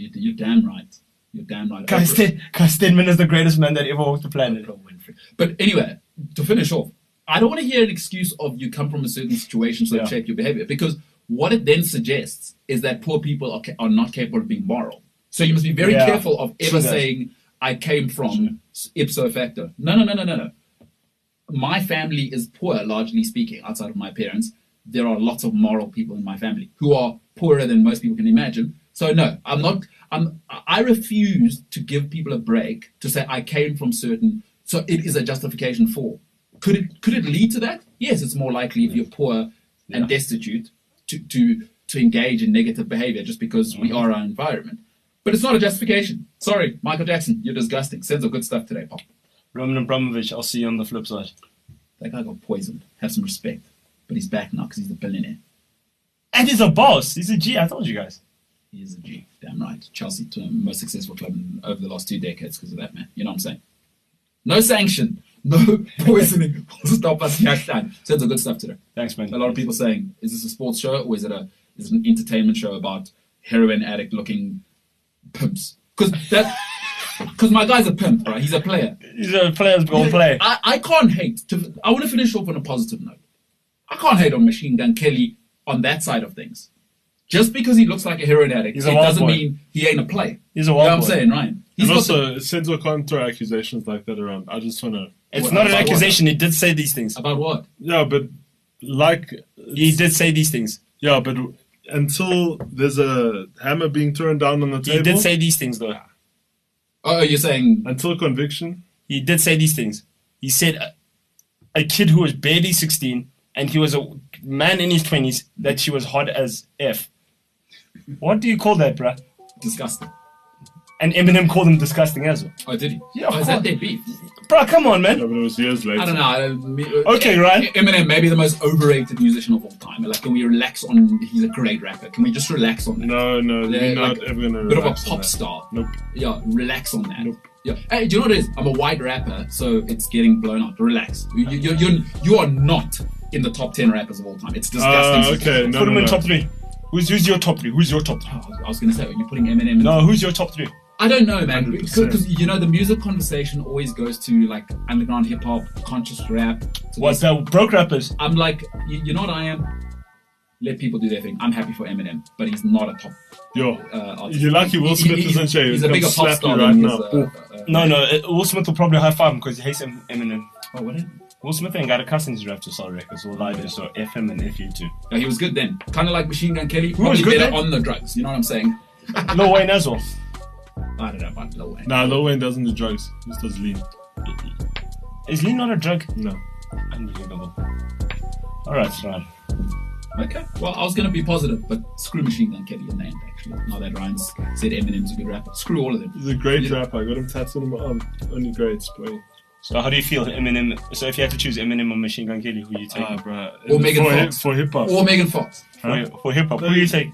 You, you're damn right. You're damn right.
Guy,
Oprah.
Sted, Guy Stedman is the greatest man that ever walked the planet.
Oprah Winfrey. But anyway, to finish off, I don't want to hear an excuse of you come from a certain situation, so it
Yeah.
shaped your behavior. Because what it then suggests is that poor people are, ca- are not capable of being moral. So you must be very
Yeah.
careful of ever
Sure.
saying, I came from ipso facto. No, no, no, no, no, no. My family is poor, largely speaking, outside of my parents. There are lots of moral people in my family who are poorer than most people can imagine. So no, I'm not. I'm. I refuse to give people a break to say I came from certain. So it is a justification for. Could it could it lead to that? Yes, it's more likely if you're poor and destitute to to to engage in negative behavior just because we are our environment. But it's not a justification. Sorry, Michael Jackson, you're disgusting. Send some good stuff today, Pop.
Roman Abramovich, I'll see you on the flip side.
That guy got poisoned. Have some respect. But he's back now because he's a billionaire.
And he's a boss. He's a G. I told you guys.
He is a G. Damn right. Chelsea, to the most successful club in, over the last two decades because of that man. You know what I'm saying? No sanction. No *laughs* poisoning will stop us next time. So it's a good stuff today.
Thanks, man.
A lot of people saying, is this a sports show or is it a is it an entertainment show about heroin addict looking pimps? Because that because my guy's a pimp, right? He's a player.
He's a player's goal
Yeah,
player.
I, I can't hate. To, I want to finish off on a positive note. I can't hate on Machine Gun Kelly on that side of things. Just because he looks like a heroin addict,
He's
it
a wild
doesn't
boy.
mean he ain't a player.
He's a
You know
wild
what I'm
boy.
saying, Ryan? He's
And
got the-
also, Senzo can't throw accusations like that around. I just want to.
It's
Well,
not an
about what?
accusation. He did say these things.
about what?
Yeah, but like.
He did say these things.
Yeah, but until there's a hammer being thrown down on the
He
table.
did say these things, though.
Oh, you're saying
until conviction.
He did say these things. He said a, a kid who was barely 16 and he was a man in his 20s that she was hot as F. What do you call that, bruh?
disgusting.
And Eminem called him disgusting as well.
Oh, did he?
Yeah, of
oh, is that
course.
their beef?
Bruh, come on,
Yeah,
man.
but it was years later.
I don't know. I don't, me- uh,
Okay, Ryan.
Eminem, maybe the most overrated musician of all time. Like, can we relax on? He's a great rapper. Can we just relax on that?
No, no,
Yeah,
we're not
like
ever gonna.
bit of a
relax on
pop
that.
star.
Nope.
Yeah, relax on that.
Nope.
Yeah. Hey, do you know what it is? I'm a white rapper, so it's getting blown up. Relax. You, you, you, you are not in the top 10 rappers of all time. It's disgusting.
Ah, okay, no,
Put him
no,
in
no.
top three. Who's, who's your top three? Who's your top three?
I was going to say, are you putting Eminem in?
No, who's your top three?
I don't know, man.
100%.
Because, you know, the music conversation always goes to like underground hip hop, conscious rap. So
What's that? Broke rappers.
I'm like, you, you know what I am? Let people do their thing. I'm happy for Eminem, but he's not a top
Yo,
uh, artist.
you're lucky Will
He-
Smith
he-
is in shape.
He's a
Come
bigger pop
slap
star
me right
than he is,
now.
uh, uh,
No, no. uh, Will Smith will probably high five him because he hates Em- Eminem.
Oh, what? happened?
Will Smith ain't got a cuss in his rap to sell records. All I do, so F him and F you too.
Yeah, he was good then. Kind of like Machine Gun Kelly,
was
probably
good
better
then?
on the drugs. You know what I'm saying? uh,
Lil Wayne as well.
I don't know about Lil Wayne.
Nah, Lil Wayne doesn't do drugs. He just does lean.
Is Lee not a drug?
No.
Unbelievable. All right, Ryan.
Okay. Well, I was gonna be positive, but screw Machine Gun Kelly in the end. Actually, now that Ryan's said Eminem's a good rapper, screw all of them.
He's a great rapper. I got him tattooed on my arm. Only greats, boy.
So how do you feel, Eminem? So if you had to choose Eminem or Machine Gun Kelly, who you take?
Ah, bro.
Or Megan
for,
Fox.
Hip, for hip hop.
Or Megan Fox.
for for hip hop, who you take?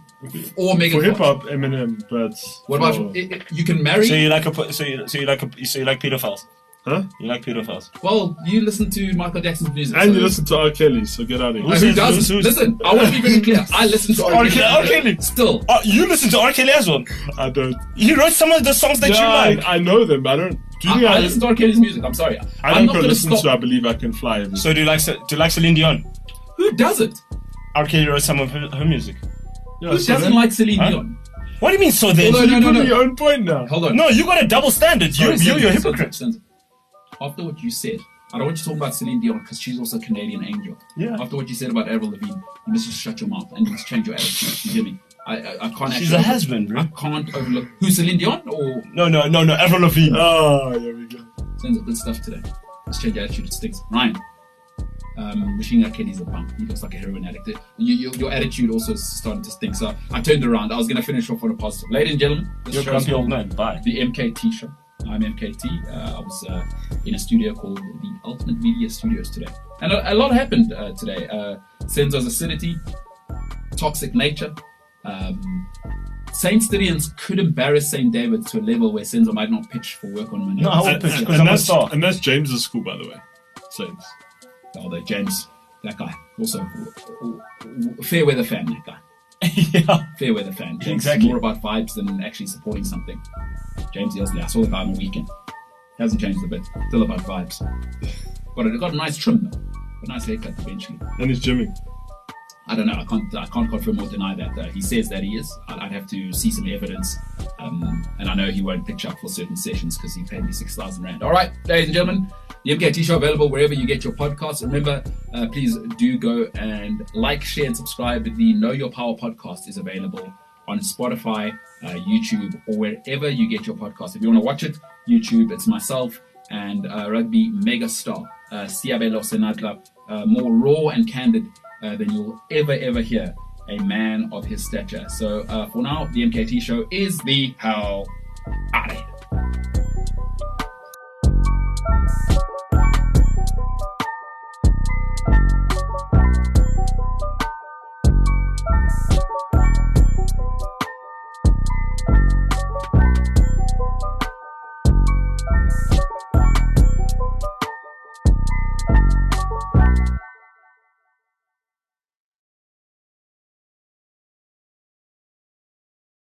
Or Megan
For Oh. hip
Fox.
hop, Eminem, but.
What about
for-
you? I- I- You can marry.
So you like a pu- so you, so you like a so you like pedophiles?
Huh?
You like pedophiles?
well, you listen to Michael Jackson's music.
And
so-
you listen to R. Kelly, so get out of
Like,
Who's-
here.
who
who's-
doesn't?
who's-
Listen, I want to be very clear. I listen to
R. Kelly- R. Kelly.
Still,
Oh, you listen to R. Kelly as well.
I don't.
He wrote some of the songs that
Yeah,
you like.
I, I know them, but I don't. Do you
I,
think
I
I,
listen to R. Kelly's music. I'm sorry.
I
am
don't
not
go
gonna
listen
stop.
to I Believe I Can Fly. every-
so do you like Ce- do you like Celine Dion?
Who doesn't?
R. Kelly wrote some of her, her music.
Yeah,
Who
so
doesn't
then-
like Celine
Huh?
Dion?
What do you mean? So then?
Although- No, no, no.
You're proving your own point now.
Hold on.
no, you got a double standard. You
Sorry,
you
Senzo,
you're
Senzo,
a hypocrite.
Senzo. After what you said, I don't want you talking about Celine Dion because she's also a Canadian angel.
Yeah.
After what you said about Avril Lavigne, you must just shut your mouth and you must change your attitude. You hear me? I, I, I can't.
She's
actually-
a husband, bro.
I can't overlook who Celine Dion or
No, no, no, no. Avril Lavigne.
Oh, there we go.
Senzo. Good stuff today. Let's change your attitude. It stinks. Ryan. Um, Machine Gun Kelly's a bump. He looks like a heroin addict. You, you, your attitude also is starting to stink. So I turned around. I was going to finish off on a positive. Ladies and gentlemen, this
You're a
show's
grumpy old man. Bye.
the MKT show. I'm MKT. Uh, I was uh, in a studio called the Ultimate Media Studios today. And a, a lot happened uh, today. Uh, Senzo's acidity, toxic nature. Um, Saint Stidians could embarrass Saint David to a level where Senzo might not pitch for work on Monday.
No, I would
And,
pitch
and-
because
and
I'm a
that's,
star.
and that's James's school, by the way. Saints.
Although James, that guy, also fair weather fan, that guy.
*laughs* yeah.
fair weather fan. James
Exactly.
is more about vibes than actually supporting something. James Elsley, I saw the guy on the weekend. Hasn't changed a bit. Still about vibes. Got a, got a nice trim though. A nice haircut eventually.
And he's gymming.
I don't know. I can't. I can't confirm or deny that. Uh, he says that he is. I'd, I'd have to see some evidence. Um, and I know he won't pitch up for certain sessions because he paid me six thousand rand. All right, ladies and gentlemen, the MKT show available wherever you get your podcasts. And remember, uh, please do go and like, share, and subscribe. The Know Your Power podcast is available on Spotify, uh, YouTube, or wherever you get your podcast. If you want to watch it, YouTube. It's myself and uh, rugby megastar uh, Siabelo Senatla, uh, more raw and candid uh, than you'll ever, ever hear a man of his stature. So uh, for now, the MKT show is the how